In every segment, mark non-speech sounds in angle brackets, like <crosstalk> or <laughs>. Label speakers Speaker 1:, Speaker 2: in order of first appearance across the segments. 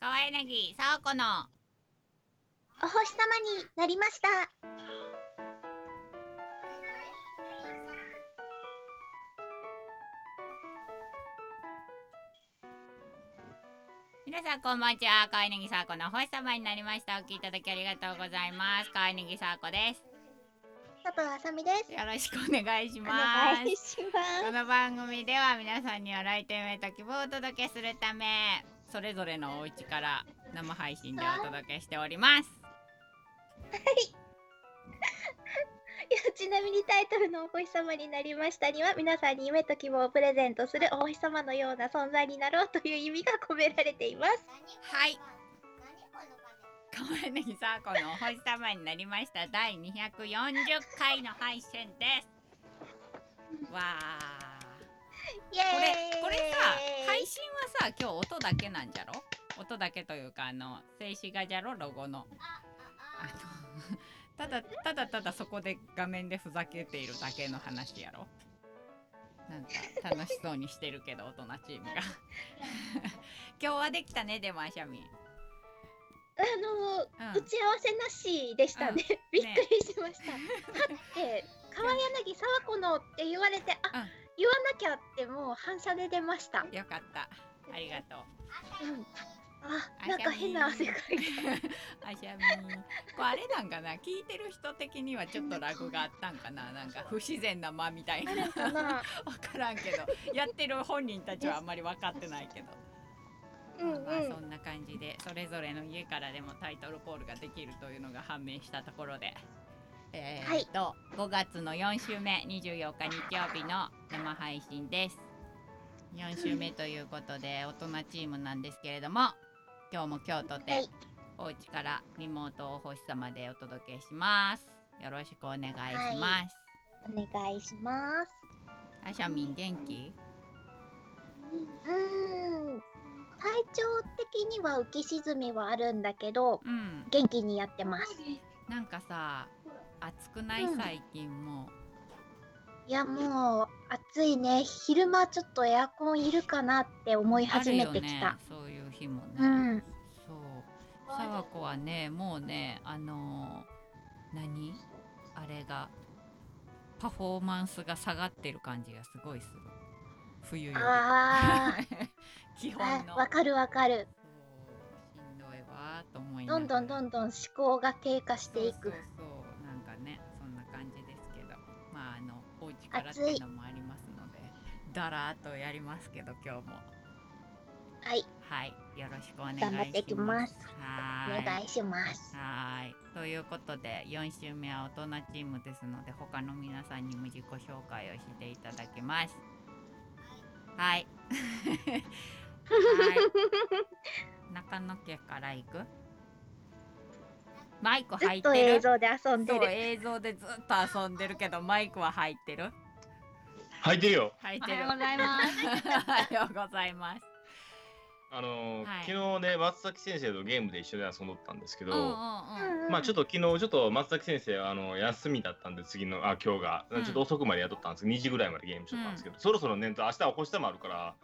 Speaker 1: 川柳、さおこの。
Speaker 2: お星様になりました。
Speaker 1: 皆さん、こんばんちは。川柳、さおこのお星様になりました。お聞きいただきありがとうございます。川柳、さおこです。
Speaker 2: 佐藤あさみです。
Speaker 1: よろしくお願いし
Speaker 2: お
Speaker 1: ま
Speaker 2: 願い
Speaker 1: す。
Speaker 2: しま
Speaker 1: この番組では皆さんには来店へと希望をお届けするため、それぞれのお家から生配信でお届けしております。
Speaker 2: す。いやちなみにタイトルのお星様になりましたには、皆さんに夢と希望をプレゼントするお星様のような存在になろうという意味が込められています。
Speaker 1: はい。川柳さあこのお星様になりました第240回の配信です。わあ。
Speaker 2: イエ
Speaker 1: こ
Speaker 2: ー
Speaker 1: れ
Speaker 2: イ
Speaker 1: これさ配信はさ今日音だけなんじゃろ？音だけというかあの静止画じゃろロゴの。あの <laughs> ただただただそこで画面でふざけているだけの話やろ。なんか楽しそうにしてるけど大人チームが。 <laughs> 今日はできたねでもあしゃみ。
Speaker 2: あのー
Speaker 1: うん
Speaker 2: 打ち合わせなしでしたね。 <laughs> びっくりしました。はって、川柳沢子のって言われて、あ、
Speaker 1: うん
Speaker 2: 言わなきゃってもう反射で出ました。
Speaker 1: よかった。ありがとう。 <laughs>
Speaker 2: うんあ、
Speaker 1: あ
Speaker 2: なんか変な汗かいて。
Speaker 1: あしゃみんこうあれなんかな聞いてる人的にはちょっとラグがあったんかななんか不自然な間みたいな
Speaker 2: あるかな。
Speaker 1: 分からんけどやってる本人たちはあんまり分かってないけど、
Speaker 2: うんう
Speaker 1: まあ、そ
Speaker 2: ん。
Speaker 1: んな感じでそれぞれの家からでもタイトルコールができるというのが判明したところで。えーっと、5月の4週目24日日曜日の生配信です4週目ということで大人チームなんですけれども今日も今日とて
Speaker 2: はい、
Speaker 1: お家からリモートお星様でお届けします。よろしくお願いします。
Speaker 2: お願いします。
Speaker 1: あしゃみん元気？
Speaker 2: うーん。体調的には浮き沈みはあるんだけど、
Speaker 1: うん。
Speaker 2: 元気にやってます。
Speaker 1: なんかさ、暑くない
Speaker 2: うん
Speaker 1: 最近も
Speaker 2: いやもう暑いね。昼間ちょっとエアコンいるかなって思いう
Speaker 1: あ
Speaker 2: 始
Speaker 1: る
Speaker 2: め
Speaker 1: よ
Speaker 2: てき
Speaker 1: ね
Speaker 2: た。。
Speaker 1: そういう日もね。
Speaker 2: うん。
Speaker 1: そう。さわこはね、もうね、あのー何？あれがパフォーマンスが下がってる感じがすごいする。冬より。 <laughs>
Speaker 2: あ
Speaker 1: 基
Speaker 2: ー
Speaker 1: 本の。
Speaker 2: あ、わかるわかる。
Speaker 1: そうしんどいわーと思いなが
Speaker 2: ど
Speaker 1: ら
Speaker 2: んどんどんどん思考が低下してい
Speaker 1: そう
Speaker 2: く。
Speaker 1: そうそうなんかねそんな感じですけどまああのお家からっていうのもありますので <laughs> だらーっとやりますけど今日も
Speaker 2: はい、
Speaker 1: はいよろしくお願いします
Speaker 2: 頑張っていきます
Speaker 1: はー
Speaker 2: お
Speaker 1: い
Speaker 2: 願いします。
Speaker 1: はーいということで4週目は大人チームですので他の皆さんにも自己紹介をしていただきますはいはい中野家から行くマイク
Speaker 2: ず
Speaker 1: 入
Speaker 2: っ
Speaker 1: って
Speaker 2: と
Speaker 1: る
Speaker 2: 映像で遊んで
Speaker 1: そう
Speaker 2: る。
Speaker 1: 映像でずっと遊んでるけどマイクは入ってる
Speaker 3: 履いてるよ。
Speaker 1: 入っ
Speaker 4: お
Speaker 1: て
Speaker 4: は
Speaker 1: る
Speaker 4: ようございます。
Speaker 1: <laughs> おはようございます
Speaker 3: あのー
Speaker 1: はい
Speaker 3: 昨日ね松崎先生とゲームで一緒に遊んどったんですけど、
Speaker 1: うん
Speaker 3: まあちょっ
Speaker 2: と。
Speaker 3: と昨日ちょっと松崎先生はあの休みだったんで次のあ今日が、
Speaker 1: うん
Speaker 3: ちょっと遅くまでやっとったんですけど2時ぐらいまでゲームしとったんですけど、そろそろ寝んと明日お星様あるから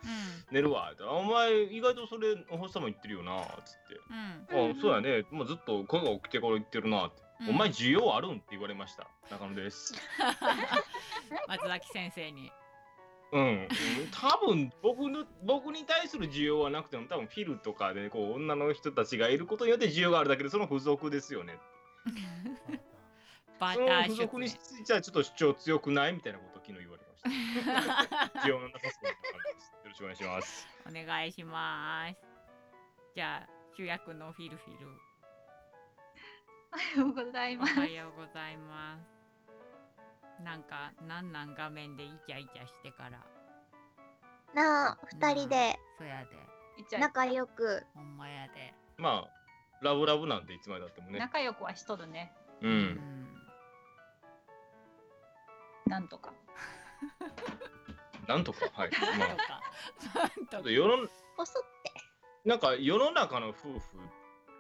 Speaker 3: 寝るわって「お前意外とそれお星様言ってるよな」っつって
Speaker 1: うんうん
Speaker 3: 「あそうやねもうずっと声が起きてから言ってるな」って。
Speaker 1: うん
Speaker 3: お前需要あるんって言われました。中野です。
Speaker 1: <laughs> 松崎先生に
Speaker 3: うん。多分僕の僕に対する需要はなくても多分フィルとかでこう女の人たちがいることによって需要があるだけでその付属ですよね。
Speaker 1: バ
Speaker 3: そ
Speaker 1: ター
Speaker 3: の付
Speaker 1: 出
Speaker 3: 属に
Speaker 1: 演
Speaker 3: しついちゃちょっと主張強くないみたいなことを昨日言われました。
Speaker 1: <laughs>
Speaker 3: 需要のなさそうな感じです。よろしくお願いします。
Speaker 1: お願いしますじゃあ主役のフィルフィル
Speaker 4: おはようござい
Speaker 1: お
Speaker 4: ます。
Speaker 1: はようございますなんかなんなん画面でイチャイチャしてから
Speaker 2: なあ、二人で
Speaker 1: そやで
Speaker 4: いっちゃい
Speaker 2: 仲良く。
Speaker 1: ほんまやで
Speaker 3: まあラブラブなんていつまでだってもね。
Speaker 4: 仲良くはしとるね。
Speaker 3: う。
Speaker 1: うん
Speaker 4: なんとか。
Speaker 3: なんとかはい。ま
Speaker 4: <laughs>
Speaker 1: なん
Speaker 3: あ
Speaker 1: とかなん
Speaker 3: ちょ
Speaker 1: と
Speaker 3: っ
Speaker 1: か
Speaker 3: と世の
Speaker 2: ポソって。
Speaker 3: なんか世の中の夫婦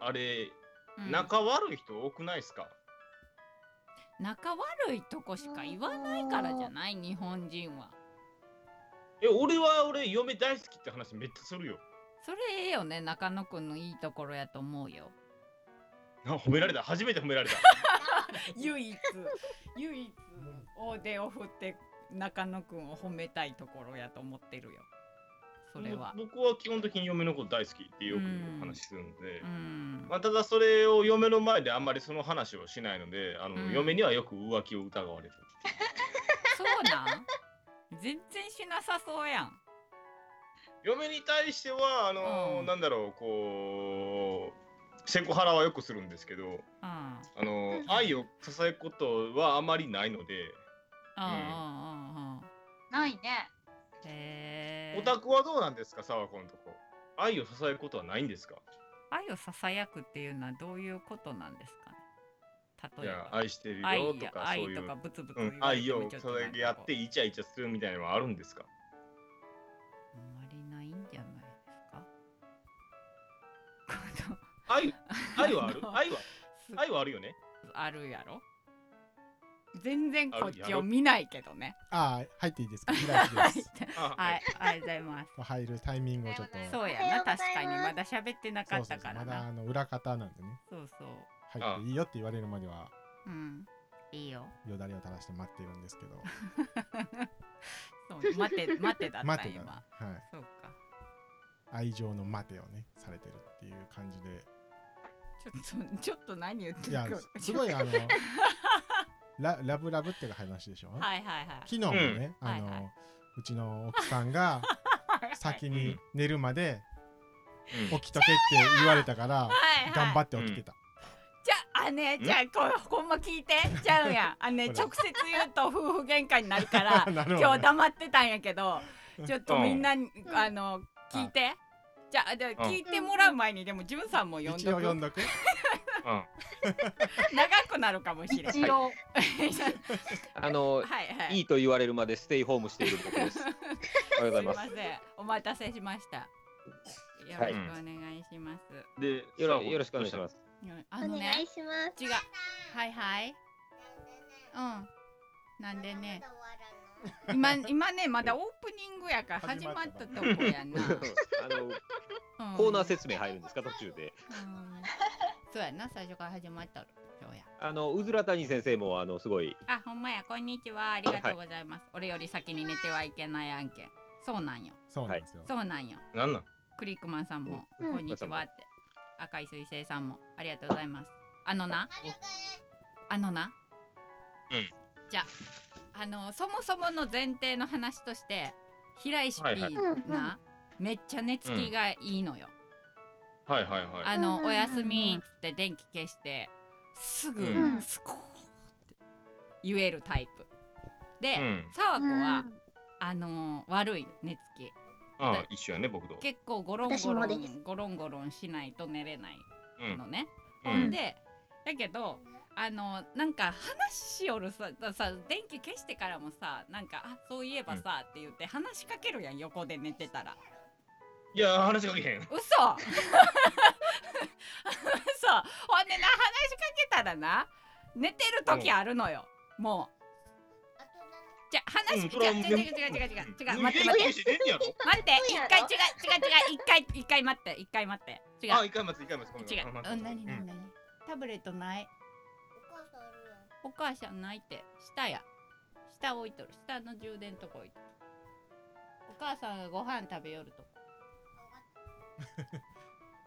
Speaker 3: あれ、
Speaker 1: うん
Speaker 3: 仲悪い人多くないですか。
Speaker 1: 仲悪いとこしか言わないからじゃない日本人は
Speaker 3: え俺は俺嫁大好きって話めっちゃするよ。
Speaker 1: それよね中野くんのいいところやと思うよ
Speaker 3: あ褒められた初めて褒められた
Speaker 1: 唯一唯一大手を振って中野くんを褒めたいところやと思ってるよ <laughs> それは
Speaker 3: 僕は基本的に嫁のこと大好きってよく話するので、
Speaker 1: うん
Speaker 3: まあ、ただそれを嫁の前であんまりその話をしないのであの、
Speaker 1: うん
Speaker 3: 嫁にはよく浮気を疑われる
Speaker 1: そうなん全然しなさそうやん
Speaker 3: 嫁に対してはあのー
Speaker 1: うん
Speaker 3: なんだろうこうセコハラはよくするんですけど
Speaker 1: うん
Speaker 3: あのー
Speaker 2: うん
Speaker 3: 愛を支えることはあまりないので
Speaker 1: うんうんうんうん
Speaker 4: ないね。
Speaker 1: へえ
Speaker 3: オタクはどうなんですか沢子のとこ愛を支えることはないんですか
Speaker 1: 愛をささやくっていうのはどういうことなんですかね
Speaker 3: い
Speaker 1: 例え
Speaker 3: や
Speaker 1: ば
Speaker 3: 愛してる
Speaker 1: 愛
Speaker 3: よとかそう
Speaker 1: 愛
Speaker 3: い
Speaker 1: と
Speaker 3: う
Speaker 1: かブツブツ
Speaker 3: う
Speaker 1: 言
Speaker 3: ん、
Speaker 1: われて
Speaker 3: 愛を
Speaker 1: もちょっと
Speaker 3: そ
Speaker 1: なんかこう
Speaker 3: れやってイチャイチャするみたいなのはあるんですか
Speaker 1: あんまりないんじゃない <laughs> ですかこ
Speaker 3: 愛
Speaker 1: の
Speaker 3: <laughs> 愛はある愛は
Speaker 1: す
Speaker 3: 愛はあるよね
Speaker 1: あるやろ全然こっ
Speaker 3: ある
Speaker 1: ち
Speaker 3: や
Speaker 1: を
Speaker 3: ろ
Speaker 1: 見ないけどね。
Speaker 5: あー入っていいですか開
Speaker 1: はい
Speaker 5: きです、
Speaker 3: あ
Speaker 1: <laughs> はい、ありがとうございます。
Speaker 5: 入るタイミングをちょっと
Speaker 1: そうや
Speaker 2: おはよ
Speaker 1: な、
Speaker 2: うござい
Speaker 1: 確
Speaker 2: ます
Speaker 1: かにまだ喋ってなかったから
Speaker 5: まだ
Speaker 1: な。
Speaker 5: あの裏方なんでね
Speaker 1: そうそう
Speaker 5: 入っていいよって言われるまでは
Speaker 1: うん、いいよ。
Speaker 5: よだれを垂らして待ってるんですけど
Speaker 1: そう、待て、待てだった
Speaker 5: 待てだ、
Speaker 1: 今。
Speaker 5: はい、
Speaker 1: そうか。
Speaker 5: 愛情の待てをねされてるっていう感じで
Speaker 1: ちょっと、 <laughs> ちょっと何言って
Speaker 5: い
Speaker 1: る
Speaker 5: や
Speaker 1: か。
Speaker 5: すごいあのララブラブっていう話でしょ、
Speaker 1: <laughs> はいはいはい。
Speaker 5: 昨日もね、
Speaker 1: うん
Speaker 5: あの、
Speaker 1: はいはいう
Speaker 5: ちの奥さんが先に寝るまで
Speaker 3: うん
Speaker 5: 起きとけって言われたから
Speaker 1: はいはい
Speaker 5: 頑張って起きてた、
Speaker 1: じゃあ姉ちゃんこほんま聞いてちゃうやん姉
Speaker 5: ほ
Speaker 1: 直
Speaker 5: ら
Speaker 1: 接言うと夫婦喧嘩になるから
Speaker 5: なるほどね
Speaker 1: 今日黙ってたんやけどちょっとみんなに
Speaker 2: ん
Speaker 1: あの聞いてじゃあで聞いてもらう前にでもじゅんさんも呼ん
Speaker 5: 一応
Speaker 1: ど
Speaker 5: 読
Speaker 1: く
Speaker 5: んどく
Speaker 3: うん
Speaker 1: 長くなるかもしれん
Speaker 2: <laughs>
Speaker 4: 一応。
Speaker 6: あの、
Speaker 1: はいはい
Speaker 6: いいと言われるまでステイホームしている僕です。
Speaker 1: <laughs>
Speaker 6: おはようござ
Speaker 1: すいま
Speaker 6: いま。
Speaker 1: すせんお待たせしましたよろ
Speaker 6: は
Speaker 1: し
Speaker 6: い
Speaker 1: くお願いします、
Speaker 3: で
Speaker 6: よろよろしくお願いしますす。
Speaker 1: うん
Speaker 2: お
Speaker 1: あの
Speaker 2: 願い
Speaker 1: ね
Speaker 2: します。
Speaker 1: 違うはいはいうんなんでね今今ねまだオープニングやから始
Speaker 5: 始
Speaker 1: ま
Speaker 5: ま
Speaker 1: っ
Speaker 5: ったた
Speaker 1: とこやな、
Speaker 6: あの
Speaker 1: うん
Speaker 6: コーナー説明入るんですか途中で。
Speaker 1: うんそうやな最初から始まったそうや
Speaker 6: あのうずら谷先生もあのすごい
Speaker 1: あほんまやこんにちはありがとうございます、俺より先に寝てはいけない案件そうなんよ
Speaker 5: そうなんですよ、
Speaker 1: そうなんよ
Speaker 3: なんなん
Speaker 1: クリックマンさんも、
Speaker 2: うん
Speaker 1: こんにちはって赤い彗星さんもありがとうございますあのなあのな
Speaker 3: うん
Speaker 1: じゃああのそもそもの前提の話として平石 P
Speaker 3: はいはい
Speaker 2: うんうん
Speaker 1: なめっちゃ寝つきがいいのよ、
Speaker 3: はいはいはい
Speaker 1: あの、
Speaker 2: うんうん
Speaker 1: お
Speaker 2: うんうん
Speaker 1: やすみっつって電気消してすぐ、
Speaker 3: うん
Speaker 1: スコーって言えるタイプで、
Speaker 3: うん
Speaker 1: さわこは、
Speaker 2: うん
Speaker 1: あのー悪い寝つき
Speaker 3: あ一緒やね僕と
Speaker 1: 結構ゴロンゴロ
Speaker 2: 私もで
Speaker 1: ンゴロンゴロンしないと寝れない
Speaker 3: うん
Speaker 1: のね、
Speaker 3: う
Speaker 1: ほん
Speaker 3: ん
Speaker 1: でだけどあのーなんか話しよるささ電気消してからもさなんか「あそういえばさ」って言って話しかけるやん横で寝てたら
Speaker 3: いや話しかけへん
Speaker 1: 嘘 <laughs> 嘘ほんでな話しかけたらな寝てる時あるのよ、もうじゃ話、
Speaker 3: うん
Speaker 1: 違
Speaker 3: それは
Speaker 1: う違う違う違う違う違う違う待って
Speaker 3: 電
Speaker 1: 待って
Speaker 3: 気消して寝んねやろ
Speaker 1: 待って一回違う違う違う一回一回待って一回待って違う
Speaker 3: あ一回待つ一回待つごめん
Speaker 1: 違う
Speaker 3: ごめん
Speaker 1: うん何何何タブレットないお母さんないって下や下置いとる下の充電とこ置いとるお母さんがご飯食べよるとこ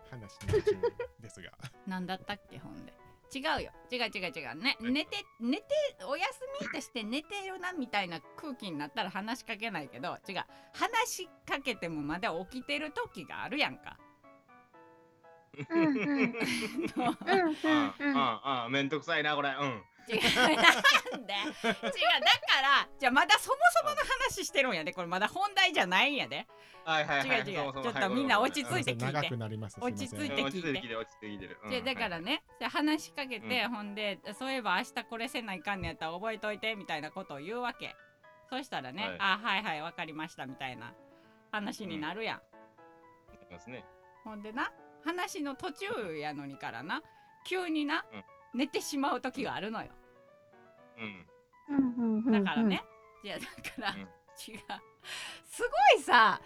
Speaker 5: 話の途中です
Speaker 1: <laughs>
Speaker 5: が
Speaker 1: なんだったっけほんで違うよ違う違う違うね寝て寝てお休みってして寝てるなみたいな空気になったら話しかけないけど違う話しかけてもまだ起きてる時があるやんか
Speaker 2: うんうんうんうん
Speaker 3: ああ
Speaker 2: うん。
Speaker 3: ああめんどくさいなこれうん
Speaker 1: 違う <laughs> なんで違うだからじゃあまだそもそもの話してるんやでこれまだ本題じゃないんやで
Speaker 3: はいはいはい
Speaker 1: 違う違う
Speaker 3: そもそも
Speaker 1: ちょっと
Speaker 3: はい
Speaker 1: みんな落ち着いて
Speaker 5: すません
Speaker 1: 聞いて
Speaker 5: 長くなりますすいません
Speaker 1: 落ち着いて
Speaker 3: うん落ち着いてきて落ち着いてきてるうん
Speaker 1: じゃあだから
Speaker 3: はい
Speaker 1: ね、じゃあ話しかけて、
Speaker 3: う
Speaker 1: ほんでそういえば明日これせないかんのやったら覚えといてみたいなことを言うわけそしたらね、
Speaker 3: はい
Speaker 1: あはいはいわかりましたみたいな話になるやん、
Speaker 3: いますね
Speaker 1: ほんでな話の途中やのにからな急にな、
Speaker 3: うん
Speaker 1: 寝てしまう時があるのよ
Speaker 3: うん
Speaker 2: うんうんうんうん
Speaker 1: だからね、。じゃあだから、
Speaker 3: うん
Speaker 1: 違うすごいさ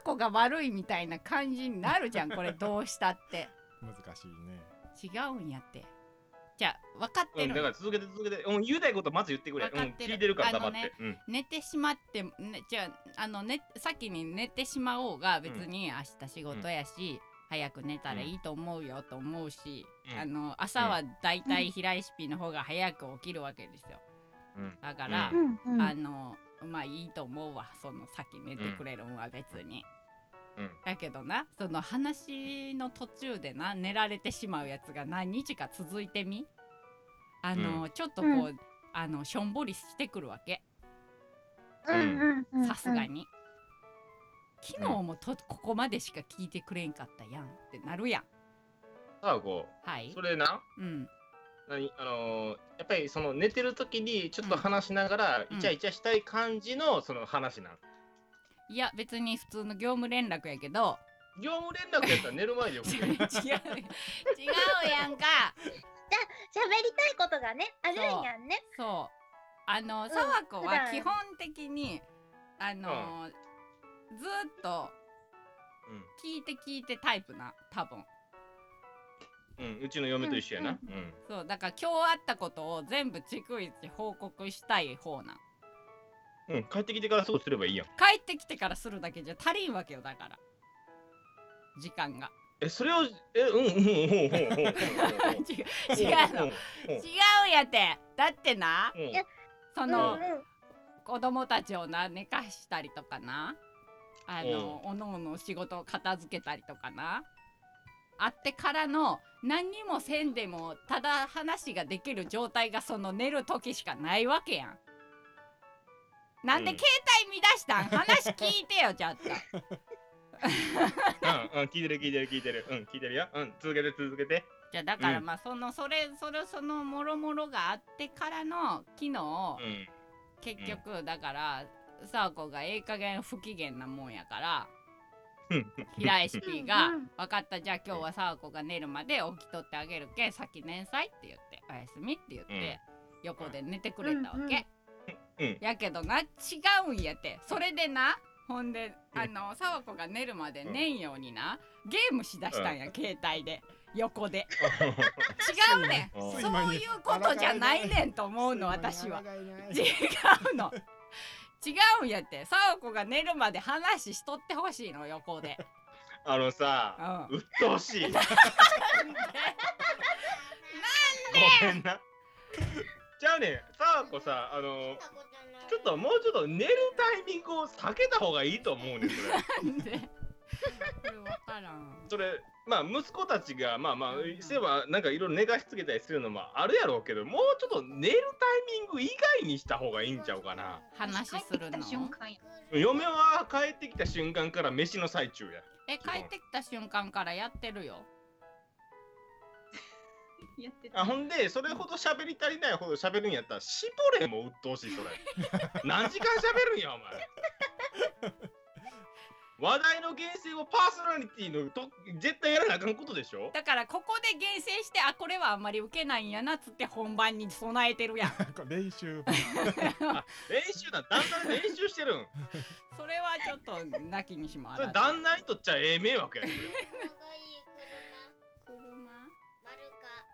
Speaker 1: 貞子が悪いみたいな感じになるじゃんこれどうした
Speaker 2: <laughs>
Speaker 1: って
Speaker 5: 難しい
Speaker 1: 違
Speaker 5: ね。
Speaker 1: うんやってじゃあ分かって
Speaker 3: うん、
Speaker 1: る
Speaker 3: だから続けて続けて、うん、言いたいことまず言ってくれ。
Speaker 1: わかって
Speaker 3: う
Speaker 1: る
Speaker 3: ん、聞いてるから
Speaker 1: あ
Speaker 3: 黙
Speaker 1: の
Speaker 3: って。
Speaker 1: ね
Speaker 3: うん、
Speaker 1: 寝てしまって、ね、じゃああの、ね、先に寝てしまおうが別に明日仕事やし、早く寝たらいいと思うよと思うし、
Speaker 3: うん
Speaker 1: あの朝はだいたい平石 P の方が早く起きるわけですよ
Speaker 3: うん、
Speaker 1: だから、
Speaker 2: うんうん
Speaker 1: あのまあいいと思うわその先寝てくれるんは別に、
Speaker 3: うん
Speaker 1: だけどなその話の途中でな寝られてしまうやつが何日か続いてみあの、ちょっとこう、
Speaker 2: う
Speaker 1: あのしょんぼりしてくるわけ
Speaker 2: うんうんうん
Speaker 1: さすがに。昨日もとここまでしか聞いてくれんかったやんってなるやん。
Speaker 3: さあこ
Speaker 1: はい。
Speaker 3: それな、
Speaker 1: うん。
Speaker 3: 何あのーやっぱりその寝てる時にちょっと話しながら、
Speaker 1: うん
Speaker 3: イチャイチャしたい感じのその話なん。
Speaker 1: いや別に普通の業務連絡やけ
Speaker 3: <laughs>
Speaker 1: ど
Speaker 3: 業務連絡やったら寝る前によ
Speaker 1: <laughs>
Speaker 3: く
Speaker 1: 違う違うやんか
Speaker 2: 喋りたいことがねあるんやんね
Speaker 1: そうあの
Speaker 2: ん
Speaker 1: さわこ
Speaker 2: 普
Speaker 1: は
Speaker 2: 段
Speaker 1: 基本的にあのずーっと聞いて聞いてタイプな多分
Speaker 3: うん、うん、うちの嫁と一緒やな。うん、
Speaker 1: そうだから今日あったことを全部逐一報告したい方なん
Speaker 3: うん、帰ってきてからそうすればいいやん。
Speaker 1: 帰ってきてからするだけじゃ足りんわけよだから時間が
Speaker 3: え、それを、え、うん、うん、うん、うん、うん、
Speaker 1: 違う <laughs> 違うの違うんやてだってな
Speaker 3: うん、うん、
Speaker 1: そ
Speaker 2: うん
Speaker 1: の、
Speaker 2: うん
Speaker 1: 子供たちをな寝かしたりとかなあの、おのおの仕事を片付けたりとかなあってからの何にもせんでもただ話ができる状態がその寝る時しかないわけやん。なんで
Speaker 3: うん
Speaker 1: 携帯乱したん、話聞いて
Speaker 3: <laughs>
Speaker 1: よちょっと。
Speaker 3: うん、聞いてる、聞いてる、聞いてる、うん、聞いてるよ、うん、続けて、続けて。
Speaker 1: じゃあだから
Speaker 3: うん
Speaker 1: まあそのそれそれそのもろもろがあってからの昨日
Speaker 3: うん、
Speaker 1: 結局だからさあこがええ加減不機嫌なもんやから
Speaker 3: うん
Speaker 1: 平石 P が
Speaker 2: うんう
Speaker 1: 「分かったじゃあ今日はさあこが寝るまで起きとってあげるけ先寝んさい」って言って「おやすみ」って言って横で寝てくれたわけ
Speaker 3: うんうんうん
Speaker 1: やけどな違うんやてそれでなほんであのさあこが寝るまで寝んようになゲームしだしたんや携帯で横で違うねん
Speaker 3: うん
Speaker 1: そういうことじゃないねんと思うの私は。違
Speaker 5: <laughs>
Speaker 1: うの違うんやってサオコが寝るまで話しとってほしいの横で、
Speaker 3: <laughs> あのさ
Speaker 1: う、ん、
Speaker 3: 鬱陶しい。なんでごめんな。じゃあね、さあこさ、あの、ちょっともうちょっと寝るタイミングを避けた方がいいと思うねん、それ。 <laughs>
Speaker 1: なんでこれ分からん
Speaker 3: それ、まあ、息子たちが、まあまあ、せば、なんかいろいろ寝かしつけたりするのもあるやろうけど、もうちょっと寝るタイミング以外にした方がいいんちゃうかな。
Speaker 1: 話
Speaker 4: 帰
Speaker 1: する
Speaker 4: ってき
Speaker 1: の
Speaker 4: た瞬間や。
Speaker 3: 嫁は帰ってきた瞬間から飯の最中や。
Speaker 1: え帰ってきた瞬間からやってるよ
Speaker 4: やってた
Speaker 3: あほんで、それほど喋り足りないほど喋るんやったら、しぼれも鬱陶しい、それ。何時間喋るんや、お前。話題の厳選をパーソナリティのと絶対やらなあかんことでしょ
Speaker 1: だからここで厳選してあこれはあんまり受けないんやなっつって本番に備えてる
Speaker 3: <laughs>
Speaker 1: やん
Speaker 5: これ練習。
Speaker 3: 練習だ、旦那に練習してるん。
Speaker 1: それはちょっとなきにし <laughs> もあ
Speaker 3: それ
Speaker 1: らず
Speaker 3: 旦那にとっちゃええ迷惑やね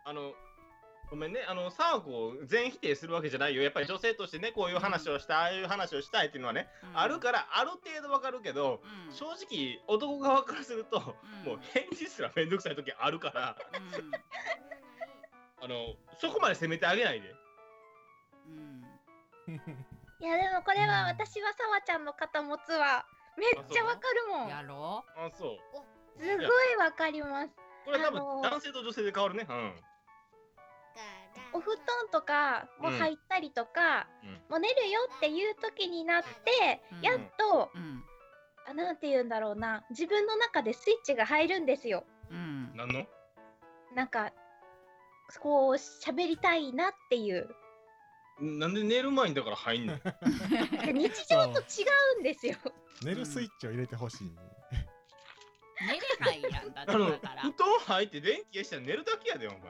Speaker 3: あの、ごめんね、あの、サーコを全否定するわけじゃないよ。やっぱり女性としてね、こういう話をしたい、ああいう話をしたいっていうのはね、
Speaker 1: うん
Speaker 3: あるから、ある程度わかるけど、
Speaker 1: うん
Speaker 3: 正直、男側からすると、
Speaker 1: うん
Speaker 3: もう返事すらめんどくさい時あるから、 <laughs> あの、そこまで責めてあげないで。
Speaker 1: うんうん
Speaker 2: いやでもこれは私はさわちゃんの肩持つわめっちゃわかるもん
Speaker 1: やろ
Speaker 3: あ、そう。
Speaker 2: すごいわかります
Speaker 3: これ多分
Speaker 2: あのー
Speaker 3: 男性と女性で変わるね。うん。
Speaker 2: お布団とかも入ったりとか、
Speaker 3: うん
Speaker 2: もう寝るよっていう時になって、
Speaker 1: うん
Speaker 2: やっと、
Speaker 1: ううん
Speaker 2: あなんて言うんだろうな自分の中でスイッチが入るんですよ
Speaker 1: うん
Speaker 3: なんの
Speaker 2: なんかこう喋りたいなっていう
Speaker 3: なんで寝る前にだから入んの
Speaker 2: <laughs> 日常と違うんですよ
Speaker 5: 寝るスイッチを入れてほしい。
Speaker 1: 寝れないやんだって
Speaker 3: あの、
Speaker 1: だ
Speaker 3: 布
Speaker 1: から
Speaker 3: 団入って電気消したら寝るだけやで、お前。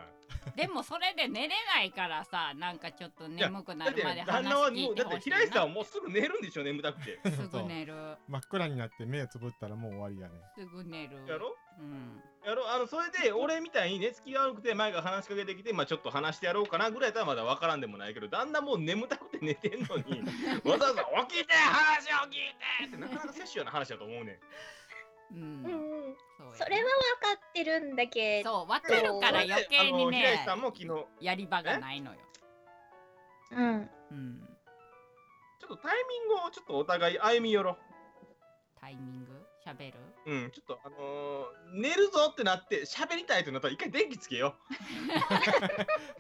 Speaker 1: でもそれで寝れないからさなんかちょっと眠くな
Speaker 3: だっ
Speaker 1: る
Speaker 3: て
Speaker 1: まで
Speaker 3: 旦
Speaker 1: 話
Speaker 3: 那は
Speaker 1: 聞
Speaker 3: も
Speaker 1: いうて
Speaker 3: だっ
Speaker 1: ほ
Speaker 3: て
Speaker 1: しいな
Speaker 3: 平石さんはもうすぐ寝るんでしょ眠た
Speaker 2: <laughs>
Speaker 3: くて。
Speaker 1: すぐ寝る
Speaker 5: 真っ暗になって目をつぶったらもう終わりやね <laughs>
Speaker 1: すぐ寝る
Speaker 3: やろ
Speaker 1: うん
Speaker 3: やろあのそれで俺みたいに寝つきが悪くて前が話しかけてきて、まあ、ちょっと話してやろうかなぐらいだったらまだ分からんでもないけどだんだんもう眠たくて寝てんの
Speaker 2: <laughs>
Speaker 3: にわざわざ「起きて話を聞いて!」ってなかなかセッションな話だと思うねん。
Speaker 1: う
Speaker 2: うんんうん。
Speaker 1: そうや
Speaker 2: それは分かってるんだけど。
Speaker 1: そう分かるから余計
Speaker 3: あ
Speaker 1: に
Speaker 3: の平
Speaker 1: ね
Speaker 3: 石さんも昨日ちょ
Speaker 1: やり場がないのよ
Speaker 2: うん。
Speaker 1: うん
Speaker 3: っとタイミングをちょっとお互い歩み寄ろ
Speaker 1: タイミング喋る
Speaker 3: う。うんちょっとあのー寝るぞってなって喋りたいってなったら一回電気つけよ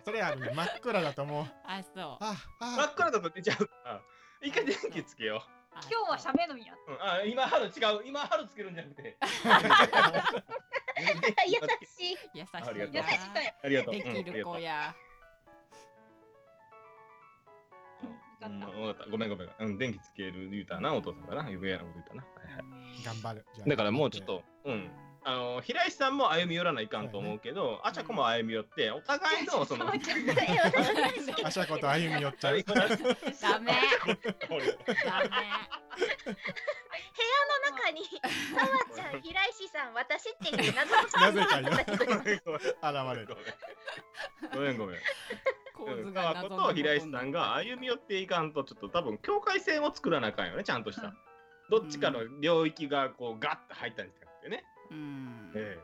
Speaker 5: それあるね真っ暗だともう
Speaker 1: あそう
Speaker 5: あ
Speaker 3: う。
Speaker 5: あ
Speaker 3: 真っ暗だと寝ちゃうから一回電気つけよ
Speaker 4: 今日はしゃべるんや。
Speaker 3: う。うん、あ今春違う今春つけるんじゃなくて。
Speaker 2: <laughs> 優しい。
Speaker 1: 優し
Speaker 3: あり
Speaker 1: い
Speaker 3: がと
Speaker 1: うな
Speaker 2: 優しそうや。
Speaker 3: ありが <laughs> とう。
Speaker 1: で
Speaker 3: うん
Speaker 1: き
Speaker 3: ありが
Speaker 1: る
Speaker 3: とう
Speaker 1: 子や
Speaker 3: うん、わかった。ごめんごめん。うん、電気つける言うたな、お父さんだな。余計なこと言ったな。はいはい。
Speaker 5: 頑張るじゃあ
Speaker 3: だからもうちょっと、うん。あの、平石さんも歩み寄らないかんと思うけど、あちゃこも歩み寄って、お
Speaker 2: <laughs>
Speaker 3: 互いの
Speaker 1: <laughs>
Speaker 3: その、
Speaker 5: あしゃこと歩み寄っちゃう
Speaker 1: ダメダメ
Speaker 2: 中に、さわちゃん、平石さん、私っていう謎の
Speaker 5: なぜかよ現
Speaker 3: ごめんごめ
Speaker 5: れる
Speaker 3: んごめん。ごめんごめん。
Speaker 1: 構
Speaker 3: うん
Speaker 1: 図
Speaker 3: 川
Speaker 1: が
Speaker 3: 子
Speaker 1: 謎
Speaker 3: と平石さんが歩み寄っていかんと、ちょっと多分境界線を作らなあかんよね、ちゃんとした。どっちかの領域がこうガッと入ったんじゃなくてね。
Speaker 1: うん
Speaker 3: え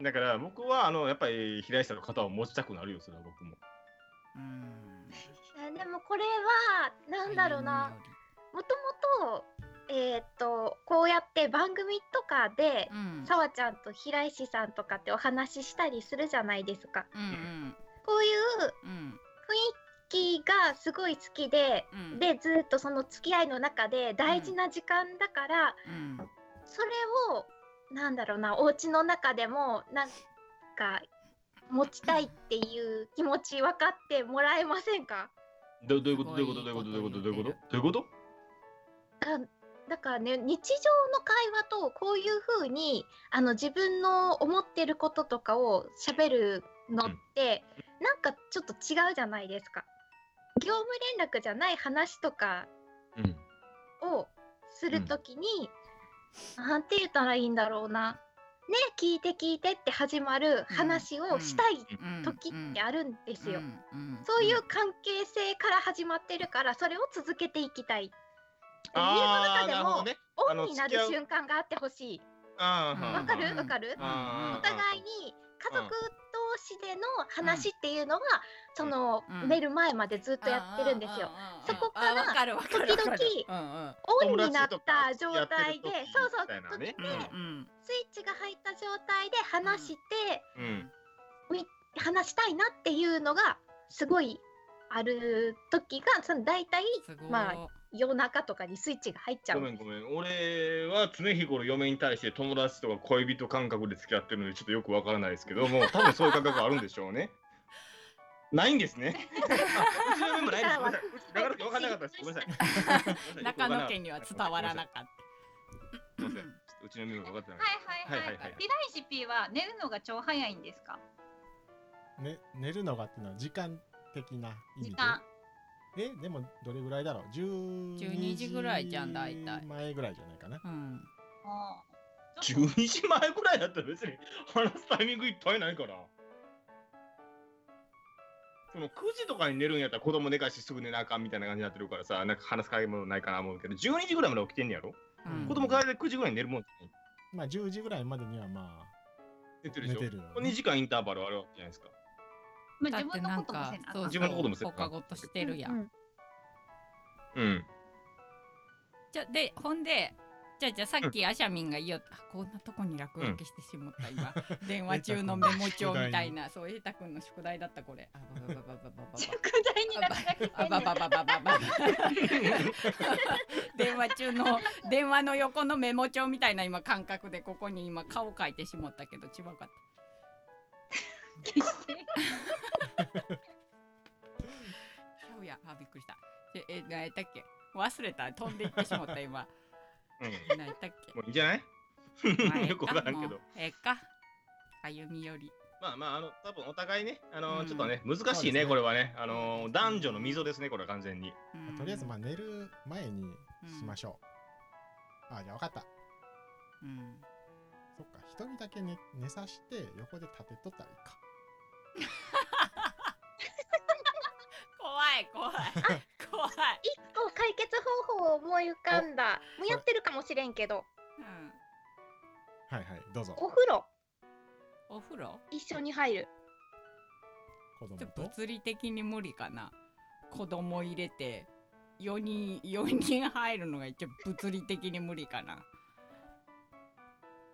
Speaker 3: え。だから僕はあのやっぱり平石さんの肩を持ちたくなるよ、それは僕も。
Speaker 1: うん
Speaker 2: あでもこれは、なんだろうな。もともと、えーっと、こうやって番組とかで、
Speaker 1: 歩み寄り
Speaker 2: さわちゃんと平石さんとかってお話ししたりするじゃないですか。
Speaker 1: うんうん
Speaker 2: こういう
Speaker 1: うんうん
Speaker 2: 雰囲気がすごい好きで、
Speaker 1: うん
Speaker 2: で、ずっとその付き合いの中で大事な時間だから、
Speaker 1: うん
Speaker 2: それをなんだろうなお家の中でもなんか持ちたいっていう気持ち分かってもらえませんか
Speaker 3: どどういうことどういうことどういうことどういうことどういうことどういうこと
Speaker 2: あだからね日常の会話とこういう風にあの自分の思ってることとかを喋るのって、なんかちょっと違うじゃないですか。業務連絡じゃない話とか
Speaker 3: うん。
Speaker 2: をするときに、なんて言ったらいいんだろうな。ね聞いて聞いてって始まる話をしたい
Speaker 1: うん
Speaker 2: 時ってあるんですよ。
Speaker 1: うんうんん
Speaker 2: そういう関係性から始まってるからそれを続けていきたい。
Speaker 3: あ
Speaker 2: 家
Speaker 3: あ、なる
Speaker 2: の
Speaker 3: ほ
Speaker 2: 中
Speaker 3: ど
Speaker 2: で
Speaker 3: ね。
Speaker 2: もオ
Speaker 3: あ
Speaker 2: ン
Speaker 3: の
Speaker 2: になる
Speaker 3: 付き合う
Speaker 2: 瞬間があってほしい。
Speaker 1: うん
Speaker 2: わ
Speaker 3: わ
Speaker 2: かる
Speaker 1: うん
Speaker 2: わかる
Speaker 3: うん
Speaker 2: お互いに家族同士での話っていうのはその
Speaker 1: うん
Speaker 2: 寝る前までずっとやってるんですよ。そこから時々
Speaker 1: 々
Speaker 2: オンになった状態で
Speaker 3: 友達とやってる時
Speaker 2: そうそう
Speaker 3: みたいなね
Speaker 2: 時々
Speaker 1: うん
Speaker 2: スイッチが入った状態で話して、
Speaker 3: うん。
Speaker 2: 話したいなっていうのがすごいある時がその大体
Speaker 1: すごい
Speaker 2: まあ夜中とかにスイッチが入っちゃ
Speaker 3: ご
Speaker 2: う
Speaker 3: めんごめん。俺は常日頃嫁に対して友達とか恋人感覚で付き合ってるのでちょっとよくわからないですけども、多分そういう感覚あるんでしょう <laughs> ね。ないんですね。あうちの嫁もないです。ごめんなさい。うちなかなかわかんなかったです。ごめんなさ
Speaker 1: <laughs>
Speaker 3: い。
Speaker 1: 中野家には伝わらなかっ
Speaker 3: ごめんなさい。うちの嫁も分かってな
Speaker 4: はい
Speaker 3: かっ
Speaker 4: はい
Speaker 3: は
Speaker 4: はいい
Speaker 3: はいはい。
Speaker 4: ピライシピは寝るのが超早いんですか。
Speaker 5: ね寝るのがっていうのは時間的な意味で
Speaker 4: 時間。
Speaker 5: えでもどれぐらいだろう12
Speaker 1: 12時ぐらいじゃん大体
Speaker 5: 前ぐらいじゃないかな
Speaker 1: た。うん。
Speaker 4: もう
Speaker 3: た。
Speaker 4: ちょっと
Speaker 3: 12時前ぐらいだったら別に話すタイミングいっぱいないから。その9時とかに寝るんやったら子供寝かしてすぐ寝なあかんみたいな感じになってるからさ、なんか話す会もないかな思うけど、12時ぐらいまで起きてんねやろ、
Speaker 1: うん
Speaker 3: 子供帰って9時ぐらいに寝るもんじゃない
Speaker 5: まあ10時ぐらいまでにはまあ
Speaker 3: 寝てるで
Speaker 5: 寝
Speaker 3: しょ
Speaker 5: てるよ、
Speaker 3: 2時間インターバルあるわけじゃないですか。
Speaker 4: まあ
Speaker 1: だっ
Speaker 4: 自
Speaker 1: て
Speaker 4: 分
Speaker 1: な
Speaker 4: の
Speaker 1: ん
Speaker 4: ことも
Speaker 1: か
Speaker 4: せなあ
Speaker 1: そ
Speaker 4: か。
Speaker 1: うん
Speaker 3: 自分のこともせな
Speaker 1: 放課後としてるや
Speaker 2: うん
Speaker 1: ん。
Speaker 2: うん
Speaker 3: うん。
Speaker 1: じゃでほんで。じゃあじゃあさっきアシャミンが言いよった、あこんなとこに落書きしてしまった今、電話中のメモ帳みたいなそう瑛太君の宿題だったこれあばばばばばばばば
Speaker 4: 宿題になるだけ
Speaker 1: あばばばば <laughs> ばば電話中の電話の横のメモ帳みたいな今感覚でここに今顔書いてしまったけど違うかった
Speaker 4: 決して。
Speaker 5: <laughs>
Speaker 1: ちゃうやあびっくりしたええ何やったっけ忘れた飛んでいってしまった今
Speaker 3: うん。
Speaker 1: 何やったっけ
Speaker 5: <laughs>
Speaker 3: <laughs> もういいんじゃない
Speaker 1: まあええ
Speaker 3: よくわからんけ
Speaker 1: も
Speaker 3: ど
Speaker 1: うええか歩み寄り
Speaker 3: まあまあ、あの、多分お互いね、あのー
Speaker 1: うん
Speaker 3: ちょっとね、難しいね、
Speaker 5: そうですね
Speaker 3: これはね。あのー男女の溝ですね、これは完全に。
Speaker 1: うん
Speaker 5: とりあえずまあ寝る前にしましょう。あ、じゃあ分かった。
Speaker 1: うん
Speaker 5: そっか、一人だけ寝寝さして横で立てとったらいいか。
Speaker 1: 怖い <laughs> 怖い怖い、
Speaker 2: 一個解決方法を思い浮かんだもうやってるかもしれんけど
Speaker 1: うん、
Speaker 5: はいはい、どうぞ。
Speaker 2: お風呂
Speaker 1: お風呂
Speaker 2: 一緒に入る
Speaker 5: 子供
Speaker 1: ちょっと
Speaker 5: と。
Speaker 1: 物理的に無理かな子供入れて4人4人入るのが一応物理的に無理かな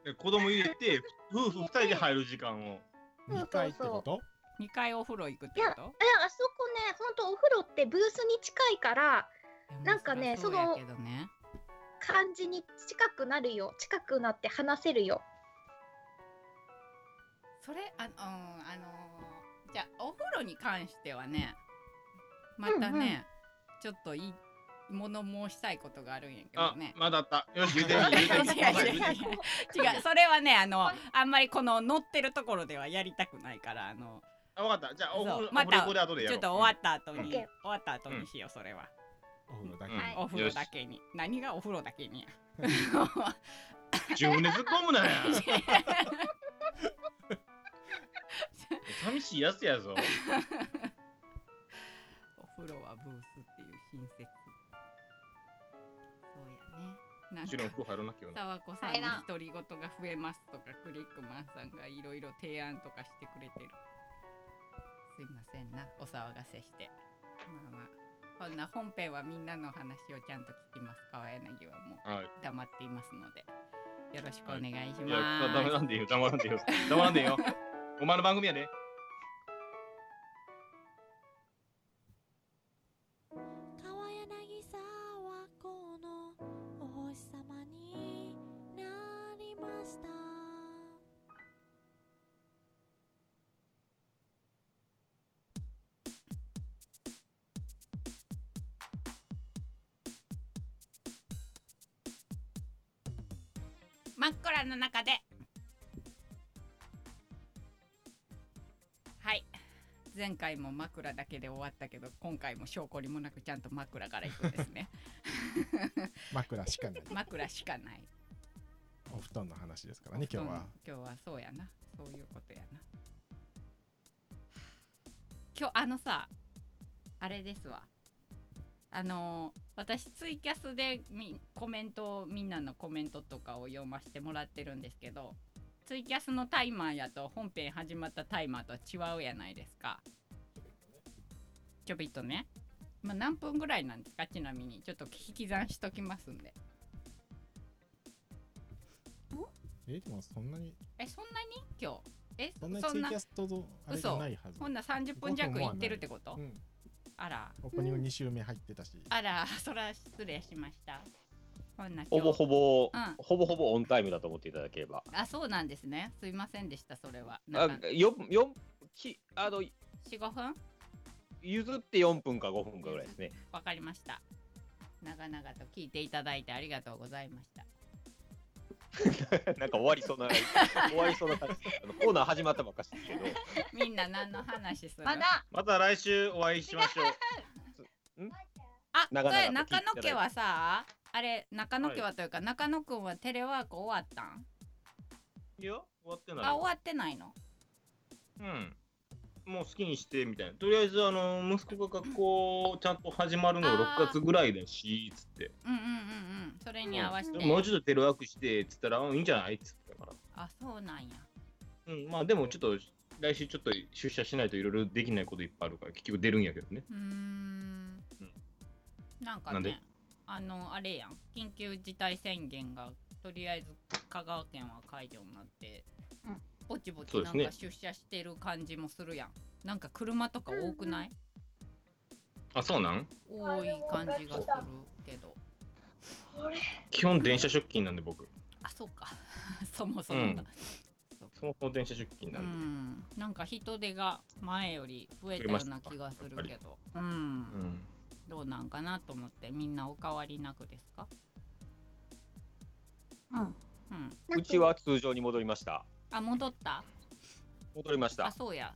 Speaker 3: で子供入れて、夫婦二人で入る時間を。
Speaker 5: 2回ってこと
Speaker 1: 2回お風呂行くってこ
Speaker 2: いやあそこねほんとお風呂ってブースに近いから
Speaker 1: といや
Speaker 2: なんかね
Speaker 1: まあそりゃうやけどね
Speaker 2: 感じに近くなるよ近くなって話せるよ
Speaker 1: それあの、うん、あのーじゃあお風呂に関してはねまたね、
Speaker 2: うんうん
Speaker 1: ちょっといい物申したいことがあるんやけど
Speaker 3: あ、
Speaker 1: ね。
Speaker 3: まだあった。よし、言うてみ、言うてみ。
Speaker 1: 違う
Speaker 3: はい
Speaker 1: 違う
Speaker 2: <laughs>
Speaker 1: 違う違うそれはねあのあんまりこの乗ってるところではやりたくないからあの
Speaker 3: <laughs> あ、わかった。じゃあ、お
Speaker 1: そう
Speaker 3: 風呂、
Speaker 1: ま
Speaker 3: ま
Speaker 1: た
Speaker 3: た、こで後でや
Speaker 1: ちょ
Speaker 3: ろう。
Speaker 1: っと終わった後に、
Speaker 2: うん
Speaker 1: 終わった後にしようそれは、
Speaker 5: お風呂だけ。
Speaker 3: うん
Speaker 2: はい
Speaker 1: お風呂だけに何がお風呂だけに
Speaker 3: うん自分で突っ込むなや。寂しいやつやぞ。
Speaker 1: お風呂はブースっていう親切そうやねなん
Speaker 3: 後
Speaker 1: か
Speaker 3: ろの服入らなきゃな。
Speaker 1: たわこさん
Speaker 4: あれだ
Speaker 1: の独り言が増えますとかクリックマンさんがいろいろ提案とかしてくれてるすいませんなお騒がせしてまあまあこんな本編はみんなの話をちゃんと聞きます川柳はもう
Speaker 3: はい。
Speaker 1: 黙っていますのでよろしくお願いし
Speaker 3: いや、
Speaker 1: ます、
Speaker 3: ダメなんでよ、黙らんでよ。黙らんでよ。お前の番組やで。
Speaker 7: 川柳沢子のお星様になりました
Speaker 1: 真っ暗の中ではい前回も枕だけで終わったけど今回も証拠にもなくちゃんと枕からいくんです <laughs> ね
Speaker 5: 枕しかない。
Speaker 1: 枕しかない
Speaker 5: お布団の話ですからね、今日は。
Speaker 1: うん今日はそうやなそういうことやな今日あのさあれですわあのー私ツイキャスでみコメントをみんなのコメントとかを読ませてもらってるんですけどツイキャスのタイマーやと本編始まったタイマーとは違うやないですかちょびっとねまあ何分ぐらいなんですかちなみにちょっと聞き算しときますんで
Speaker 5: え、でもそんなに、
Speaker 1: えそんなに今日え
Speaker 5: そんなにツイキャストのあれじゃないはず。
Speaker 1: ほんな30分弱いってるってこと、
Speaker 5: うん。
Speaker 1: あら
Speaker 5: オープニング2週目入ってたし。
Speaker 1: あらそら失礼しましたほんな今
Speaker 6: ほ
Speaker 1: 日
Speaker 6: ぼほぼ、
Speaker 1: うん
Speaker 6: ほぼほぼオンタイムだと思っていただければ。
Speaker 1: あそうなんですねすいませんでしたそれは
Speaker 6: あ
Speaker 1: なんか、
Speaker 6: よ、よ、き、あの、
Speaker 1: 45分
Speaker 6: 譲って4分か5分かぐらいですね。 <laughs>
Speaker 1: わかりました長々と聞いていただいてありがとうございました
Speaker 6: なんか終わりそうな、終わりそうな感じ。あのコーナー始まったばっかしです
Speaker 1: <laughs>
Speaker 6: けど。
Speaker 1: みんな何の話する
Speaker 3: <laughs>
Speaker 4: まだ
Speaker 3: また来週お会いしましょう。
Speaker 1: あそうや中野
Speaker 6: 長々と聞いていただいて
Speaker 1: 家はさあれ中野家はというか、中野くんはテレワーク終わったん
Speaker 3: いや、終わってない。
Speaker 1: あ終わってないの
Speaker 3: うん。もう好きにしてみたいな。とりあえず、あの、息子が学校ちゃんと始まるのが6月ぐらいだし、つって。
Speaker 1: うんうんうんうんそれに合わせて、
Speaker 3: でももうちょっとテレワークして、つったら、うんいいんじゃないっつったから。
Speaker 1: あそうなんや
Speaker 3: うん、まあでもちょっと、来週ちょっと出社しないといろいろできないこといっぱいあるから、結局出るんやけどね。
Speaker 1: うーんなんかね
Speaker 3: なんで
Speaker 1: あのあれやん緊急事態宣言がとりあえず香川県は解除になって、
Speaker 4: うん
Speaker 1: ぼちぼち
Speaker 3: そう
Speaker 1: な
Speaker 3: で
Speaker 1: ん
Speaker 3: すね
Speaker 1: か出社してる感じもするやん、なんか車とか多くない、
Speaker 3: あ、そうなん
Speaker 1: 多い感じがするけど
Speaker 3: 基本電車出勤なんで僕。
Speaker 1: あそうか <laughs> そもそもだ、
Speaker 3: そもそも電車出勤
Speaker 1: う
Speaker 3: なん
Speaker 1: ん、
Speaker 3: で。
Speaker 1: なんか人手が前より増えたような気がするけどうん、
Speaker 3: うん
Speaker 1: どうなんかなと思ってみんなお変わりなくですか
Speaker 4: うん
Speaker 1: うん
Speaker 6: うちは通常に戻りました。
Speaker 1: あ戻った
Speaker 6: 戻りまし
Speaker 1: あ
Speaker 6: た。
Speaker 1: そうや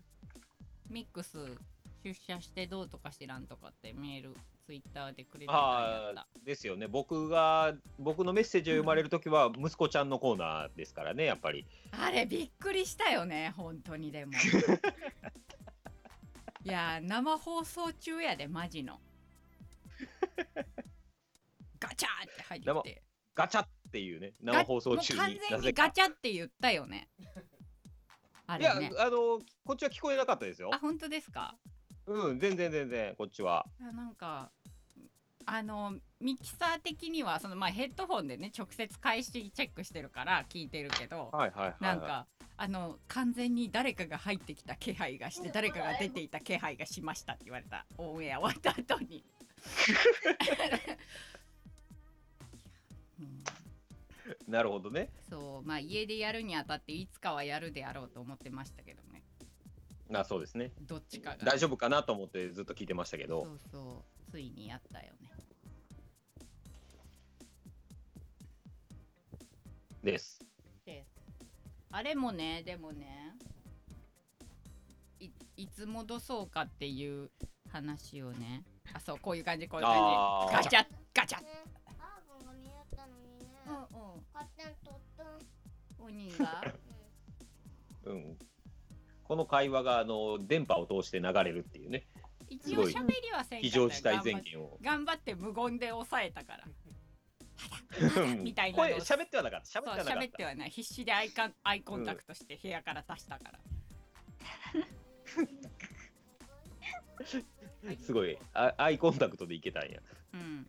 Speaker 1: ミックス出社してどうとか知らんとかってメールツイッターでくれてたんやっ
Speaker 6: は
Speaker 1: た
Speaker 6: い、ですよね。僕が、僕のメッセージを読まれるときは、息子ちゃんのコーナーですからね、やっぱり。
Speaker 1: あれびっくりしたよね本当に
Speaker 6: <laughs>
Speaker 1: でもいやー生放送中やでマジのガチャーって入ってきて
Speaker 6: ガチャっていうね、生放送中
Speaker 1: もう
Speaker 6: に
Speaker 1: 完。全
Speaker 6: なぜ
Speaker 1: に
Speaker 6: か
Speaker 1: ガチャって言ったよねあ
Speaker 6: い
Speaker 1: れ
Speaker 6: や、
Speaker 1: ね
Speaker 6: あの、こっちは聞こえなかったですよ
Speaker 1: あ。本当ですか
Speaker 6: うん、全然全然、こっちは。
Speaker 1: いやなんかあのミキサー的にはその、まあ、ヘッドホンでね直接開始チェックしてるから聞いてるけど、
Speaker 6: はいはいはい。
Speaker 1: なんかあの完全に誰かが入ってきた気配がして誰かが出ていた気配がしましたって言われたオンエア終わった後
Speaker 6: <laughs>
Speaker 1: に。うん
Speaker 6: なるほどね。
Speaker 1: そうまあ家でやるにあたっていつかはやるであろうと思ってましたけどね
Speaker 6: あそうですね。
Speaker 1: どっちかが
Speaker 6: 大丈夫かなと思ってずっと聞いてましたけ
Speaker 1: そ
Speaker 6: ど。
Speaker 1: うそうついにやったよね
Speaker 6: です。
Speaker 1: であれもねでもねいいつ戻そうかっていう話をねあそうこういう感じこういう感
Speaker 6: あー
Speaker 1: じガチャガチャ
Speaker 8: あーぶんが見合ったのにね。
Speaker 1: うんうん
Speaker 8: カッテンとったん。
Speaker 1: お兄が
Speaker 6: うん。この会話が、あの、電波を通して流れるっていうね、
Speaker 1: 一応喋りはせんかったよ
Speaker 6: 非常事態宣言を。
Speaker 1: 頑張って頑張って無言で抑えたから
Speaker 6: うん
Speaker 1: みたいな
Speaker 6: 声、喋ってはなかった。喋
Speaker 1: そう
Speaker 6: ってはなかっ
Speaker 1: 喋って
Speaker 6: た。
Speaker 1: はない必死でアイカンアイコンタクトして部屋から出したから、
Speaker 6: すごいあ、アイコンタクトでいけたんや。
Speaker 1: うん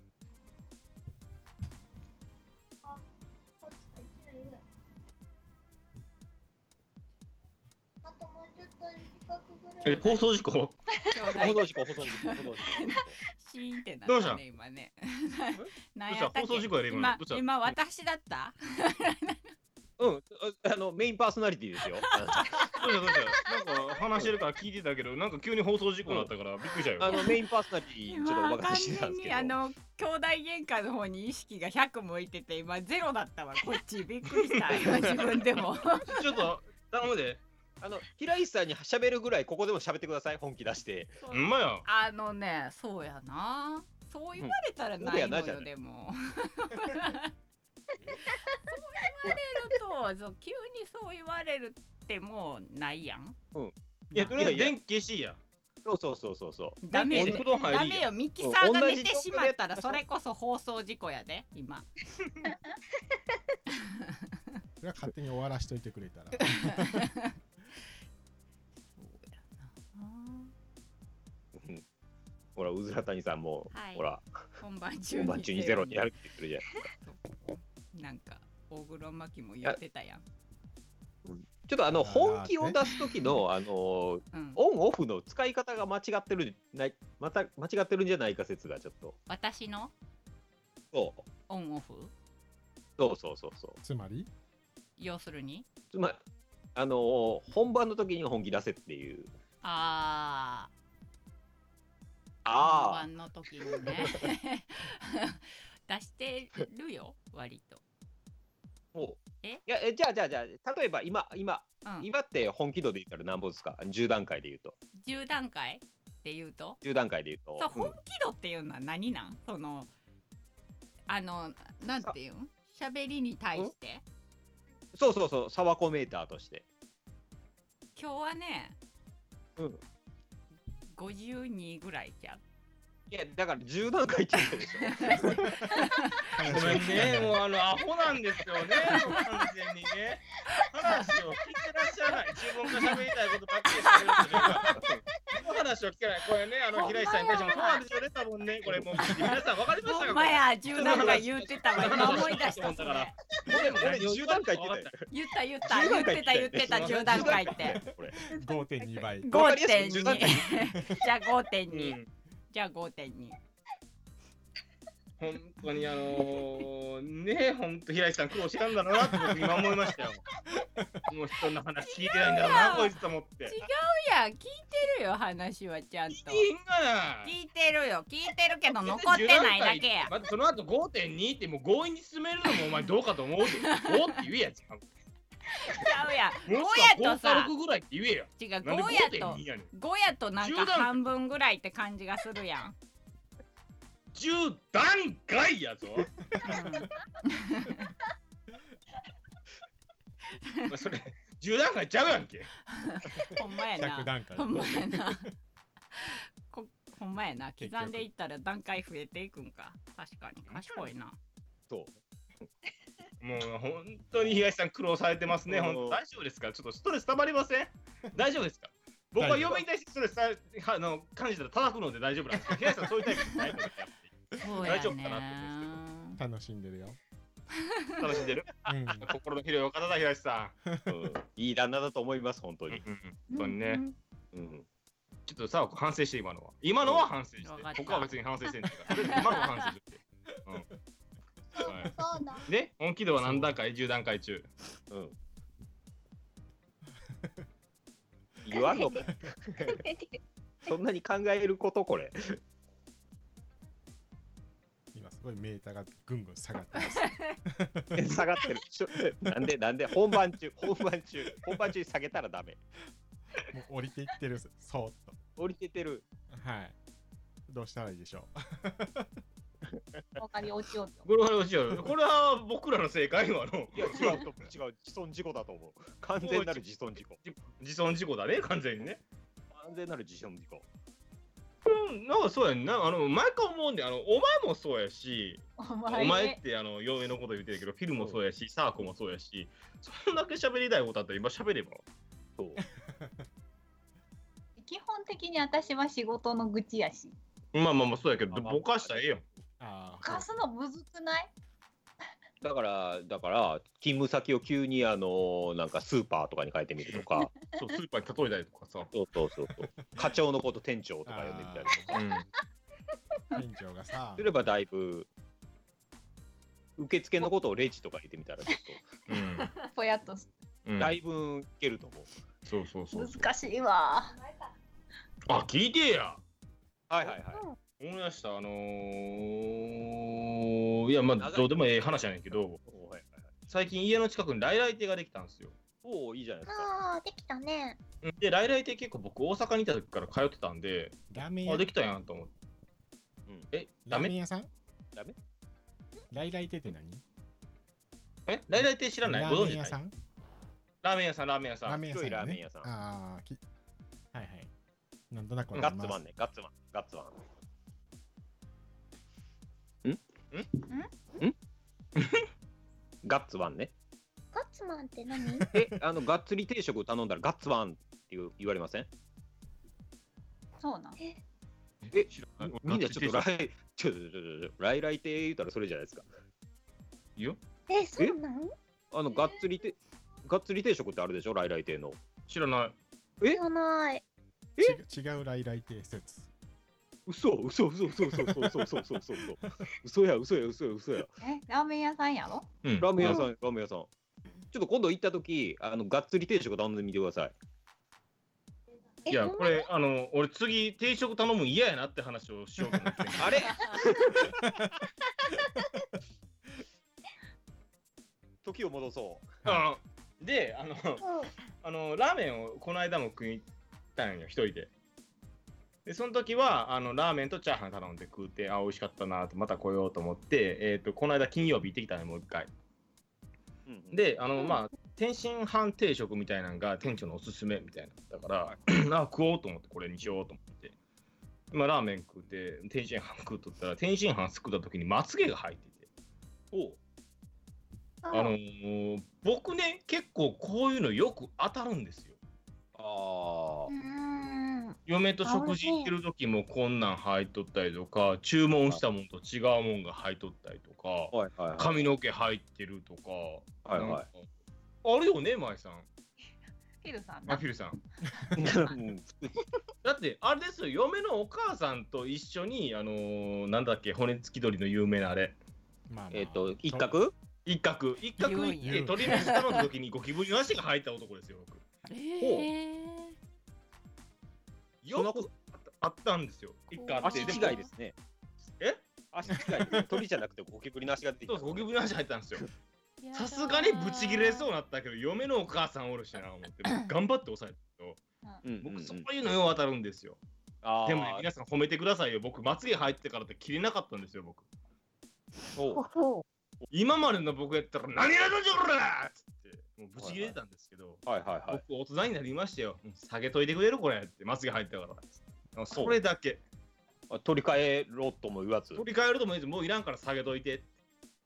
Speaker 8: あともうちょっと近くぐらい。
Speaker 3: え、放送事故
Speaker 1: 兄弟
Speaker 6: ほどしこ、ほどしこ、 <laughs> ほどし
Speaker 1: シーンってな
Speaker 3: どう
Speaker 1: っ
Speaker 3: したた
Speaker 1: ね今ね
Speaker 3: ど
Speaker 1: な
Speaker 3: うんし
Speaker 1: や
Speaker 3: た
Speaker 1: ったっ
Speaker 3: 放送
Speaker 1: け
Speaker 3: 事故やで今
Speaker 1: 今
Speaker 3: どうした
Speaker 1: 今私だった
Speaker 6: こ。うん、ああの、メインパーソナリティですよ。
Speaker 3: どうしたどうしたなんか話してるから聞いてたけど、なんか急に放送事故になったからびっくりしたよ。
Speaker 6: <laughs> あの、メインパーソナリティ、ちょっとお
Speaker 1: 今
Speaker 6: 任せ
Speaker 1: 完
Speaker 6: してたん
Speaker 1: 全
Speaker 6: ですけ
Speaker 1: に
Speaker 6: ど。
Speaker 1: あの兄弟喧嘩の方に意識が100向いてて今ゼロだったわこっちびっくりした今自分でも
Speaker 3: ちょっと、頼むで。
Speaker 6: あの、平石さんに喋るぐらい、ここでも喋ってください、本気出して。
Speaker 3: うんまや。
Speaker 1: あのねそうやなそう言われたら
Speaker 6: うん
Speaker 1: ないのよ、
Speaker 6: そうだよなじゃない
Speaker 1: でもそう言われるとそう急にそう言われるってもうないやん、
Speaker 6: うん
Speaker 3: いや、とりあえず
Speaker 6: いやい
Speaker 3: 電気消しいや。
Speaker 6: そうそうそうそうそう。
Speaker 1: ダメ
Speaker 3: 電気布団
Speaker 1: ダ
Speaker 3: 入り
Speaker 1: メ
Speaker 3: や。
Speaker 1: よミキサーが
Speaker 6: 同
Speaker 1: 寝
Speaker 6: じ
Speaker 1: てしまったらそれこそ放送事故やで今
Speaker 5: それは勝手に終わらしといてくれたら。
Speaker 6: うんほら、うずら谷さんも、
Speaker 1: はい
Speaker 6: ほら、
Speaker 1: 本番中
Speaker 6: 本番中にゼロにやるって言ってるじゃん。
Speaker 1: なんか大黒摩季も言ってたやん。
Speaker 6: ちょっとあの、
Speaker 5: あー
Speaker 6: 本気を出す時の、あの、
Speaker 1: うん、
Speaker 6: オンオフの使い方が間違ってるんじゃない、また、間違ってるんじゃないか説がちょっと。
Speaker 1: 私の
Speaker 6: そう、
Speaker 1: オンオフ
Speaker 6: そうそうそうそう。
Speaker 5: つまり、
Speaker 1: 要するに
Speaker 6: つまり、あの、本番の時に本気出せっていう。
Speaker 1: ああ本
Speaker 6: ああ、
Speaker 1: 番の時にね出してるよ割と。
Speaker 6: もう。
Speaker 1: え
Speaker 6: いや、えじゃあ、じゃあ、じゃあ、例えば今、今、
Speaker 1: うん、
Speaker 6: 今って本気度で言ったら何本ですか ?10 段階で言うと。
Speaker 1: 10段階って言うと
Speaker 6: 10段階で言う
Speaker 1: そう
Speaker 6: と。
Speaker 1: 本気度っていうのは何なんそのあのなんていうん喋りに対して
Speaker 6: そうそうそう、サワコメーターとして。
Speaker 1: 今日はね、
Speaker 6: うん、
Speaker 1: 52ぐらいじゃん。
Speaker 6: いや、だから10段階って
Speaker 1: <laughs>
Speaker 6: 言ったでしょ。
Speaker 3: ご
Speaker 5: <laughs>
Speaker 3: めんね、もうあの、アホなんですよね、もう完全にね。話を聞いてらっしゃらない。自分が喋りたいことばっかりしてるんですよね。この話を聞かない。これね、あの、平石さんに対しても、そうなんですよね、多分ね、これもう、皆さん分かりました
Speaker 1: ほ
Speaker 3: か
Speaker 1: ん
Speaker 3: こ
Speaker 1: ま
Speaker 3: れ
Speaker 1: や、10段階言ってたわ。今思い出したそれ。
Speaker 6: 俺、俺10段階って言ったよ。
Speaker 1: 言った言った言ってた言ってた10段階って。
Speaker 6: これ。
Speaker 5: 5.2倍。
Speaker 6: わかりやす
Speaker 1: 5.2
Speaker 6: い10段階
Speaker 1: <laughs> じゃあ
Speaker 3: う
Speaker 1: 5.2、
Speaker 3: ん。
Speaker 1: じゃあ5.2
Speaker 3: 本当にあのー、ねえ、本当平石さん苦労したんだろうなって僕今思いましたよ。もう人の話聞いてないんだろうな、こいつと思って。
Speaker 1: 違いや聞いてるよ話はちゃんと
Speaker 3: 聞いてんがな。
Speaker 1: 聞いてるよ聞いてるけど残ってないだけや
Speaker 3: まずその後5.2ってもう強引に進めるのもお前どうかと思うで。5って言えやちゃんと。
Speaker 1: ちゃうやん
Speaker 3: もしく
Speaker 1: ゴーヤ
Speaker 3: は
Speaker 1: とさ
Speaker 3: 5か6ぐらいって言えや。
Speaker 1: 違う
Speaker 3: なんで
Speaker 1: ゴーヤと
Speaker 3: 5.2やねん。
Speaker 1: ゴーヤとなんか
Speaker 3: 10段階
Speaker 1: 半分ぐらいって感じがするやん、
Speaker 3: 10段階やぞ。まあそれ10段階ちゃうやんけ。
Speaker 1: うん、ほんまや
Speaker 5: 100
Speaker 1: な
Speaker 5: 段階
Speaker 1: ほんまやなこほんまやな
Speaker 5: 結局
Speaker 1: 刻んでいったら段階増えていくんか確かに賢いな
Speaker 6: そう
Speaker 3: もう本当に東さん苦労されてますね。
Speaker 6: うん
Speaker 3: 本当大丈夫ですかちょっとストレス溜まりません大丈夫ですか僕は
Speaker 5: 大丈夫
Speaker 3: 嫁に対してストレスさあの感じたら叩くので大丈夫なんですけど、東さんそういうタイプじゃないので、やっぱ
Speaker 1: そう
Speaker 3: 大丈夫かなって
Speaker 5: 楽しんでるよ、
Speaker 3: り楽しんでる
Speaker 5: うん、
Speaker 3: 心の広いお方だ、東さ
Speaker 6: うんいい旦那だと思います、本当
Speaker 3: ん。うん
Speaker 6: に。
Speaker 3: 本当にね。
Speaker 6: うん、
Speaker 3: ちょっとさ、反省して今のは。今のは反省して
Speaker 1: わかっ。た
Speaker 3: 他は別に反省してないから。とりあえず今のは反省して。うんはい
Speaker 8: そうだ。
Speaker 3: で、本気度は何段階 ?10 段階中。
Speaker 6: うん。言わんのか、
Speaker 2: <laughs>
Speaker 6: そんなに考えること、これ。
Speaker 5: 今すごいメーターがぐんぐん下がって <laughs> ます
Speaker 6: 下がってる。 <laughs> ちょなんで、なんで、本番中、本番中、本番中に下げたらダメ。
Speaker 5: もう降りていってるそーっと
Speaker 6: 降りててる。
Speaker 5: はいどうしたらいいでしょ
Speaker 4: 他に落ちようと。
Speaker 3: これはどうしようこれは僕らの正解今の。
Speaker 6: いや、違うと思う、違う、自損事故だと思う。完全なる自損事故。
Speaker 3: 自損事故だね、完全にね。
Speaker 6: 完全なる自損事故。
Speaker 3: うん、なんかそうやんな。あの、毎回思うんで、あの、お前もそうやし、
Speaker 4: お
Speaker 3: お前っ
Speaker 4: ね
Speaker 3: てあの、嫁のこと言ってるけど、フィルもそうやし、サーコもそうやし、そんだけ喋りたいことあったら今喋れば。
Speaker 6: そう。
Speaker 4: 基本的に私は仕事の愚痴やし。
Speaker 3: まあまあまあ、そうやけど、
Speaker 6: まあまあ
Speaker 3: ぼかしたらええやん。
Speaker 5: うあ
Speaker 4: 貸すのむずくない
Speaker 6: だから、だから、勤務先を急に、あのなんかスーパーとかに変えてみるとか、
Speaker 3: そう、スーパーに例えたりとかさ。
Speaker 6: そうそうそうそう、課長のこと店長とか呼んでみたりとか、
Speaker 3: うん。
Speaker 5: あ店長がさ
Speaker 6: すればだいぶ、受付のことをレジとか言ってみたら、ちょっ
Speaker 4: ぽやっとす
Speaker 3: うん。うん、
Speaker 6: と、だいぶいけると思う。
Speaker 3: そうそうそうそう。
Speaker 4: 難しいわ。
Speaker 3: あ、聞いてや。
Speaker 6: はいはいはい。
Speaker 3: 思い出した、あのー、いや、まあ、どうでもええ話やねんけど、
Speaker 6: おはいはいはい
Speaker 3: 最近家の近くに来来亭ができたんですよ。
Speaker 6: おーいいじゃないですか。
Speaker 8: ああ、できたね。
Speaker 3: で、来来亭結構僕、大阪にいた時から通ってたんで、
Speaker 5: ラーメン
Speaker 3: あ、
Speaker 5: 屋
Speaker 3: できたやんと思って。
Speaker 6: うん
Speaker 3: え、ダ
Speaker 5: ラーメン
Speaker 3: メ
Speaker 5: 屋さん
Speaker 6: ダメ
Speaker 5: ライライテって何
Speaker 3: え来来亭知らない
Speaker 5: ラ
Speaker 3: ご
Speaker 5: ー
Speaker 3: 存
Speaker 5: メン
Speaker 3: 知ない
Speaker 5: 屋さん
Speaker 3: ラーメン屋さん、ラーメン屋さ
Speaker 5: ラー
Speaker 3: ん。
Speaker 5: メン屋さん、ね、
Speaker 6: 黒いラーメン屋さん
Speaker 5: ああきはいはいなんとなくわか
Speaker 6: ガ
Speaker 5: り
Speaker 6: ッ
Speaker 5: ま
Speaker 6: ツ
Speaker 5: す
Speaker 6: マンね、ガッツマン、ガッツマン。んんんガッツマンね。
Speaker 8: ガッツマンって何
Speaker 6: え、あの、がっつり定食頼んだらガッツマンっていう言われません
Speaker 4: そうなん。
Speaker 6: え
Speaker 3: 知らい
Speaker 6: みんなちょっと
Speaker 3: 俺
Speaker 6: 来、ちょちょちょちょ、来来亭言うたらそれじゃないですか。
Speaker 3: いいよ
Speaker 8: え、そうなん
Speaker 6: あの、がっつりて、がっつり定食ってあるでしょ、来来亭の。
Speaker 3: 知らない。
Speaker 8: 知らない。
Speaker 5: ち違うライライテ説
Speaker 6: 嘘、嘘、嘘、嘘、嘘、嘘、嘘、嘘、嘘、嘘、嘘や、嘘や、嘘や、嘘や。
Speaker 4: え、ラーメン屋さんやろ
Speaker 3: うん
Speaker 6: ラーメン屋さん、ラーメン屋さん。ちょっと今度行った時、あの、がっつり定食頼んでみてください。
Speaker 8: え、
Speaker 3: いや、
Speaker 8: ほん
Speaker 3: こ
Speaker 8: ま
Speaker 3: れ、あの、俺次、定食頼むん嫌やなって話をしようと思って。
Speaker 6: あれ時を戻そう。
Speaker 3: あので、あの、
Speaker 8: うん
Speaker 3: あのラーメンをこの間も食いに行ったんよ一人ででその時はあのラーメンとチャーハン頼んで食うてあ美味しかったなとまた来ようと思って、えー、とこの間金曜日行ってきたねもう一回
Speaker 6: うん、
Speaker 3: であの、まあ天津飯定食みたいなのが店長のおすすめみたいなだから <clears throat> あ食おうと思ってこれにしようと思ってまあラーメン食うて天津飯食うとったら天津飯すくった時にまつげが入ってて
Speaker 6: おう
Speaker 3: あのー僕ね結構こういうのよく当たるんですよ
Speaker 6: あ
Speaker 8: うーん。
Speaker 3: 嫁と食事行ってる時もこんなん入っとったりとか注文したもんと違うもんが入っとったりと
Speaker 6: あ。
Speaker 3: か
Speaker 6: はいはいはい。
Speaker 3: 髪の毛入ってるとか、
Speaker 6: はい
Speaker 3: なん
Speaker 6: は
Speaker 3: かあるよね舞さん
Speaker 4: フィルさん
Speaker 3: ア
Speaker 4: だ。
Speaker 3: フィルさん
Speaker 6: い。うん
Speaker 3: だってあれですよ嫁のお母さんと一緒にあのーなんだっけ骨付き鳥の有名なあれ
Speaker 5: まあまあ
Speaker 6: えっと、一角
Speaker 3: 一角一角行っ
Speaker 1: 言うん
Speaker 5: や
Speaker 3: て鳥飯頼んだ時にゴキブリの足が入った男ですよ僕
Speaker 7: え
Speaker 3: よくあったんですよ一家あっ
Speaker 6: 足
Speaker 3: て
Speaker 6: 違
Speaker 3: でも
Speaker 6: いですね。
Speaker 3: え
Speaker 6: 足違い。鳥じゃなくてゴキブリの足が出てき
Speaker 3: そ
Speaker 6: た。
Speaker 3: <laughs> うそうゴキブリの足入ったんですよさすがにブチギレ
Speaker 1: う
Speaker 3: そうなったけど嫁のお母さんおるしな思 <laughs> って頑張って抑えたけど
Speaker 6: うんうんうん
Speaker 3: 僕そういうのよう当たるんですよ
Speaker 6: あー
Speaker 3: でもね皆さん褒めてくださいよ僕まつげ入ってからって切れなかったんですよ僕
Speaker 6: おう
Speaker 3: 今までの僕やったら何やるんじゃこらっつってもうブチ切れてたんですけど、
Speaker 6: はいはい
Speaker 3: <laughs>
Speaker 6: はい。
Speaker 3: 僕大人になりましたよもう下げといてくれるこれってまつげ入ったからそれだけ
Speaker 6: あ取り替えろとも言わず。
Speaker 3: 取り替えるともいいですもういらんから下げといて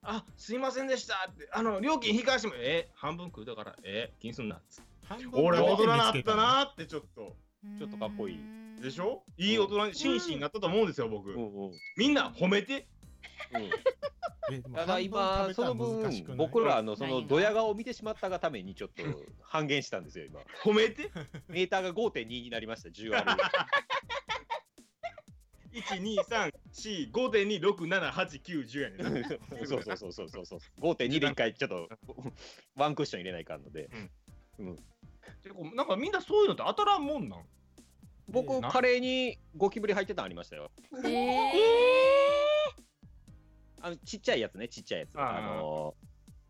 Speaker 3: あすいませんでしたってあの料金引き返してもえ半分食うだからえ気にすんなっつって俺大人なったなってちょっと
Speaker 6: ちょっとかっこいい
Speaker 3: でしょいい大人に紳士になったと思うんですよ僕、
Speaker 6: うんうんうん。
Speaker 3: みんな褒めて
Speaker 5: えでも
Speaker 6: ただ
Speaker 5: 半
Speaker 6: 今
Speaker 5: 分食べ
Speaker 6: そ
Speaker 5: たら
Speaker 6: の
Speaker 5: 難しくな
Speaker 6: 分
Speaker 5: い
Speaker 6: 僕らのそ
Speaker 1: ない
Speaker 6: の
Speaker 1: な
Speaker 6: ドヤ顔を見てしまったがためにちょっと半減したんですよ今。
Speaker 3: 褒め <laughs> て
Speaker 6: メーターが5.2になりました10ある。
Speaker 3: 12345.267890やねんな
Speaker 6: そうそうそうそうそうそう。5.2で一回ちょっとワンクッション入れないかんので。
Speaker 3: てかなんかみんなそういうのって当たらんもんなん
Speaker 6: 僕
Speaker 3: な
Speaker 6: カレーにゴキブリ入ってたのありましたよ。
Speaker 1: ええ
Speaker 6: あのちっちゃいやつねちっちゃいやつ。
Speaker 3: あ
Speaker 6: あ
Speaker 3: ー
Speaker 6: の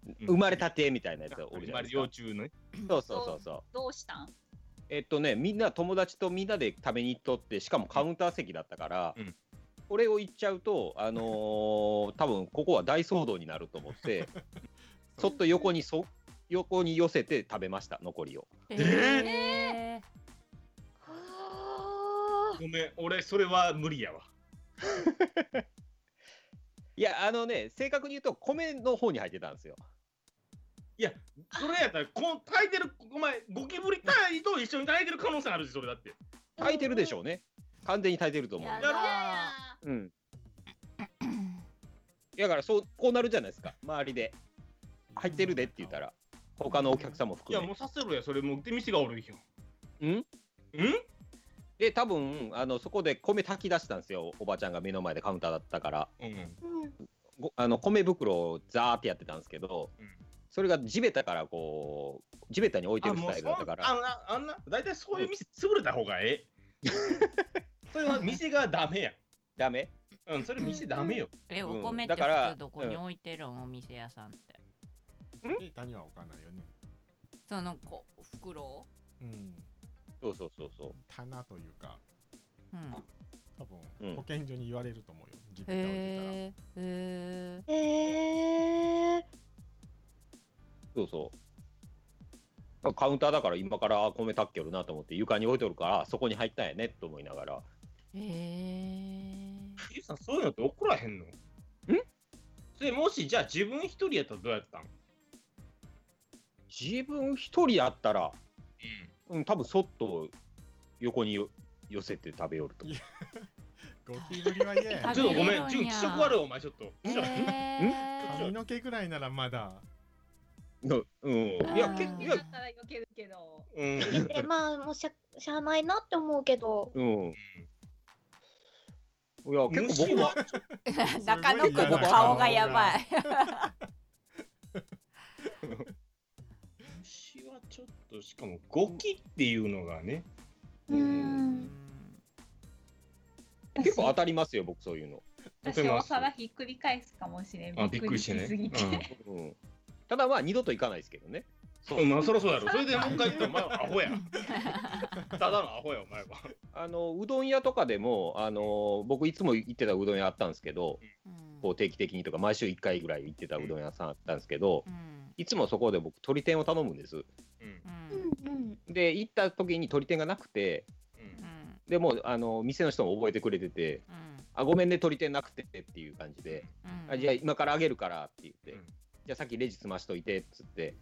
Speaker 3: うん
Speaker 6: 生まれたてみたいなやつお
Speaker 3: 生
Speaker 6: るじゃな
Speaker 3: まれ
Speaker 6: いですか
Speaker 3: 幼。虫のね
Speaker 6: そうそうそうそう。
Speaker 4: どうしたん
Speaker 6: えっとね、みんな友達とみんなで食べに行っとって、しかもカウンター席だったから、
Speaker 3: うん
Speaker 6: これを言っちゃうと、あのー、多分ここは大騒動になると思
Speaker 3: <laughs>
Speaker 6: って、ちょっと横にそ横に寄せて食べました、残りを。
Speaker 1: え
Speaker 3: ごめん俺それは無理やわ
Speaker 6: いや、あのね、正確に言うと、米の方に入ってたんですよ。
Speaker 3: いやそれやったらこん炊いてるお前ゴキブリ隊員と一緒に炊いてる可能性あるしそれだって
Speaker 6: 炊いてるでしょうね。完全に炊いてると思う。
Speaker 4: や
Speaker 3: だ
Speaker 4: だ
Speaker 6: うん。だからそう、こうなるじゃないですか、周りで。入ってるでって言ったら、他のお客さんも
Speaker 3: い
Speaker 6: 含
Speaker 3: や
Speaker 6: め。
Speaker 3: もうさせろやそれもう店がおるんよ
Speaker 6: うん
Speaker 3: うん
Speaker 6: で多分あのそこで米炊き出したんですよおばちゃんが目の前でカウンターだったから
Speaker 3: うん
Speaker 6: ごあの米袋をザーってやってたんですけど、
Speaker 3: うん
Speaker 6: それが地べたからこう地べたに置いて
Speaker 3: あ
Speaker 6: るス
Speaker 3: もう
Speaker 6: タイルだったから
Speaker 3: そんああんな大体そういう店潰れた方がええ
Speaker 6: <laughs>
Speaker 3: それは店がダメや
Speaker 6: ダメ
Speaker 3: うんそれ店ダメよ
Speaker 1: え
Speaker 6: うん
Speaker 1: お米って
Speaker 6: だ
Speaker 1: 普
Speaker 6: から
Speaker 1: 通どこに置いてるんお店屋さんって
Speaker 5: データには置かないよね
Speaker 1: そのこ袋を
Speaker 5: うん
Speaker 6: そうそうそうそう
Speaker 5: 棚というか
Speaker 1: うん
Speaker 5: 多分
Speaker 6: うん
Speaker 5: 保健所に言われると思うよ実家置いてたら
Speaker 1: へえへえ
Speaker 2: えー、
Speaker 6: そうそうカウンターだから今からあ米炊きよるなと思って床に置いとるからそこに入ったんやねと思いながら
Speaker 1: へえ
Speaker 3: ゆうさんそういうのって怒らへんのんそれもしじゃあ自分一人やったらどうやったん
Speaker 6: 自分一人やったら、うん、多分そっと横によ寄せて食べよると思う
Speaker 5: ゴキブリは嫌やな
Speaker 1: 食
Speaker 3: ちょっとごめ
Speaker 1: 食べれるん
Speaker 3: ん
Speaker 1: や
Speaker 3: 純気色悪いお前ちょっとちょっと
Speaker 5: 髪の毛ぐらいならまだ
Speaker 6: の <laughs> うん、いや、
Speaker 1: あ
Speaker 6: け
Speaker 1: ー
Speaker 6: い
Speaker 4: だ
Speaker 6: や
Speaker 4: っ、たら避けるけど。
Speaker 3: うん
Speaker 8: え、まあ、もうしゃ、しゃあないなって思うけど。
Speaker 6: うん。いや、結構
Speaker 3: 虫
Speaker 6: 僕は
Speaker 3: は、
Speaker 1: <laughs> 中野くんの顔がやばい
Speaker 3: 虫はちょっとしかもゴキっていうのがね
Speaker 8: うん。
Speaker 6: 結構当たりますよ、僕そういうの。
Speaker 3: と
Speaker 4: 私
Speaker 3: ても
Speaker 4: お皿ひっくり返すかもしれん。
Speaker 3: あびっくりして
Speaker 4: びっくりしすぎて。
Speaker 3: ね
Speaker 6: うん。ただまあ、二度と行かないですけどね。
Speaker 3: うんうんまあそろそろや
Speaker 4: <laughs>
Speaker 3: ろそれでもう一回言ったらお前はアホやただのアホやお前は
Speaker 6: あの、うどん屋とかでも、あの、僕いつも行ってたうどん屋あったんですけど、
Speaker 1: うん
Speaker 6: こう定期的にとか、毎週一回ぐらい行ってたうどん屋さんあったんですけど、
Speaker 1: うん
Speaker 6: いつもそこで僕、鶏天を頼むんです。
Speaker 3: うん
Speaker 1: うん
Speaker 8: うん。うん。
Speaker 6: で、行った時に鶏天がなくて、
Speaker 3: うん
Speaker 1: うん
Speaker 6: でもう、あの、店の人も覚えてくれてて、
Speaker 1: うん
Speaker 6: あ、ごめんね、鶏天なくてっていう感じで、
Speaker 1: うん
Speaker 6: あじゃあ今からあげるからって言って、
Speaker 3: うん
Speaker 6: じゃあさっきレジ済ましといてっつって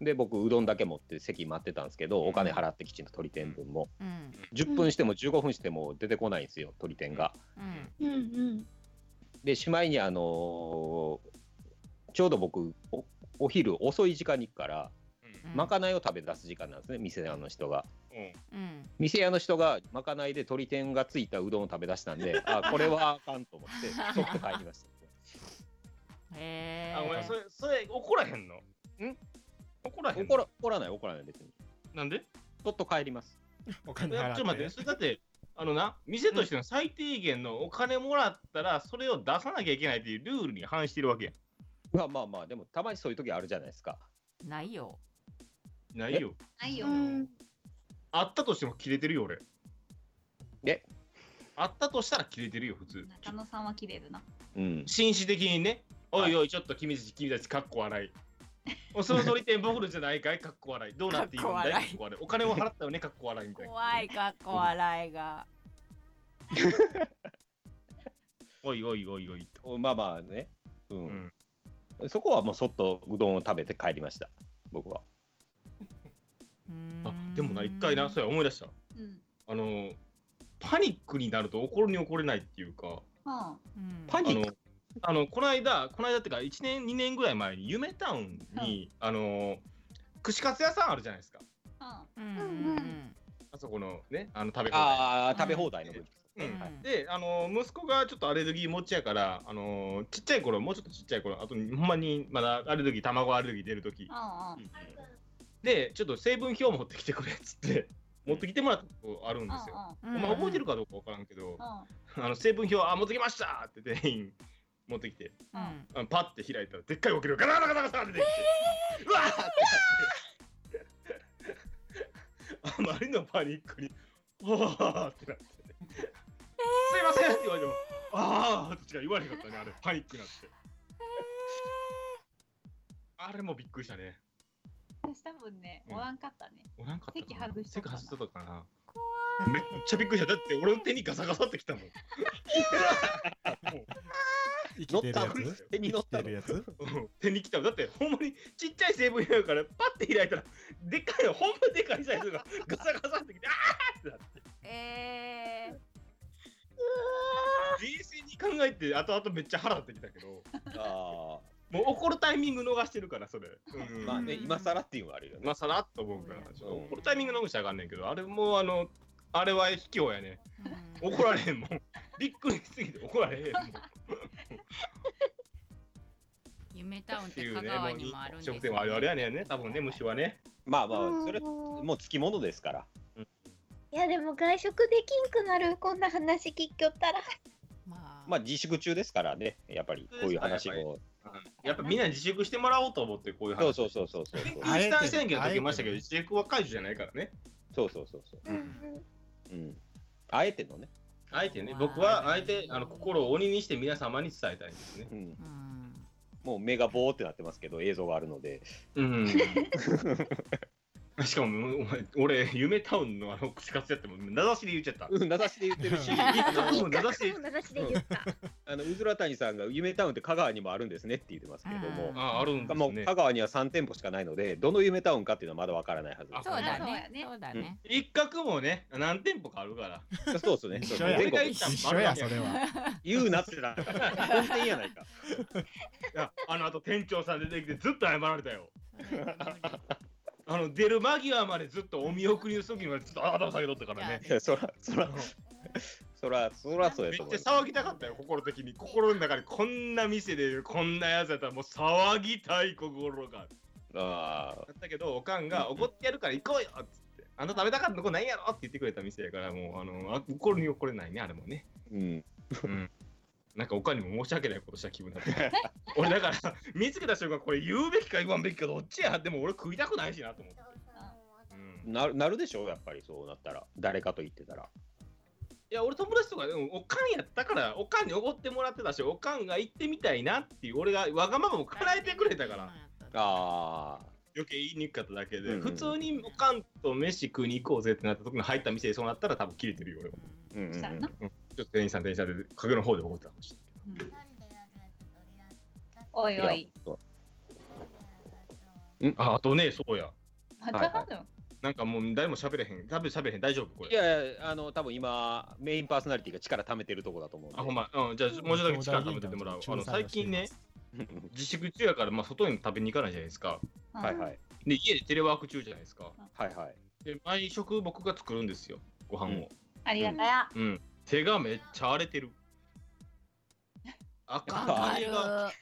Speaker 6: で僕うどんだけ持って席待ってたんですけどお金払ってきちんと鶏天分も、
Speaker 1: うん
Speaker 6: 10分しても15分しても出てこないんですよ鶏天が、
Speaker 1: うん
Speaker 8: うん。うん。
Speaker 6: でしまいにあのーちょうど僕おお昼遅い時間に行くから
Speaker 1: うん
Speaker 6: まかないを食べ出す時間なんですね店屋の人が
Speaker 3: うん
Speaker 1: うん
Speaker 6: 店屋の人がまかないで鶏天がついたうどんを食べ出したんであこれはあかんと思ってそっと帰りました
Speaker 1: へえ
Speaker 3: あ、お前、それ、それ、怒らへんの。ん。怒らへんの。
Speaker 6: 怒ら怒らない怒らない別に
Speaker 3: なんで。
Speaker 6: そっと帰ります
Speaker 5: お
Speaker 3: い
Speaker 5: 金
Speaker 3: やちょ
Speaker 5: 払
Speaker 3: っと
Speaker 5: って
Speaker 3: 待って、それだって。あのな、店としての最低限のお金もらったら、それを出さなきゃいけないっていうルールに反してるわけやん。
Speaker 6: まあまあまあ、でもたまにそういう時あるじゃないですか。
Speaker 1: ないよ
Speaker 3: ないよ。
Speaker 4: ないよ。
Speaker 8: うん
Speaker 3: あったとしても切れてるよ、俺。
Speaker 6: え
Speaker 3: あったとしたら切れてるよ、普通。
Speaker 4: 中野さんは切れるな。
Speaker 6: うん。
Speaker 3: 紳士的にね。おいおい、ちょっと君たち、君たち、かっこ笑い。おその通り店ボフルじゃないかいかっこ笑い。どうなっているんだい
Speaker 1: かっこ笑い
Speaker 3: かっこ笑い。お金を払ったよね、かっこ笑いみたいな。
Speaker 1: 怖いかっこ笑いが
Speaker 3: おいおいおいおいと。
Speaker 6: おまあまあね。う。
Speaker 3: うんん。
Speaker 6: そこはもうそっとうどんを食べて帰りました。僕は。
Speaker 1: うーん
Speaker 3: あ、でもな、一回な、そうや、思い出した。
Speaker 4: うん。
Speaker 3: あの、パニックになると怒るに怒れないっていうか、
Speaker 4: は
Speaker 1: うん
Speaker 6: パニ
Speaker 3: あの、あのこの間、この間ってか、1年、2年ぐらい前に、夢タウンに、あの、串カツ屋さんあるじゃないですか。
Speaker 4: あ。は
Speaker 1: うんうん
Speaker 3: あそこのね、あの食べ方。
Speaker 6: ああ、食べ放題の部分。
Speaker 3: うん
Speaker 1: うん
Speaker 3: はいで、あの息子がちょっとアレルギー持ちやから、あのちっちゃい頃、もうちょっとちっちゃい頃、あとほんまにまだアレルギー、卵アレルギー出るとき
Speaker 4: あ。、ああ。
Speaker 3: で、ちょっと成分表持ってきてくれっつって、持ってきてもらったことあるんですよ。
Speaker 4: あ
Speaker 1: う
Speaker 3: お
Speaker 1: ん
Speaker 3: 前覚えてるかどうかわからんけど、
Speaker 4: あ。
Speaker 3: あの成分表、あ、持ってきましたって店員持ってきて、
Speaker 1: うんうん
Speaker 3: あのパッて開いたら、でっかいオケルがガラガラガラガラって出てきて、うわーってなって、あまりのパニックに、わーってなって、すいませんって言われても、あーって違う言われへんかったね、あれ、パニックになって。あれもびっくりしたね。
Speaker 4: 私多分ね、おらんかったね。
Speaker 3: おらんかったかな。
Speaker 4: 席外しと
Speaker 3: 席外しとっ
Speaker 4: ったな
Speaker 3: たかな。めっちゃびっくりした。だって俺の手にガサガサってきたもん。もう
Speaker 5: 生
Speaker 6: 乗
Speaker 5: きて
Speaker 6: っ
Speaker 5: る
Speaker 6: た
Speaker 5: や
Speaker 6: の
Speaker 5: つ
Speaker 6: 手に乗っ
Speaker 5: 生きて
Speaker 6: たの
Speaker 5: るやつ
Speaker 3: うん手に来ただってほんまにちっちゃい成分やからパッて開いたらでっかいのほんまでっかいサイズがガサガサってきてあーってなって
Speaker 1: えー
Speaker 3: 冷静に考えて後々めっちゃ腹立ってきたけど
Speaker 6: あ
Speaker 3: もう怒るタイミング逃してるからそれ、う
Speaker 6: あ。
Speaker 3: ん
Speaker 6: まあね、今更っていうのはあるよね
Speaker 3: 今。更っと思うからちょっと
Speaker 6: うん
Speaker 3: 怒るタイミング逃したらあかんねんけどあれもうあのあれは卑怯やね
Speaker 1: うん
Speaker 3: 怒られへ <laughs> んもんびっくりしすぎて怒られへんもん
Speaker 1: 夢タウンっ
Speaker 3: って
Speaker 1: て
Speaker 3: いう
Speaker 1: 香
Speaker 3: ね
Speaker 1: 川
Speaker 3: もう
Speaker 1: にもあるん
Speaker 3: 飲
Speaker 1: です
Speaker 3: 食店はあるあるやねんね多分ね虫はね
Speaker 6: まあまあ、それ
Speaker 8: うん
Speaker 6: もうつきものですから。
Speaker 8: いやでも外食できんくなるこんな話聞きよったら
Speaker 1: まあ、
Speaker 6: まあ自粛中ですからね、やっぱりこういう話も。
Speaker 3: やっぱみんな自粛してもらおうと思ってこういう話
Speaker 6: そうそうそうそうそう。
Speaker 3: 緊
Speaker 5: あ
Speaker 3: 急事
Speaker 5: えて
Speaker 3: 態宣言解けましたけど、
Speaker 5: あえて
Speaker 3: 自粛は解除じゃないからね。
Speaker 6: そうそうそうそう。
Speaker 8: うん
Speaker 6: うん。あえてのね。
Speaker 3: あえてね
Speaker 1: う、ん
Speaker 3: 僕はあえてあの心を鬼にして皆様に伝えたいんですね。
Speaker 6: うん。
Speaker 1: うん
Speaker 6: もう目がボーってなってますけど、映像があるので。
Speaker 3: うん。 <laughs> しかも、お前、俺、夢タウンのあの口数やっても、名指しで言っちゃった。
Speaker 6: うん、名指しで言ってる
Speaker 3: <laughs>
Speaker 6: し、
Speaker 3: もう名指しで
Speaker 8: うん、私で言った
Speaker 6: あの、うずら谷さんが、夢タウンって香川にもあるんですねって言ってますけども、
Speaker 3: あ、あるんです
Speaker 6: もう
Speaker 3: ね
Speaker 6: 香。川には3店舗しかないので、どの夢タウンかっていうのはまだわからないはず
Speaker 1: そうだ
Speaker 4: そう
Speaker 1: ね
Speaker 4: やね
Speaker 1: そうだね、
Speaker 3: 一角もね、何店舗かあるから。
Speaker 6: です。そうですね。
Speaker 5: 一
Speaker 6: そ
Speaker 5: 緒
Speaker 6: うそう
Speaker 5: や
Speaker 6: 全国
Speaker 5: 一緒やそれは
Speaker 6: 言うなってな。本店やないか。
Speaker 3: いや、あの後店長さん出てきてずっと謝られたよ。
Speaker 1: それは無理
Speaker 3: あの、出る間際までずっとお見送りの時までずっと頭下げとったからね。
Speaker 6: いやそら、そら、そら、そらそうや
Speaker 3: めっ
Speaker 6: と思う
Speaker 3: ちゃ。騒ぎたかったよ、心的に。心の中にこんな店でこんなやつやったらもう騒ぎたい心が。
Speaker 6: ああ、
Speaker 3: だったけど、おかんが怒ってやるから行こうよっつって。あんた食べたかったとこないやろって言ってくれた店やから、もうあの、あ怒るに怒れないね、あれもね。
Speaker 6: うん。
Speaker 3: うん。なんかおかんにも申し訳ないことした気分だった。 <laughs> 俺だから、見つけた瞬間、これ言うべきか言わんべきかどっちやでも俺食いたくないしなと思って。うん、い
Speaker 6: なるなるでしょやっぱりそうなったら誰かと言ってたら
Speaker 3: や俺友達とかでもおかんやったからおかんに怒ってもらってたしおかんが行ってみたいなっていう俺がわがままも叶えてくれたから
Speaker 6: ああ
Speaker 3: 余計言いにくかっただけで、
Speaker 6: うんうん
Speaker 3: 普通におかんと飯食いに行こうぜってなった時に入った店でそうなったら多分切れてるよ俺も
Speaker 6: うんうん、う
Speaker 4: したな。
Speaker 6: ん、
Speaker 3: ちょっと店員さん店員さんで影の方で怒ってたかもしれない
Speaker 4: うんおいおい。
Speaker 3: けどああとねそうや
Speaker 4: またあるの
Speaker 3: なんかもう誰も喋れへん多分喋れへん大丈夫こ
Speaker 6: い
Speaker 3: れ
Speaker 6: やいやあの多分今メインパーソナリティが力貯めてるとこだと思うんで
Speaker 3: あほんま、うん、じゃあもうちょっとだけ力貯めててもらうあの最近ね自粛中やから、まあ、外に食べに行かないじゃないですか
Speaker 6: はいはい
Speaker 3: で家でテレワーク中じゃないですか
Speaker 6: はいはい
Speaker 3: で毎食僕が作るんですよご飯を、
Speaker 4: ありがたや。
Speaker 3: うん手がめっちゃ荒れて <laughs> る赤
Speaker 1: わ
Speaker 3: ん
Speaker 1: か
Speaker 3: カレ
Speaker 1: る
Speaker 3: ーが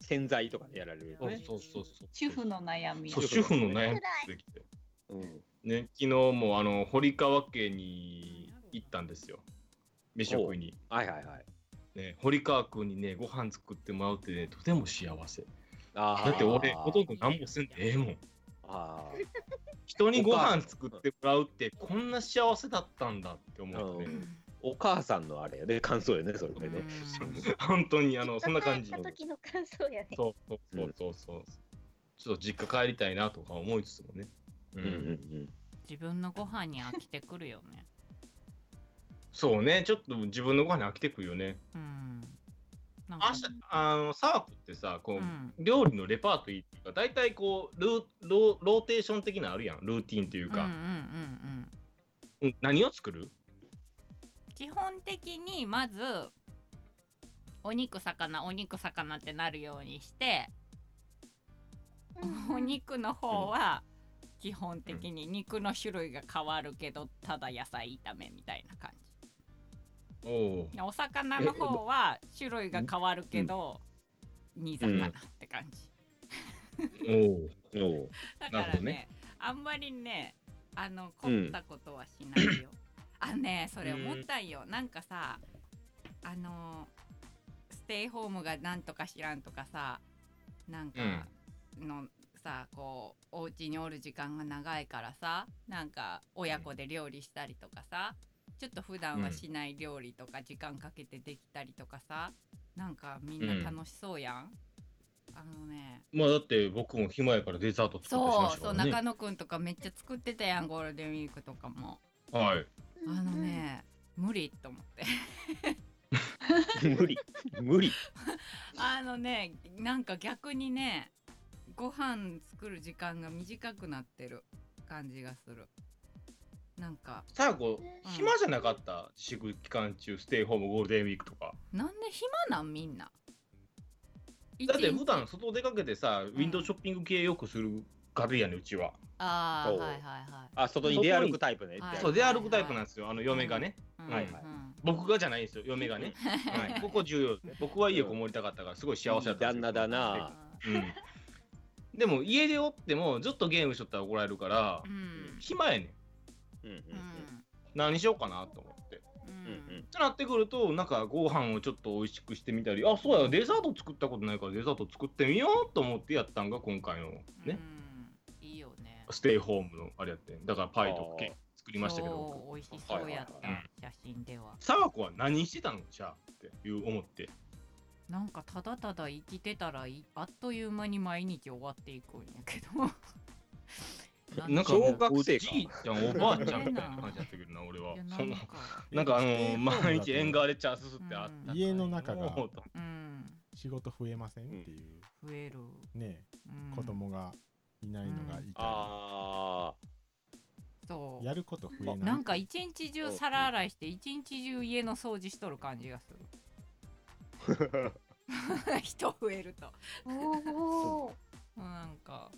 Speaker 6: 洗剤とかでやられる
Speaker 3: そ
Speaker 6: と
Speaker 3: う
Speaker 6: ね、
Speaker 3: そうそうそう
Speaker 4: 主婦の悩みや
Speaker 3: そう。主婦の悩みできて、
Speaker 6: うん、
Speaker 3: ね、昨日もあの堀川家に行ったんですよ飯を食いに
Speaker 6: はいはいはい
Speaker 3: ね、堀川君にね、ご飯作ってもらうってね、とても幸せ。
Speaker 6: あー
Speaker 3: だって俺、ほとんど何もせんでええもん。
Speaker 6: あー
Speaker 3: 人にご飯作ってもらうって、こんな幸せだったんだって思って
Speaker 6: う
Speaker 3: ね。
Speaker 6: お母さんのあれやね、感想やね、それね。
Speaker 3: <laughs> 本当に、あの、そんな感じ。
Speaker 8: 帰った時の感想やね。
Speaker 3: そうそうそうそうそう。ちょっと実家帰りたいなとか思いつつもね。う
Speaker 6: うんうん
Speaker 3: ん。
Speaker 6: うん
Speaker 1: 自分のご飯に飽きてくるよね。
Speaker 3: そうね、ちょっと自分のご飯に飽きてくるよね。
Speaker 1: うん。なんか
Speaker 3: 明日、あの、サークってさ、こう、
Speaker 1: うん。
Speaker 3: 料理のレパートリーっていうか、大体こうルーロー、ローテーション的なのあるやん、ルーティンという
Speaker 1: うんうんうんう
Speaker 3: か、
Speaker 1: ん。
Speaker 3: うん何を作る
Speaker 1: 基本的にまずお肉魚お肉魚ってなるようにして、お肉の方は基本的に肉の種類が変わるけどただ野菜炒めみたいな感
Speaker 3: おお
Speaker 1: じお魚の方は種類が変わるけど煮魚って感じ
Speaker 3: ーお
Speaker 6: おう
Speaker 1: だから
Speaker 3: なる
Speaker 1: ね
Speaker 3: ほどね
Speaker 1: あんまりねあの凝ったことはしない
Speaker 3: <clears throat>
Speaker 1: よ、あのねそれ思ったんよ、なんかさあのステイホームがなんとか知らんとかさなんかの、さこうお家におる時間が長いからさなんか親子で料理したりとかさちょっと普段はしない料理とか時間かけてできたりとかさなんかみんな楽しそうやん、あのね
Speaker 3: まあだって僕も暇やからデザート作ってしま
Speaker 1: そ
Speaker 3: し
Speaker 1: う
Speaker 3: た
Speaker 1: そう
Speaker 3: から
Speaker 1: 中
Speaker 3: ね。
Speaker 1: 野くんとかめっちゃ作ってたやんゴールデンウィークとかも
Speaker 3: はい。
Speaker 1: あのね無理と思って <laughs>
Speaker 6: 無理、無理。
Speaker 1: あのねなんか逆にねご飯作る時間が短くなってる感じがするなんか
Speaker 3: さあこ
Speaker 1: う
Speaker 3: う、
Speaker 1: ん
Speaker 3: 暇じゃなかった自粛期間中、ステイホーム、ゴールデンウィークとか。
Speaker 1: なんで暇なんみんな
Speaker 3: だって
Speaker 1: 一日
Speaker 3: 普段外出かけてさ、ウィンドウショッピング系よくする家庭やね、うちは。
Speaker 1: ああ
Speaker 6: そう
Speaker 1: はいはいはい
Speaker 6: あ、外に出歩くタイプね。
Speaker 1: はい
Speaker 3: そう、出歩くタイプなんですよ、あの嫁がね。
Speaker 1: うん
Speaker 3: はい
Speaker 6: はい
Speaker 1: うん
Speaker 3: 僕がじゃないんですよ、嫁がね。
Speaker 1: <laughs>
Speaker 3: はい、ここ重要。僕は家こもりたかったから、すごい幸せだったんですよ。
Speaker 6: いい旦那だな
Speaker 3: うん、でも家でおってもずっとゲームしとったら怒られるから、
Speaker 1: うん
Speaker 3: 暇やねん
Speaker 6: うんうん
Speaker 1: うん
Speaker 3: 何しようかなと思って。
Speaker 6: うんうん
Speaker 3: ってなってくるとなんかご飯をちょっと美味しくしてみたりあそうやデザート作ったことないからデザート作ってみようと思ってやったんが今回のね、
Speaker 1: うんいいよね
Speaker 3: ステイホームのあれやってんだからパイとかケーキ作りましたけど
Speaker 1: そう美味しそうやった、
Speaker 3: はいはいはい
Speaker 1: 写真では
Speaker 3: 佐和子は何してたのじゃあっていう思って
Speaker 1: なんかただただ生きてたらいあっという間に毎日終わっていくんやけ
Speaker 3: <laughs>
Speaker 1: ど
Speaker 3: なんか
Speaker 6: 小学
Speaker 3: じ
Speaker 6: 生
Speaker 3: い
Speaker 6: か
Speaker 3: ちゃんおばあちゃんみたいな感じだったけどな俺はい
Speaker 1: やな
Speaker 3: そん
Speaker 1: ん
Speaker 3: な
Speaker 1: か
Speaker 3: なんかあのー毎日縁側
Speaker 5: で
Speaker 3: で茶すすってあったかい
Speaker 5: 家の中が
Speaker 3: もうと
Speaker 1: うん
Speaker 5: 仕事増えませんっていう
Speaker 1: 増える、
Speaker 5: ね
Speaker 1: うん、
Speaker 5: 子供がいないのがいいか
Speaker 6: あ
Speaker 1: そ
Speaker 5: ら
Speaker 1: う
Speaker 5: やること増えない
Speaker 1: なんか一日中皿洗いして一日中家の掃除しとる感じがする <laughs> 人増えると
Speaker 8: おお。
Speaker 1: なんか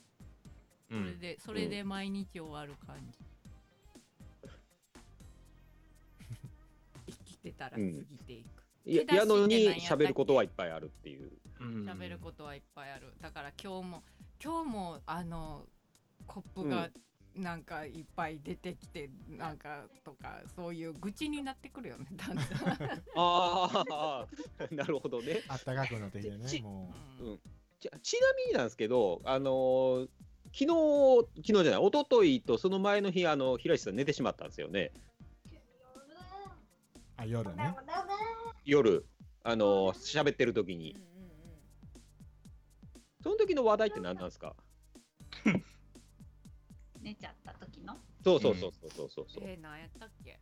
Speaker 3: う
Speaker 1: それ
Speaker 3: ん
Speaker 1: で、それで毎日終わる感
Speaker 3: <laughs>
Speaker 1: じ生きてたら過ぎていく、
Speaker 6: ー。いや
Speaker 1: 手出し
Speaker 6: やの
Speaker 1: してな
Speaker 6: に
Speaker 1: んやったっけ
Speaker 6: 喋ることはいっぱいあるっていう。
Speaker 3: うん
Speaker 1: 喋ることはいっぱいあるだから今日も今日もあのコップがなんかいっぱい出てきて、なんかとかそういう愚痴になってくるよね <laughs> だんだん、
Speaker 6: ああ、 <laughs> なるほどね。
Speaker 5: あったかくなってきて
Speaker 6: ち
Speaker 5: ねも
Speaker 1: うん
Speaker 6: ちちなみになんですけど、あのー昨日、昨日じゃない、一昨日とその前の日、あの、平石さん寝てしまったんですよね。
Speaker 5: うあ夜ね
Speaker 6: 夜、あのー喋ってる時に。その時の話題って何なんですか
Speaker 4: 寝ちゃった時の
Speaker 6: そうそうそうそうそうそう。
Speaker 1: えー、なんやったっけ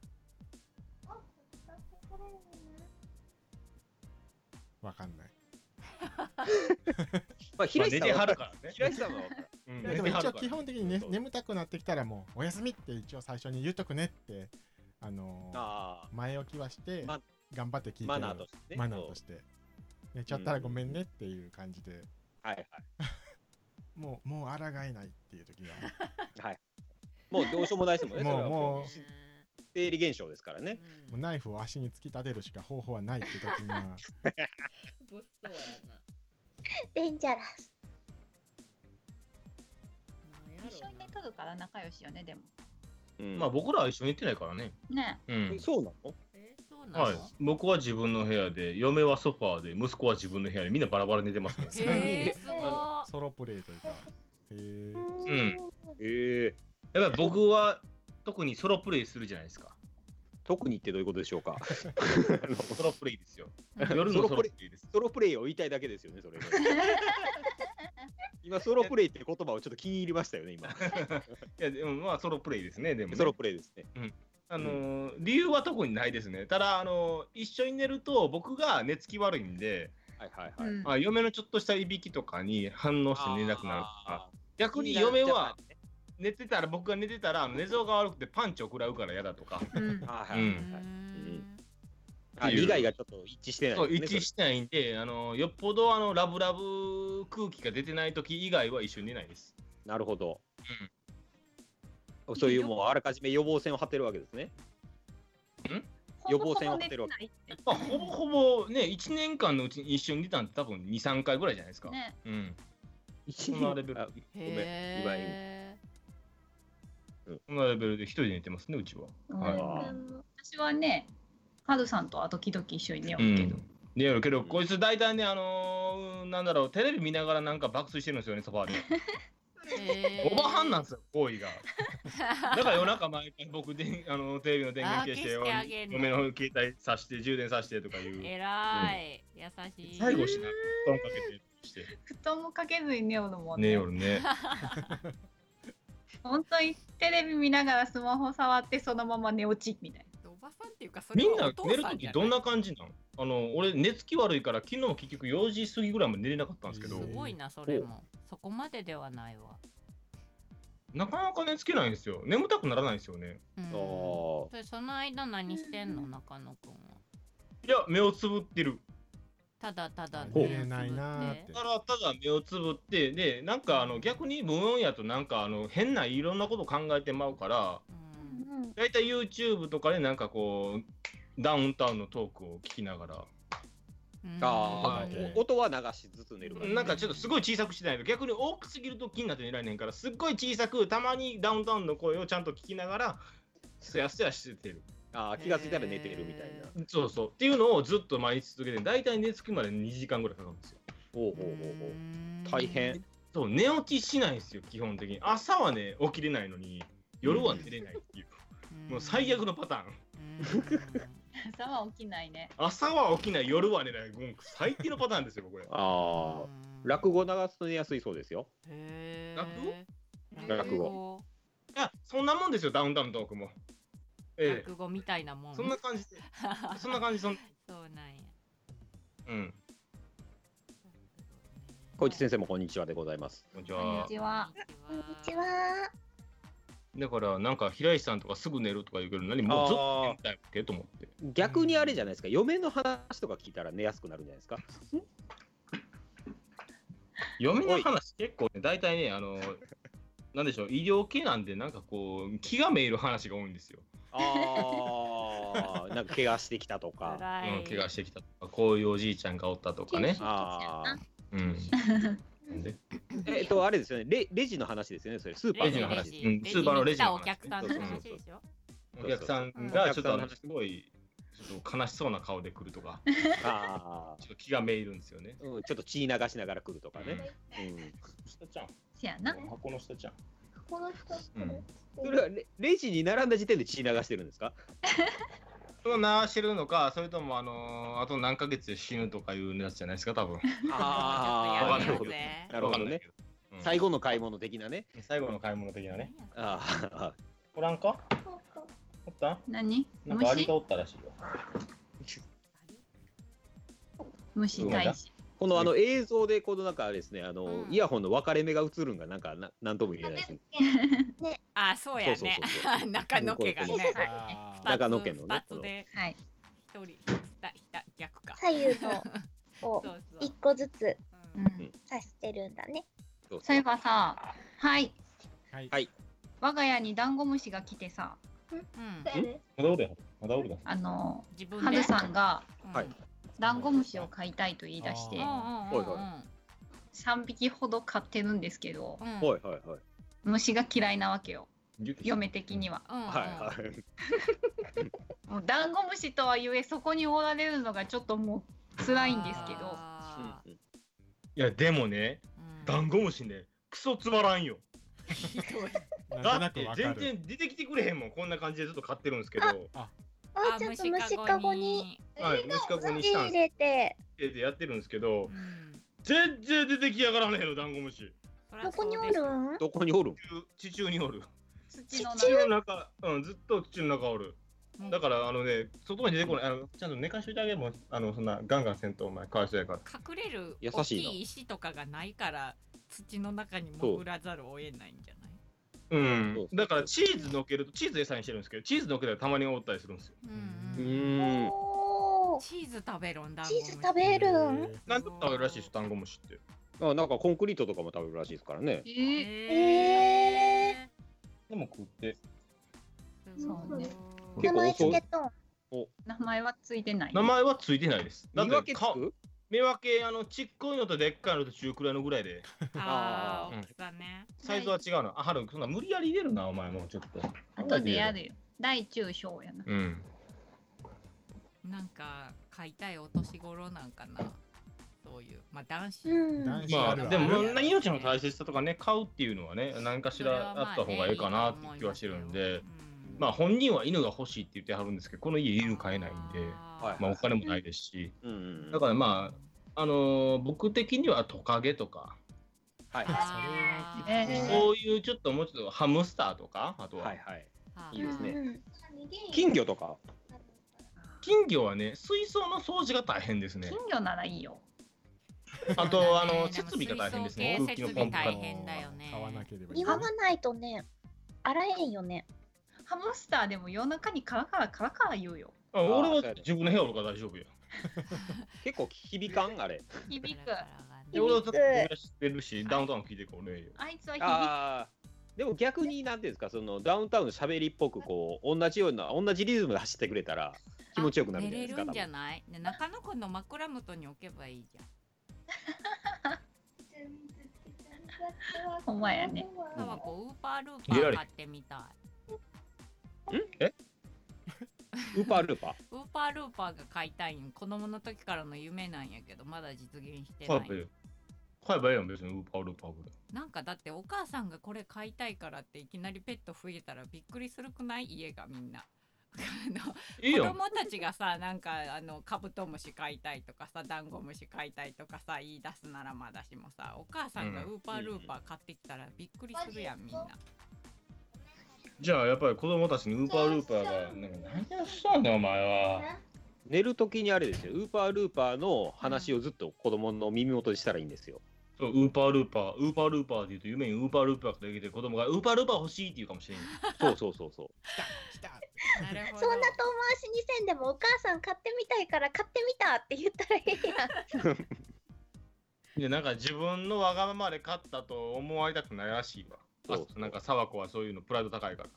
Speaker 5: わかんない
Speaker 6: まあ、
Speaker 3: ま
Speaker 6: 平
Speaker 3: あ
Speaker 6: 石
Speaker 3: 寝
Speaker 6: さん
Speaker 3: て
Speaker 6: は
Speaker 3: はるからね
Speaker 6: 平石さんは分かる
Speaker 3: うん
Speaker 5: いやでも
Speaker 3: 寝ては
Speaker 5: 一
Speaker 3: る
Speaker 5: 応
Speaker 3: から
Speaker 5: 基本的に、ね
Speaker 3: そう、
Speaker 5: 眠たくなってきたらもうお休みって一応最初に言うとくねってあのー
Speaker 6: あ
Speaker 5: 前置きはして
Speaker 6: ま
Speaker 5: 頑張って聞いて
Speaker 6: ー
Speaker 5: る
Speaker 6: マナーとしてね。。
Speaker 5: マナーとしてて寝ちゃったらごめんねっていう感じで
Speaker 6: はいはい。
Speaker 5: もうもう抗えないっていう時が
Speaker 6: <laughs> もうどうしようもないですもんね。
Speaker 5: もう
Speaker 6: それは
Speaker 5: も
Speaker 6: 生理現象ですからね。
Speaker 5: もうナイフを足に突き立てるしか方法はないって
Speaker 1: <laughs>
Speaker 5: 時が
Speaker 8: デンジャラス。
Speaker 4: 一緒に寝とるから仲良しよねでも
Speaker 6: うん
Speaker 3: まあ僕らは一緒に行ってないからね
Speaker 4: ね
Speaker 3: うん
Speaker 6: そうなの
Speaker 1: そう
Speaker 9: そうなの、
Speaker 3: はい、僕は自分の部屋で、嫁はソファーで、息子は自分の部屋で、みんなバラバラ寝てますね。
Speaker 9: へえすごい
Speaker 5: ソロプレイというか。へー
Speaker 3: うん。
Speaker 6: ええ
Speaker 3: やっぱり僕は特にソロプレイするじゃないですか。
Speaker 6: 特にってどういうことでしょうか。
Speaker 3: ソロプレイですよ。夜のソロプレイです。
Speaker 6: ソロプレイを言いたいだけですよね、そ <laughs> れね。今、ソロプレイって言葉をちょっと気に入りましたよね、今。
Speaker 3: いや、でもまあソロプレイですね、でもね、
Speaker 6: ソロプレイですね。
Speaker 3: あのー理由は特にないですね。ただ、あのー一緒に寝ると僕が寝つき悪いんで、
Speaker 6: はいはいはい。
Speaker 3: まあ、嫁のちょっとしたいびきとかに反応して寝なくなるとか、逆に嫁は寝てたら、僕が寝てたら、あの寝相が悪くてパンチを食らうから嫌だとか、
Speaker 6: あー。はいはいはい
Speaker 9: うん
Speaker 6: あ利害がちょっと一致してない
Speaker 3: そう
Speaker 6: ですね、
Speaker 3: 一致してないんで、あのーよっぽどあのラブラブ空気が出てない時以外は一緒に寝ないです。
Speaker 6: それなるほど。そういうもうあらかじめ予防線を張ってるわけですね。予防線を張ってるわ
Speaker 2: け。
Speaker 3: まあ、ほぼほぼね、1年間のうちに一緒に出たんって多分2、3回ぐらいじゃないですか。
Speaker 4: ね
Speaker 3: うん。
Speaker 6: 一
Speaker 3: そんなレベル
Speaker 6: あごめん、今今
Speaker 9: へえ
Speaker 3: そんなレベルで一人で寝てますね、うちは。は
Speaker 6: あ
Speaker 4: 私はねハドさんとは時々一緒に寝よ
Speaker 3: う
Speaker 4: うけど、
Speaker 3: ん。でやるけど、こいつ大体ね、あのーなんだろう、テレビ見ながらなんか爆睡してるんですよね、ソファーで。
Speaker 9: へえ
Speaker 3: おばはんなんですよ、行
Speaker 1: <laughs>
Speaker 3: 為が。だから夜中毎回僕で、あのテレビの電源消して、
Speaker 9: あー消してあげんの
Speaker 3: 嫁の携帯さして、充電さしてとかいう。
Speaker 1: えらい優しい
Speaker 3: 最後しない。布団かけてして。
Speaker 4: 布団もかけずに寝ようのも
Speaker 3: ね
Speaker 4: ね
Speaker 1: <laughs>
Speaker 3: 夜ね。
Speaker 4: 本当にテレビ見ながらスマホ触ってそのまま寝落ちみたい
Speaker 1: おばさんっていうかそれ
Speaker 3: みん
Speaker 1: は
Speaker 3: な
Speaker 1: お父
Speaker 3: 寝る
Speaker 1: さ
Speaker 3: と
Speaker 1: んじ
Speaker 3: き
Speaker 1: ゃない
Speaker 3: どんな感じなのあの俺寝つき悪いから昨日も結局4時過ぎぐらいまで寝れなかったんですけど
Speaker 1: すごいなそれもそこまでではないわ
Speaker 3: なかなか寝つけないんですよ眠たくならないんですよね
Speaker 1: うん
Speaker 6: あー
Speaker 1: それその間何してんの中野くんはい
Speaker 3: や目をつぶってる
Speaker 1: ただただ
Speaker 5: 寝れないなーってて
Speaker 3: た。だただ目をつぶってでなんかあの逆に無音やとなんかあの変ないろんなこと考えてまうから
Speaker 1: うん
Speaker 3: だいたい YouTube とかでなんかこうダウンタウンのトークを聞きながら
Speaker 1: うん
Speaker 6: あ
Speaker 5: うん
Speaker 6: ー、お音は流しつつ寝るから
Speaker 3: なんかちょっとすごい小さくしてないと逆に大きすぎると気になって寝られへんからすっごい小さくたまにダウンタウンの声をちゃんと聞きながらすやすやしててる
Speaker 6: あー気がついたら寝てるみたいな。
Speaker 3: そうそう。っていうのをずっと毎日続けて、だいたい寝つくまで2時間ぐらいかかるんですよ。
Speaker 6: ほう
Speaker 1: う
Speaker 6: ほうほうほう。
Speaker 1: ん
Speaker 6: 大変。
Speaker 3: そう、寝落ちしないんですよ、基本的に。朝はね、起きれないのに、夜は寝れないっていう。もう最悪のパターン。
Speaker 1: う
Speaker 4: な朝は起きないね
Speaker 3: 朝は起きない、夜は寝ない。もう最低のパターンですよ、これ。
Speaker 6: ああ、
Speaker 1: ん
Speaker 6: 落語流すと寝やすいそうですよ。
Speaker 1: へー
Speaker 6: 落語
Speaker 3: いや、そんなもんですよ、ダウンタウンのトークも。ええ
Speaker 1: 落語みたいなもん
Speaker 3: そんな感じで、そんな感じ、そん
Speaker 1: <laughs> そうなんや
Speaker 3: うん。
Speaker 6: 小市先生もこんにちはでございます。
Speaker 3: こんにち
Speaker 4: こんに
Speaker 3: は。
Speaker 4: ちは
Speaker 8: こんにち
Speaker 1: は
Speaker 8: は。
Speaker 3: だから、なんか、平石さんとかすぐ寝るとか言うけど、何もうずっと寝たいわけと思って。
Speaker 6: 逆にあれじゃないですか、嫁の話とか聞いたら寝やすくなるんじゃないですか。
Speaker 3: 嫁の話結構ね大体ねあ <laughs> のなんでしょう医療系なんでなんかこう気がめいる話が多いんですよ、
Speaker 6: あ <laughs> あ、なんか怪我してきたとか。
Speaker 1: 辛い
Speaker 3: うん、怪我してきたとかこういうおじいちゃんがおったとかね、
Speaker 6: ああ、
Speaker 3: うん、なんで
Speaker 6: えっと、あれですよね、レレジの話ですよね、それ、スーパー
Speaker 3: ジ
Speaker 6: の
Speaker 3: の
Speaker 6: 話。
Speaker 3: 話うんスーパーのレジの話
Speaker 1: に来たお客さんの話でしょ
Speaker 3: お客さんがちょっとあのすごいちょっと悲しそうな顔で来ると <laughs> か
Speaker 6: ああ、
Speaker 3: ちょっと気がめいるんですよね
Speaker 6: うん、ちょっと血流しながら来るとかね。うん、
Speaker 3: 下ちゃん
Speaker 4: せやな
Speaker 3: 箱の下ちゃん
Speaker 8: この人。
Speaker 3: うん
Speaker 6: それはレレジに並んだ時点で血流してるんですか。
Speaker 3: それを鳴らしてるのかそれともあのあと何ヶ月で死ぬとかいうやつじゃないですか多分
Speaker 6: ああ、な
Speaker 1: ちょっ
Speaker 6: るほ
Speaker 1: と
Speaker 6: ど
Speaker 1: や。めよ
Speaker 6: なるほどね
Speaker 3: わかんいけどうん
Speaker 6: 最後の買い物的なね。
Speaker 3: 最後の買い物的なね
Speaker 6: ああ、
Speaker 3: おらんかおった
Speaker 4: 何
Speaker 3: なんかアリ
Speaker 4: 虫
Speaker 3: がおったらしいよ
Speaker 4: 虫大使
Speaker 6: このあの映像でこのなんかあれですねあの、
Speaker 1: うん
Speaker 6: イヤホンの分かれ目が映るんがなんかななんとも言えないですね。
Speaker 1: あーそうや
Speaker 6: そう
Speaker 1: ね <laughs>
Speaker 6: そうそうそう
Speaker 1: 中野家がね
Speaker 5: あー
Speaker 6: 中野家のね
Speaker 1: 二つで
Speaker 4: はい
Speaker 1: 一人ひたひた逆か
Speaker 8: 左右の。を
Speaker 1: そうそう
Speaker 8: 一個ずつ
Speaker 1: う
Speaker 4: うんん
Speaker 8: 刺してるんだね。
Speaker 6: そうそ
Speaker 4: そう
Speaker 6: う
Speaker 4: いえばさはい
Speaker 5: はい
Speaker 6: はい
Speaker 4: 我が家にダンゴムシが来てさ
Speaker 1: うん
Speaker 3: まだおるやんまだおるだ
Speaker 4: あの
Speaker 1: 自分
Speaker 4: ハ
Speaker 1: で
Speaker 4: ルさんが
Speaker 1: うん
Speaker 6: はい
Speaker 4: ダンゴムシを飼いたいと言い出して
Speaker 1: うんうん
Speaker 6: ほい
Speaker 4: 3匹ほど飼ってるんですけど
Speaker 1: うんうん
Speaker 6: はいはいはい。
Speaker 4: 虫が嫌いなわけよ嫁的には。
Speaker 1: うんうん
Speaker 6: はいはい。
Speaker 4: もうダンゴムシとはゆえそこにおられるのがちょっともう辛いんですけど
Speaker 1: あー
Speaker 3: いやでもね
Speaker 1: うん
Speaker 3: ダンゴムシねクソつまらんよ
Speaker 1: ひどい
Speaker 5: な
Speaker 3: だ
Speaker 5: んとな
Speaker 3: っ
Speaker 5: く
Speaker 3: て
Speaker 5: わかる
Speaker 3: 全然出てきてくれへんもんこんな感じでずっと飼ってるんですけど
Speaker 8: あちょっと虫かごに。
Speaker 3: はい虫かごに
Speaker 8: 土
Speaker 3: したん
Speaker 8: 入
Speaker 3: で
Speaker 8: れて
Speaker 3: すやってるんですけど
Speaker 1: うん
Speaker 3: 全然出てきやがらねえのダンゴムシ
Speaker 1: そりゃ
Speaker 8: どこにお
Speaker 1: そうでし
Speaker 8: る
Speaker 1: ょ
Speaker 6: <laughs>
Speaker 8: ん
Speaker 6: どこにおるん
Speaker 3: 地中におる
Speaker 4: 土の
Speaker 3: 土の中うんずっと土の中おる
Speaker 1: もう
Speaker 3: だからあのね外に出てこないあのちゃんと寝かしといてあげるもんあのそんなガンガンせんとお前かわいそうやから
Speaker 1: 隠れる
Speaker 6: 優
Speaker 1: 大き
Speaker 6: しいない
Speaker 1: 石とかがないから土の中に潜らざるを得ないんじゃないう
Speaker 6: そうんそう
Speaker 3: だからチーズのっけるとチーズ餌にしてるんですけどチーズのっけたらたまにおったりするんですよ
Speaker 1: うん
Speaker 6: う
Speaker 1: うん
Speaker 6: ーん。
Speaker 8: おー
Speaker 1: チーズ食べるんだ
Speaker 8: チーズ食べるん
Speaker 3: なんでも食べるらしいですダンゴムシって
Speaker 6: あなんかコンクリートとかも食べるらしいですからね。
Speaker 1: べ
Speaker 4: え
Speaker 1: え
Speaker 3: でも食って
Speaker 1: ー
Speaker 4: そうね
Speaker 8: 名前つけとん
Speaker 4: 名前はついてない
Speaker 3: 名前はついてないですだ
Speaker 6: 見
Speaker 3: って
Speaker 6: 分けつ
Speaker 3: か
Speaker 6: く
Speaker 3: 目分けあのちっこいのとでっかいのと中くらいのぐらいで
Speaker 1: あー
Speaker 6: あ
Speaker 3: ー
Speaker 1: 大きさね
Speaker 3: サイズは違うのあはるそんな無理やり入れるなお前もうちょっと
Speaker 4: 後でやるよ大中小やな
Speaker 3: うん
Speaker 1: なんか買いたいお年頃なんかなそういうまあ男子
Speaker 8: うん
Speaker 5: 男子
Speaker 3: ま
Speaker 5: あ
Speaker 3: あ
Speaker 5: るある
Speaker 3: でも命の大切さとかね買うっていうのはね何かし
Speaker 1: それは
Speaker 3: ら
Speaker 1: ま
Speaker 3: あった方がいいかなって気はしてるんでま
Speaker 1: あ
Speaker 3: あ本人は犬が欲しいって言ってはるんですけどこの家犬飼えないんで
Speaker 6: はい
Speaker 3: まあお金もないですし
Speaker 6: うん
Speaker 3: だからまああのー僕的にはトカゲとか
Speaker 6: あはいは
Speaker 1: あ
Speaker 4: え
Speaker 1: ー
Speaker 4: ー
Speaker 3: そういうちょっともうちょっとハムスターとかあと
Speaker 6: い。
Speaker 3: は、
Speaker 6: はいはい。
Speaker 1: あ
Speaker 6: いいですね。
Speaker 8: うん
Speaker 6: 金魚とか。
Speaker 3: 金魚はね水槽の掃除が大変ですね
Speaker 4: 金魚ならいいよ
Speaker 3: あとあの
Speaker 1: でも
Speaker 3: 設備が大変ですね
Speaker 1: 水槽
Speaker 3: 空気
Speaker 1: 系
Speaker 3: の
Speaker 1: 設
Speaker 3: ポン
Speaker 1: 備
Speaker 3: プ
Speaker 1: 大
Speaker 3: が
Speaker 1: 変だよね
Speaker 5: 買わなければいけ
Speaker 8: 祝
Speaker 5: ない
Speaker 8: わないとね洗えんよね
Speaker 4: ハムスターでも夜中にカラカラカラカラ言うよ
Speaker 3: あ俺
Speaker 6: あ
Speaker 3: は
Speaker 6: ーそうやね
Speaker 3: 自分の部屋おるから大丈夫よ
Speaker 6: 結構響かんあれ。
Speaker 4: 響く
Speaker 3: で俺はちょっと俺は知ってるしダウンタウン聞いてこねえよ
Speaker 4: あいつは響
Speaker 6: ああ。でも逆になんていうんですかそのダウンタウンのしゃべりっぽくこう同じような同じリズムで走ってくれたら気持ちよくなるんじゃな
Speaker 1: 寝
Speaker 6: いで
Speaker 1: れる
Speaker 6: すか
Speaker 1: ん
Speaker 6: 多
Speaker 1: じゃ
Speaker 6: 分。
Speaker 1: ないね中野区の枕元に置けばいいじゃん
Speaker 4: ほんまやね
Speaker 1: タワコウーパールーパ
Speaker 3: いら
Speaker 1: ー
Speaker 3: れ
Speaker 1: 買ってみたい
Speaker 6: ウーパールーパー。
Speaker 1: ウーパールーパーが買いたいん子供の時からの夢なんやけどまだ実現して
Speaker 3: 買
Speaker 1: な
Speaker 3: えばいい
Speaker 1: い
Speaker 3: よ買えばいいやん別にウーパールーパーぐらい
Speaker 1: なんかだってお母さんがこれ買いたいからっていきなりペット増えたらびっくりするくない家がみんなあの
Speaker 3: <laughs> いい
Speaker 1: 子
Speaker 3: よ
Speaker 1: 供たちがさなんかあのカブトムシ飼いたいとかさダンゴムシ飼いたいとかさ言い出すならまだしもさお母さんが
Speaker 3: う
Speaker 1: ウ
Speaker 3: ん
Speaker 1: ーパールーパー買ってきたらびっくりするやんみんな
Speaker 3: じゃあやっぱり子供たちにウーパールーパーがなんか何をしたんだよお前は
Speaker 6: 寝る時にあれですよウーパールーパーの話をずっと子供の耳元でしたらいいんですよ。
Speaker 3: そうウーパールーパーウーパールーパーって言うと夢にウーパールーパーができて子供がウーパールーパー欲しいって言うかもしれんよ
Speaker 6: そうそうそうそう。
Speaker 5: 来た
Speaker 1: なるほ
Speaker 8: そ
Speaker 1: ど
Speaker 8: んな遠回しにせんでもお母さん買ってみたいから買ってみたって言ったらいいやん。
Speaker 3: でなんか自分のわがままで勝ったと思われたくないらしいわ。
Speaker 6: そう
Speaker 3: あなんか沢子はそういうのプライド高いから。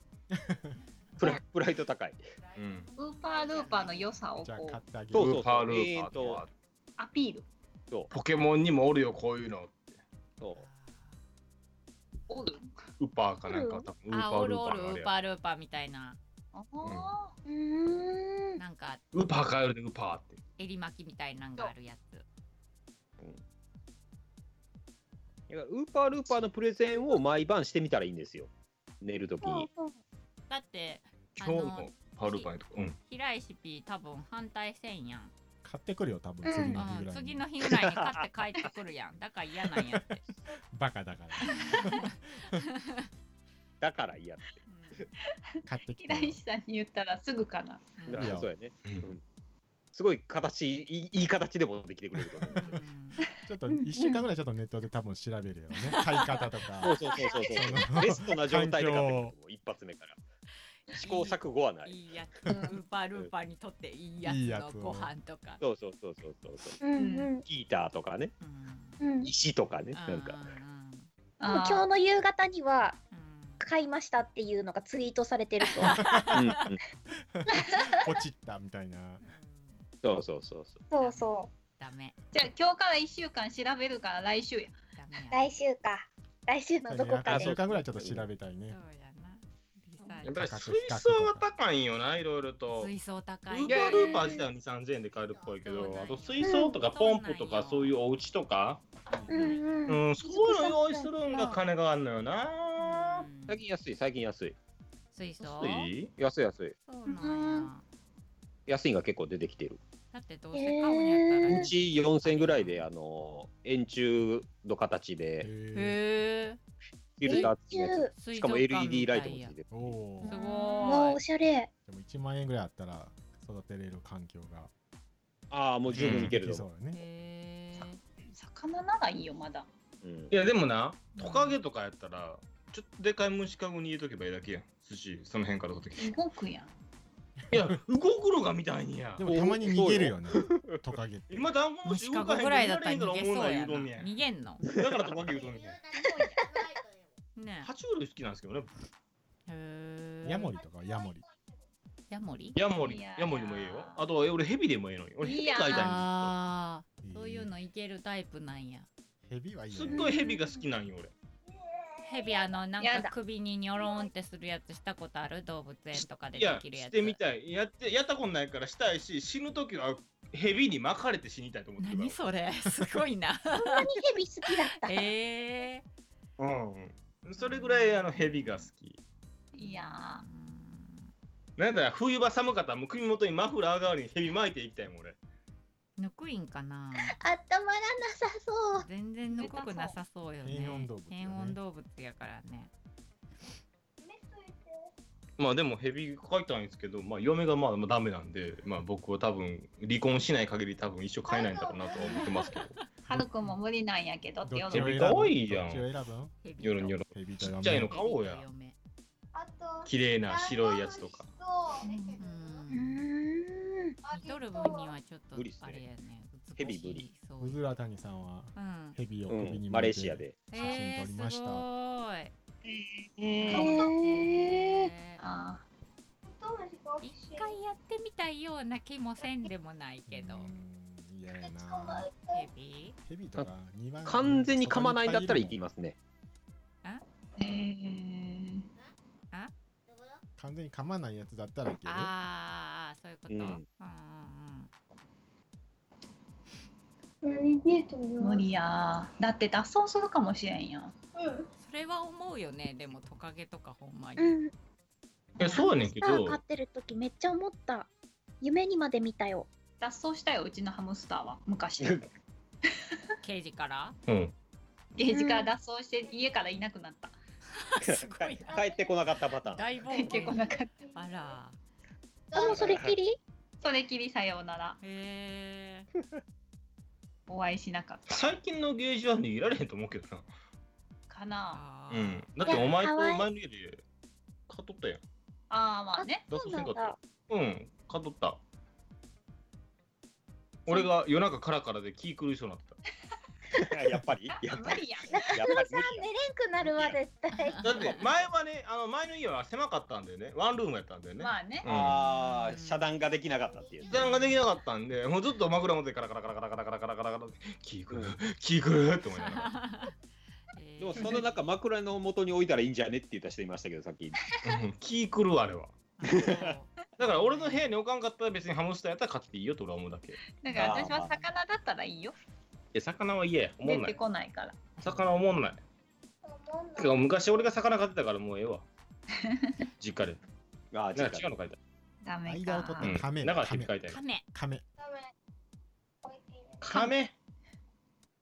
Speaker 6: プラプライド高い。
Speaker 3: うん。
Speaker 4: くウーパールーパーの良さを
Speaker 5: じゃあ
Speaker 4: こ
Speaker 5: 買っ
Speaker 4: う
Speaker 5: てあげる
Speaker 6: そうそう
Speaker 3: ウーパールーパー
Speaker 6: えーと
Speaker 3: は
Speaker 4: アピール
Speaker 6: そ
Speaker 3: ポケモンにもおるよこういうの。
Speaker 6: うそう。
Speaker 4: おる
Speaker 3: ウーパーかなんか多分ウー
Speaker 1: あ
Speaker 3: パー
Speaker 1: お
Speaker 3: ル
Speaker 1: る
Speaker 3: ー
Speaker 1: お
Speaker 3: パー
Speaker 1: るウ
Speaker 3: のあれ
Speaker 1: ー
Speaker 3: や
Speaker 1: パールーパーみたいな
Speaker 4: あ
Speaker 8: うーん。
Speaker 1: なんか
Speaker 3: ウーパー買えるでウーパーって。
Speaker 1: 襟巻きみたいなんがあるやつ
Speaker 6: だからウーパールーパーのプレゼンを毎晩してみたらいいんですよ。寝るときに。
Speaker 1: だって
Speaker 3: 今
Speaker 1: あ
Speaker 3: 日
Speaker 1: の
Speaker 3: のパールーパーのとこ。うん。
Speaker 1: 平石 P 多分反対せんやん、
Speaker 5: 買ってくるよ多分次の日ぐ
Speaker 1: うん、
Speaker 5: らい
Speaker 1: 次
Speaker 5: に
Speaker 1: の日ぐらいに買って帰ってくるやんだから嫌なんやって、
Speaker 5: バカだから
Speaker 6: だから嫌って。
Speaker 5: 買
Speaker 1: <laughs>
Speaker 5: ってき
Speaker 4: 平
Speaker 5: たよ
Speaker 4: 石さんに言ったらすぐかな
Speaker 1: うん
Speaker 6: だ
Speaker 1: う
Speaker 6: か
Speaker 1: ん
Speaker 6: らそうやね。
Speaker 3: うん
Speaker 6: うんすごい形いい、いい形でもできてくれると思う。
Speaker 5: ちょっと1週間ぐらいちょっとネットで多分調べるよね買い方と
Speaker 6: そう
Speaker 5: か
Speaker 6: そうそうそう <laughs> そう。ベストな状態で買ってくると思う。一発目から。試行錯誤はないい。
Speaker 1: いやつウーパールーパーにとっていいやつ
Speaker 5: いいや
Speaker 1: の
Speaker 5: つを
Speaker 1: ご飯とか
Speaker 6: そうそうそうそうそうそう。
Speaker 8: うんうん
Speaker 6: ギターとかね、
Speaker 1: うん
Speaker 8: うん。もう
Speaker 6: 石とかね、なん
Speaker 1: う
Speaker 6: か。
Speaker 8: 今
Speaker 4: あ
Speaker 8: 日の夕方には
Speaker 1: ん
Speaker 8: 買いましたっていうのがツイートされてると。
Speaker 6: うんうん
Speaker 5: ポチったみたいな
Speaker 6: そうそうそうそう。
Speaker 8: <laughs> そうそ
Speaker 1: ダメ
Speaker 4: じゃあ今日から1週間調べるから来週や
Speaker 1: ダ
Speaker 8: う。
Speaker 1: メや
Speaker 8: 来週か。来週のどこか
Speaker 5: 1
Speaker 8: で。
Speaker 5: 週間ぐらいちょっと調べたいね
Speaker 1: そうやな
Speaker 3: やっぱり
Speaker 5: 価格
Speaker 3: 水
Speaker 5: 比較
Speaker 3: 槽は
Speaker 5: とか
Speaker 3: 高いんよないろいろと。
Speaker 1: 水槽高
Speaker 3: ウ
Speaker 1: い
Speaker 3: ーバールーパー自体は2、3000円で買えるっぽいけ
Speaker 1: そうなん
Speaker 3: ど
Speaker 1: よ、
Speaker 3: あと水槽とかポンプとかそういうお家とか、うん、そういうの用意するんが金があんのよな。
Speaker 1: うん
Speaker 6: 最近安い、最近安い。
Speaker 1: 水槽
Speaker 3: 安い
Speaker 6: 安い安い。
Speaker 1: そうなんや
Speaker 6: 安いが結構出てきてる。
Speaker 1: だってどうせ買うんやったら
Speaker 6: うち4000ぐらいで、あのー円柱の形で、
Speaker 5: へ
Speaker 1: へえ
Speaker 6: フィルター付きのや
Speaker 8: 中
Speaker 6: つしかも LED ライトもつい
Speaker 1: す
Speaker 6: てる。
Speaker 5: ーおー
Speaker 1: ご
Speaker 5: で
Speaker 8: もう
Speaker 1: い
Speaker 8: おしゃれ。
Speaker 5: も1万円ぐらいあったら育てれる環境が
Speaker 6: ああ、もう十分いけ
Speaker 5: で
Speaker 6: る
Speaker 5: き
Speaker 6: と
Speaker 5: そ
Speaker 6: 思
Speaker 5: うだね。
Speaker 1: へえ
Speaker 4: 魚ならいいよまだ
Speaker 6: う。うん
Speaker 3: いやでもな、トカゲとかやったら、ちょっとでかい虫かごに入れとけばいいだけやん。寿司、その辺から取ってきて。
Speaker 4: 動くやん
Speaker 3: いや、動くのがみたいにや
Speaker 5: で。もたまに逃げるよね、トカゲって。
Speaker 3: 今、ダンゴム
Speaker 1: 虫
Speaker 3: シ
Speaker 1: か
Speaker 3: 動
Speaker 1: ご
Speaker 3: かへん
Speaker 1: ぐらいだったら
Speaker 3: か
Speaker 1: 逃
Speaker 3: ら
Speaker 1: げそ
Speaker 3: 思
Speaker 1: う
Speaker 3: ない
Speaker 1: やな
Speaker 3: 言うとんねや
Speaker 1: 逃げんの
Speaker 3: だからトカゲ言うとんねや。
Speaker 1: ね
Speaker 3: 爬虫類好きなんですけどね。
Speaker 1: へえ
Speaker 5: ヤモリとかはヤモリ。
Speaker 1: ヤモリ
Speaker 3: ヤモリ
Speaker 4: いや、ー
Speaker 3: ヤモリでもいいよ。あと、俺ヘビでもいいのに。俺ヘビ飼いたいんですよ
Speaker 1: ああそういうの
Speaker 5: え
Speaker 1: いけるタイプなんや
Speaker 5: ー。ヘビはいい
Speaker 3: す
Speaker 5: よ
Speaker 3: っ
Speaker 5: ね。
Speaker 3: ごいヘビが好きなんよ、俺。
Speaker 1: ヘビあのなん
Speaker 4: や
Speaker 1: か
Speaker 4: だ
Speaker 1: 首にニョロンってするやつしたことある動物園とかで
Speaker 3: い
Speaker 1: で
Speaker 3: や、
Speaker 1: きるやつ
Speaker 3: してみたい。やって、やったことないからしたいし、死ぬときはヘビに巻かれて死にたいと思ってる
Speaker 1: 何
Speaker 3: か
Speaker 1: それ <laughs> すごい
Speaker 5: <laughs>
Speaker 1: な
Speaker 8: こんなにヘビ好きだっ
Speaker 1: <laughs>
Speaker 8: た。
Speaker 1: ええ
Speaker 3: ら。うん。それぐらいあのヘビが好き。
Speaker 4: いや
Speaker 3: なんだ、冬場寒かったらもう首元にマフラー代わりにヘビ巻いていきたいもん、俺。
Speaker 1: ぬくいんかな
Speaker 8: あったまらなさそう。
Speaker 1: 全然ぬくくなさそうよね
Speaker 5: 低温動物よね
Speaker 1: 低温動物やからね
Speaker 3: まあでもヘビ飼いたいんですけど、まあ嫁がまあまあダメなんで、まあ僕は多分離婚しない限り多分一生飼えないんだろうなとは思って <laughs> ますけど。
Speaker 4: ーハルくんも無理なんやけどって
Speaker 5: ど
Speaker 4: 言
Speaker 5: っ
Speaker 4: う
Speaker 5: ちを選ぶ
Speaker 4: の
Speaker 3: 可愛いやん
Speaker 5: どっちを選ぶん
Speaker 1: ヘビ
Speaker 3: ニョロニョ
Speaker 1: よ
Speaker 3: ロ。
Speaker 5: ヘビと嫁
Speaker 3: ちっちゃいの買おうや
Speaker 9: あと
Speaker 3: 綺麗な白いやつとか。
Speaker 9: そうだけ
Speaker 1: う
Speaker 9: ど
Speaker 8: うー
Speaker 1: ん
Speaker 8: ん。
Speaker 9: あ
Speaker 1: 見とる分にはちょっと
Speaker 6: 無理っすね
Speaker 1: あれやね
Speaker 6: ヘビ無理
Speaker 1: そう
Speaker 5: うずら谷さんは
Speaker 1: うん
Speaker 5: ヘビを
Speaker 6: う
Speaker 5: 首に巻いて
Speaker 6: ん、マレーシア。で。
Speaker 5: 写真
Speaker 1: えー、
Speaker 5: 撮り
Speaker 1: す
Speaker 5: ました
Speaker 1: ごーい
Speaker 8: えー。
Speaker 1: えー
Speaker 4: あ
Speaker 1: 一回やってみたいような気もせんでもないけど
Speaker 5: うーん嫌やな。
Speaker 1: ヘビ
Speaker 5: ヘビとか2番
Speaker 6: 完全に噛まないんだったら行き
Speaker 5: ま
Speaker 6: ますね。
Speaker 4: ーえー
Speaker 5: す。完全に噛まないやつだったらいける。
Speaker 1: ああそういうこと、う
Speaker 6: うんん
Speaker 1: うんうん、
Speaker 8: 何デート
Speaker 4: 無理やーだって脱走するかもしれんやん
Speaker 1: それは思うよねでもトカゲとかほんまに、
Speaker 8: うん。
Speaker 3: いや、そうやねんけ
Speaker 8: スター
Speaker 3: ど
Speaker 8: 飼、ってる時めっちゃ思った。夢にまで見たよ。
Speaker 4: 脱走したようちのハムスターは
Speaker 3: <laughs>
Speaker 4: 昔
Speaker 1: 刑事から
Speaker 3: うん。
Speaker 4: ゲージから脱走して家からいなくなった
Speaker 1: すごいな
Speaker 6: <laughs> 帰ってこなかったパターン。
Speaker 1: 大冒
Speaker 4: 出てこな
Speaker 1: 険
Speaker 4: かった
Speaker 1: あら
Speaker 8: あもうそれっきり？
Speaker 4: それきりさようなら
Speaker 1: へえ
Speaker 4: お会いしなかった
Speaker 3: 最近のゲージは逃げられへんと思うけどな。
Speaker 4: かな
Speaker 1: あ
Speaker 3: う
Speaker 1: ー
Speaker 3: ん。だってお前と
Speaker 8: いや可愛い
Speaker 3: 前の家で飼っとったやん。
Speaker 4: ああまあね
Speaker 3: 脱
Speaker 8: そ
Speaker 3: 走せ
Speaker 8: うなん
Speaker 3: か
Speaker 8: ん
Speaker 3: った
Speaker 8: だ。。
Speaker 3: うん、買っとった。俺が夜中カラカラで気狂いそうになってた。
Speaker 6: <laughs> やっぱりやっぱ
Speaker 4: 無
Speaker 6: り
Speaker 4: 理やん
Speaker 6: やっぱり無
Speaker 8: 寝
Speaker 6: 理
Speaker 8: れんくなるわ絶対。
Speaker 3: だって前はね、あの前の家は狭かったんだよね。ワンルームやったんだよね。
Speaker 4: まあね
Speaker 6: だ。ああ、遮断ができなかったっていう。
Speaker 3: 時間ができなかったんで、もうずっと枕持ってカラカラカラカラカラカラカラカラカラって、キークルー、キークルーって思いながら。
Speaker 1: えー
Speaker 6: でもそ
Speaker 1: <laughs>
Speaker 6: の中枕の元に置いたらいいんじゃねって言った人いましたけどさっ
Speaker 3: <laughs>
Speaker 6: き。
Speaker 3: うんキークルーあれは。
Speaker 1: あ
Speaker 3: だから俺の部屋に置かんかったら別にハムスターやったら買っていいよと俺は思うだけ。
Speaker 4: だから私は魚だったらいいよ
Speaker 3: え、魚は嫌や。思
Speaker 4: 出
Speaker 3: んな
Speaker 4: て
Speaker 3: い。
Speaker 4: こないから
Speaker 3: 魚思んない。てか昔俺が魚飼ってたからもうええわ。実家で。
Speaker 6: ああ、違
Speaker 3: なん
Speaker 6: う
Speaker 3: か違うの書いて
Speaker 4: ダメ
Speaker 5: 間を取
Speaker 4: か
Speaker 5: って
Speaker 3: あ
Speaker 5: 亀
Speaker 3: る。
Speaker 5: だ
Speaker 3: だから
Speaker 5: 亀
Speaker 3: 蛇飼いたい
Speaker 1: ー。カメ
Speaker 5: カメ。
Speaker 3: 亀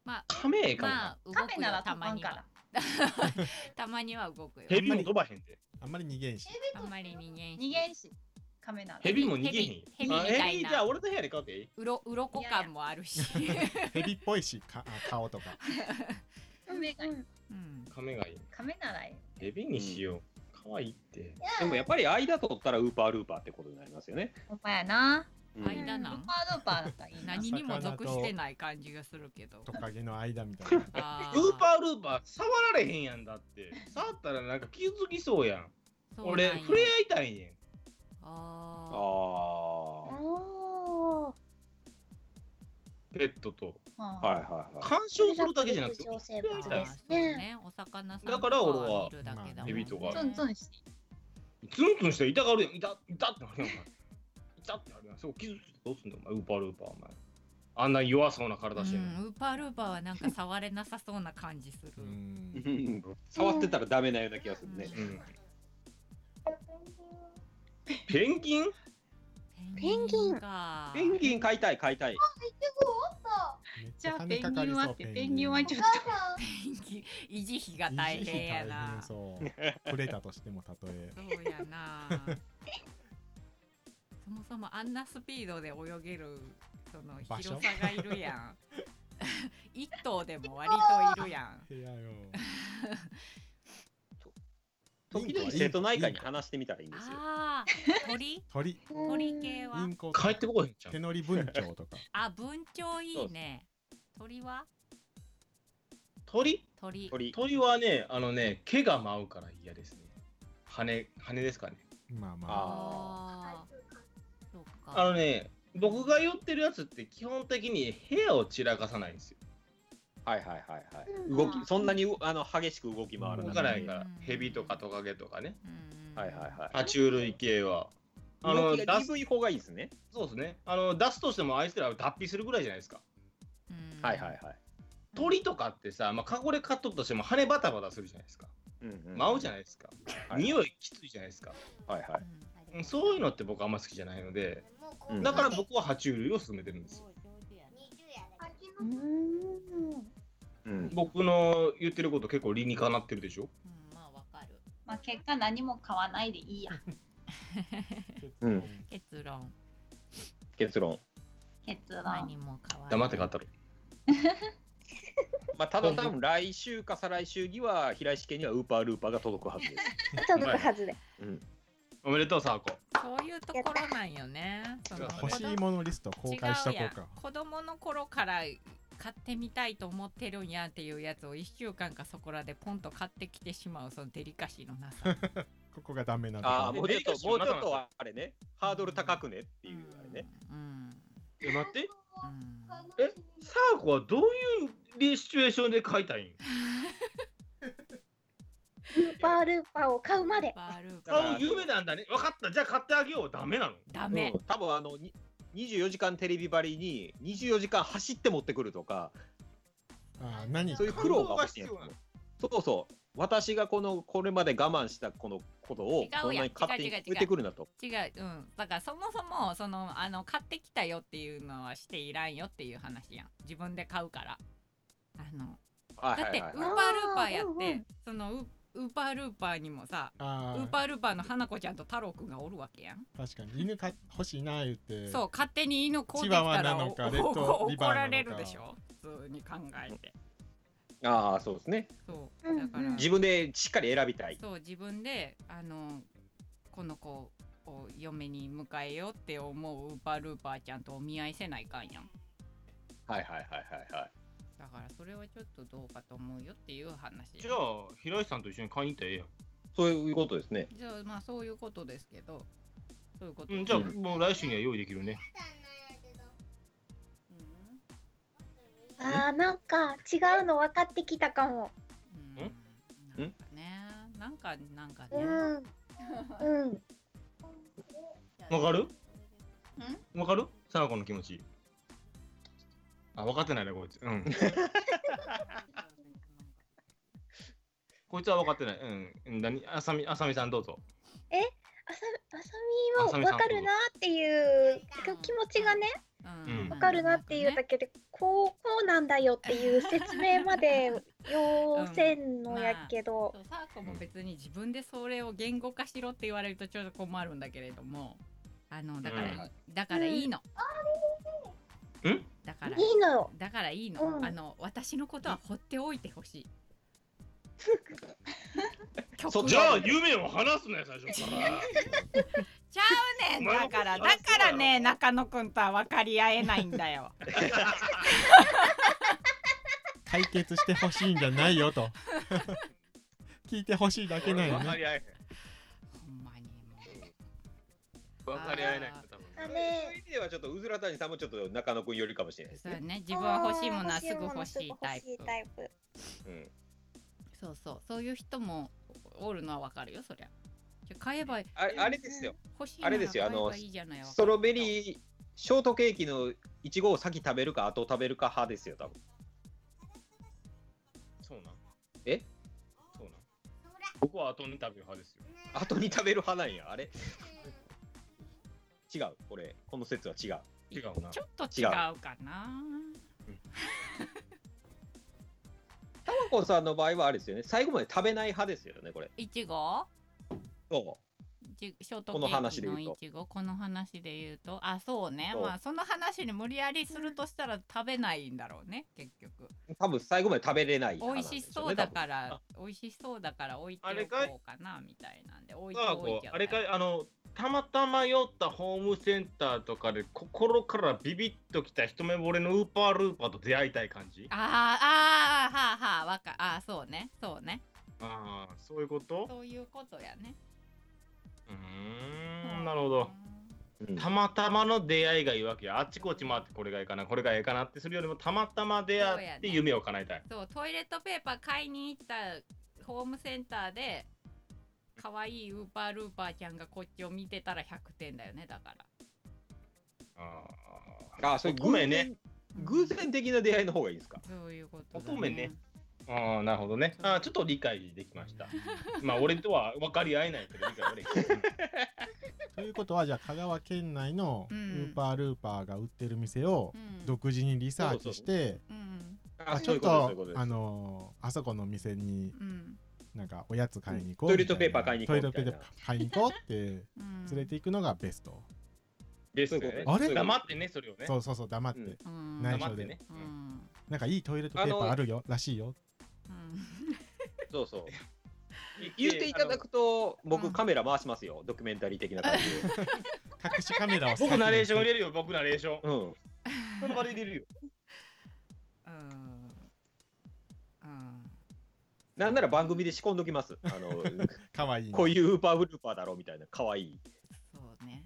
Speaker 1: まあ
Speaker 3: 亀ええかも
Speaker 1: ま
Speaker 3: な
Speaker 1: あ。動く
Speaker 4: カメな
Speaker 1: よ
Speaker 4: ら
Speaker 1: た
Speaker 4: た
Speaker 1: ま
Speaker 4: まん
Speaker 1: に
Speaker 4: か
Speaker 1: は
Speaker 4: ら
Speaker 1: たまには動くよ
Speaker 3: ヘビも飛ばへんで。
Speaker 5: あんまり逃げ
Speaker 4: <laughs>
Speaker 5: んし。
Speaker 1: あんまり人間
Speaker 4: 逃げんしカメなら
Speaker 3: ヘビも逃げへんよ。
Speaker 1: ヘビみた
Speaker 3: あ
Speaker 1: い
Speaker 3: ヘビ
Speaker 1: な
Speaker 3: じゃあ俺の部屋で飼っていいう
Speaker 1: ろ鱗感もあるし
Speaker 5: ヘビっぽいし、かあ顔
Speaker 4: <laughs>
Speaker 5: とか。
Speaker 4: 目が
Speaker 1: うん
Speaker 3: 亀がいい。
Speaker 4: 亀ならいい
Speaker 3: ヘビにしよう。可愛いって。
Speaker 6: でもやっぱり間取ったらウーパールーパーってことになりますよね。
Speaker 4: ほんまやな
Speaker 6: うん
Speaker 1: 間な
Speaker 4: ル
Speaker 1: ん
Speaker 4: パールパーだったらいいな
Speaker 1: 何にも属してない感じがするけど
Speaker 5: トカゲの間みたいな。
Speaker 1: あ
Speaker 3: ウーパールーパー触られへんやんだって触ったらなんか傷つきそうやん
Speaker 1: ー
Speaker 3: 俺触れ合いたいねん
Speaker 1: あ
Speaker 6: あ
Speaker 8: おお。
Speaker 3: ペットと
Speaker 6: あ、はいはいはい。
Speaker 3: 干渉するだけじゃなくて
Speaker 8: 女性
Speaker 1: ー
Speaker 8: 物
Speaker 1: あー
Speaker 8: で
Speaker 1: そ
Speaker 8: す
Speaker 1: う
Speaker 8: ね。
Speaker 1: ねお魚さん
Speaker 3: だから俺は
Speaker 1: 見るだけだもんね
Speaker 5: エビと
Speaker 3: か
Speaker 4: ツンツンして
Speaker 3: ツンツンして痛がるやん。痛っ、痛ってなるやん、お前。痛ってなるやん。そう、傷ついてどうすんだ、お前。ウーパールーパー、お前。あんな弱そうな体してるのに。
Speaker 1: うんウーパールーパーはなんか触れなさそうな感じする。
Speaker 6: 触ってたらダメなような気がするね。
Speaker 3: うんペンギン
Speaker 1: ペンギンか。
Speaker 6: ペンギン飼いたい飼いたい。
Speaker 4: じゃあペンギンはってペンギンはちょっ
Speaker 1: ペンギン維持費が大変やな。そ
Speaker 5: そう。プレーターとしてもたとえ。
Speaker 1: うやな。そもそもあんなスピードで泳げるその
Speaker 5: 場所
Speaker 1: 広さがいるや <laughs> ん。一頭でも割といるやん。
Speaker 5: 部屋
Speaker 4: <laughs>
Speaker 5: よ。
Speaker 6: 時々瀬戸内海に話してみたらいいんですよ。
Speaker 1: ああ、鳥
Speaker 5: 鳥。
Speaker 1: 鳥系
Speaker 5: イ
Speaker 1: は
Speaker 5: ン。コ。
Speaker 3: 帰ってこいへんじゃ
Speaker 5: 手
Speaker 3: ん。
Speaker 5: 乗り文鳥とか。
Speaker 1: あ、文鳥いいね。鳥は
Speaker 3: 鳥
Speaker 1: 鳥。
Speaker 6: 鳥。
Speaker 3: 鳥はね、あのね、毛が舞うから嫌ですね。羽、羽ですかね。
Speaker 5: まあまあ。
Speaker 1: ああ。そう
Speaker 3: あ
Speaker 1: か。
Speaker 3: のね、僕が寄ってるやつって基本的に部屋を散らかさないんですよ。
Speaker 6: はいはいはいはい。動きそんなにうあの激しく動き回る
Speaker 3: 動
Speaker 6: な
Speaker 3: か
Speaker 6: は
Speaker 3: ないいから
Speaker 1: うん、
Speaker 3: ヘビとかトカゲとかね、
Speaker 1: うん
Speaker 6: はいは
Speaker 3: 爬虫類系は。あ
Speaker 6: い。動
Speaker 3: の
Speaker 6: き
Speaker 3: 出
Speaker 6: が
Speaker 3: す
Speaker 6: 鈍い方がいいですね。
Speaker 3: そうですね。あの出すとしてもあいつらは脱皮するぐらいじゃないですか。
Speaker 1: うん
Speaker 6: はいはいはい。
Speaker 3: 鳥とかってさ、まあ、カゴで飼っとったとしても羽バタバタするじゃないですか。
Speaker 6: うんうん
Speaker 3: 舞うじゃないですか。
Speaker 6: はい
Speaker 3: 匂いきついじゃないですか。
Speaker 6: はいは
Speaker 1: うん
Speaker 3: うんそういうのって僕あんま好きじゃないので、
Speaker 6: うん
Speaker 3: だから僕は爬虫類を勧めてるんですよ。
Speaker 6: い。うん。
Speaker 3: 僕の言ってること結構理にかなってるでしょ
Speaker 1: うんまあわかる。
Speaker 4: まあ結果何も買わないでいいや
Speaker 6: うん
Speaker 1: 結論
Speaker 6: 結論。
Speaker 4: 結論
Speaker 1: 何も変わらない。
Speaker 3: 黙って買ったろ。
Speaker 6: まあただ多分来週か再来週には平石家にはウーパールーパーが届くはずです。
Speaker 8: 届くはずで。
Speaker 6: うん。
Speaker 3: おめでとう、サーコ。
Speaker 1: そういうところなんよね。その
Speaker 5: 欲しいものリスト公開しとこう
Speaker 1: 違や
Speaker 5: か
Speaker 1: ん。子供の頃から買ってみたいと思ってるんやっていうやつを1週間かそこらでポンと買ってきてしまうそのデリカシーのなさ
Speaker 5: ここがダメなとこ
Speaker 6: ああもうちょっ
Speaker 3: え
Speaker 6: ともうちょっとはあれねハードル高くねっていうあれね。
Speaker 1: うん
Speaker 3: え、待って。
Speaker 1: うん
Speaker 3: えサーコはどういうシチュエーションで書いたいん
Speaker 8: ウーパールーパーを買うまで。
Speaker 1: バルー
Speaker 6: だから
Speaker 1: バ
Speaker 3: あ、夢なんだね。分かった。じゃあ買ってあげよう。ダメなの
Speaker 1: ダメ、
Speaker 6: うん多分あのに24時間テレビばりに24時間走って持ってくるとか
Speaker 5: ああ何
Speaker 6: そういう苦労が欲しいん
Speaker 3: 感動が必要なの
Speaker 6: そうそう私がこのこれまで我慢したこのことを
Speaker 1: 違うやん
Speaker 6: そんなに勝手に
Speaker 1: 違う違う違う
Speaker 6: 超えてくるなと
Speaker 1: 違ううんだからそもそもそのあの買ってきたよっていうのはしていらんよっていう話やん自分で買うからあの
Speaker 6: はい
Speaker 1: だっ
Speaker 6: は
Speaker 1: て
Speaker 6: い
Speaker 1: ウー
Speaker 6: はい
Speaker 1: パー
Speaker 6: はい
Speaker 1: ルーパーやって、
Speaker 8: あーうんう
Speaker 1: そのウウーパールーパーにもさウ
Speaker 5: あ
Speaker 1: ーパールーパーの花子ちゃんと太郎くんがおるわけやん
Speaker 5: あ確かに犬か欲しいな言って
Speaker 1: そう勝手に犬こうでき
Speaker 5: チワワ
Speaker 1: た
Speaker 5: な
Speaker 1: ら
Speaker 5: の
Speaker 1: お
Speaker 5: かレッド
Speaker 1: お
Speaker 5: リ
Speaker 1: 怒
Speaker 5: バーなのから
Speaker 1: れるでしょ普通に考えて
Speaker 6: ああそうですね
Speaker 1: そう
Speaker 8: うんう
Speaker 1: だ
Speaker 8: ん
Speaker 1: から、
Speaker 6: 自分でしっかり選びたい
Speaker 1: そう自分であのこの子を嫁に迎えようって思うウーパールーパーちゃんとお見合いせないかんやん
Speaker 6: はいはいはいはいはい
Speaker 1: だからそれはちょっとどうかと思うよっていう話
Speaker 3: じゃあ、平石さんと一緒に買いに行ったらええやん。
Speaker 6: そういうことですね
Speaker 1: じゃあまあそういうことですけどそういうこと、
Speaker 3: うん、じゃあ、
Speaker 6: うん
Speaker 3: もう来週には用意できるね。
Speaker 1: うん
Speaker 8: あーなんか違うの分かってきたかも。
Speaker 1: うん
Speaker 3: ん
Speaker 1: なんかねなんかなんかね、
Speaker 8: うん。うん。
Speaker 3: わかるわかるサナコの気持ち。あ、分かってないね、こいつ。 <laughs> うん。こいつは分かってない。うん。何あさみ、あさみさんどうぞ。
Speaker 8: あさあさみは分かるなっていう気持ちがね
Speaker 1: うん
Speaker 3: うん
Speaker 8: 分かるなっていうだけでこうこうなんだよっていう説明まで要せんのやけど
Speaker 1: そうサーコも別に自分でそれを言語化しろって言われるとちょっと困るんだけれどもあのだから、だからいいの、
Speaker 3: うん
Speaker 1: だから
Speaker 8: いいのよ。
Speaker 1: だからいいの、
Speaker 8: うん
Speaker 1: あの私のことは放っておいてほしい
Speaker 6: そ
Speaker 1: 曲
Speaker 6: じゃあ
Speaker 3: 夢を話すなよ、最初から。 <laughs>
Speaker 1: ちゃうねんだからだからね中野くんとは分かり合えないんだよ
Speaker 5: 解決してほしいんじゃない
Speaker 1: <laughs>
Speaker 5: よと聞いてほしいだけな
Speaker 3: 分
Speaker 5: よ
Speaker 3: か
Speaker 5: ね
Speaker 3: り合え
Speaker 1: ほんまにもう
Speaker 3: へん。分かり合えないんだ、多分。
Speaker 8: あ
Speaker 6: そういう
Speaker 8: れ
Speaker 6: 意味ではちょっとうずら谷さんもちょっと中野くんよりかもしれないで
Speaker 1: そ
Speaker 6: す
Speaker 1: う
Speaker 6: ね
Speaker 1: やね自分は欲しいものはすぐ欲しいタイプ
Speaker 8: 欲しいタイプ。
Speaker 6: うん
Speaker 1: そうそうそういう人もおるのは分かるよそりゃじゃあ買えば
Speaker 6: あれあれですよ、
Speaker 1: 欲しい
Speaker 6: あれです
Speaker 1: な
Speaker 6: よ
Speaker 1: ら買えば
Speaker 6: あの
Speaker 1: いいじゃないわ
Speaker 6: ストロベリー、ショートケーキのいちごを先食べるか、後食べるか派ですよ、多分
Speaker 3: そうなん
Speaker 6: え
Speaker 3: そうなん僕は後に食べる派ですよ。
Speaker 6: 後に食べる派なんや、あれ違う、これ、この説は違う。
Speaker 3: 違うな
Speaker 1: ち。ょっと違
Speaker 6: 違
Speaker 1: う
Speaker 6: う
Speaker 1: かな
Speaker 6: タマコさんの場合はあれですよね、最後まで食べない派ですよね、これ。
Speaker 1: いちご
Speaker 6: そ
Speaker 1: じショートケ
Speaker 6: この
Speaker 1: ー
Speaker 6: 話
Speaker 1: キ
Speaker 6: で言
Speaker 1: の
Speaker 6: う
Speaker 1: い
Speaker 6: と
Speaker 1: ちごこの話で言うとあそうね
Speaker 6: そう
Speaker 1: まあその話に無理やりするとしたら食べないんだろうね結局
Speaker 6: う、多分最後まで食べれない
Speaker 1: 美
Speaker 6: 派
Speaker 1: 味
Speaker 6: なんで
Speaker 1: し
Speaker 6: しょ
Speaker 1: そうう
Speaker 6: ね
Speaker 1: だから美味しそうだから置いて
Speaker 3: あれ
Speaker 1: お
Speaker 3: かい
Speaker 1: こうかなみたいなんで置いて
Speaker 3: だから
Speaker 1: おい
Speaker 3: こ
Speaker 1: ち
Speaker 3: う
Speaker 1: ゃう
Speaker 3: あれかいあのたまたま寄ったホームセンターとかで心からビビッときた一目惚れのウーパールーパーと出会いたい感じ
Speaker 1: あーあーはあはあわかあーそうねそうね
Speaker 3: ああそういうこと
Speaker 1: そういうことやね
Speaker 3: うーんなるほど
Speaker 6: 多分
Speaker 3: たまたまの出会いがいいわけよあっちこっち回ってこれがいいかなこれがいいかなってするよりもたまたま出
Speaker 1: そう
Speaker 3: 会
Speaker 1: やね
Speaker 3: って夢を叶えたい
Speaker 1: そうトイレットペーパー買いに行ったホームセンターで可愛いウーパールーパーちゃんがこっちを見てたら100点だよねだから
Speaker 3: あー
Speaker 6: あ、それ
Speaker 3: ご
Speaker 6: 偶
Speaker 3: めん
Speaker 6: 然
Speaker 3: ね
Speaker 6: ね。偶然的な出会いの方がいいんですか
Speaker 1: そういうことだ、
Speaker 3: 乙女ねああなるほどねあーちょっと理解できましたまあ俺とは分かり合えないけど理解はできた
Speaker 5: ということはじゃあ香川県内のウ
Speaker 1: うん
Speaker 5: ーパールーパーが売ってる店を
Speaker 1: うん
Speaker 5: 独自にリサーチして、
Speaker 1: うん
Speaker 6: あ、
Speaker 5: ち
Speaker 6: そ
Speaker 5: ょ
Speaker 6: うい
Speaker 5: っ
Speaker 6: うことですそういうこととです
Speaker 5: あのーあそこの店に
Speaker 1: うん
Speaker 5: なんかおやつ買いに行こう
Speaker 6: トイレ
Speaker 5: み
Speaker 6: ッ
Speaker 5: た
Speaker 6: ト
Speaker 5: いな、
Speaker 6: ペーパー買いに行こう
Speaker 5: トイレットペーパー買いに行こうって
Speaker 1: うん
Speaker 5: 連れて行くのがベスト、
Speaker 3: ですよ
Speaker 6: そうい
Speaker 3: ね
Speaker 6: う
Speaker 5: ことですあれ
Speaker 3: 黙ってねそれをね
Speaker 5: そうそうそう黙って、
Speaker 6: うん
Speaker 1: うん
Speaker 5: 内緒
Speaker 3: 黙ってね
Speaker 1: う
Speaker 3: うん
Speaker 1: ん
Speaker 5: なんかいいトイレットペーパーあるよらしいよ
Speaker 1: うん
Speaker 6: そうそう。言っていただくと、僕カメラ回しますよ、ドキュメンタリー的な感じで。 <laughs>
Speaker 5: 隠しカメラを
Speaker 3: 僕ナレーション入
Speaker 5: れ
Speaker 3: れるよ、 <laughs> 僕ナレーション。
Speaker 6: うん。
Speaker 3: その場で入れるよ。
Speaker 1: うんうん
Speaker 6: なんなら番組で仕込んどきます。あの、
Speaker 5: かわいい
Speaker 6: こういううウーパーブルーパーだろうみたいな、可愛い。
Speaker 1: そうね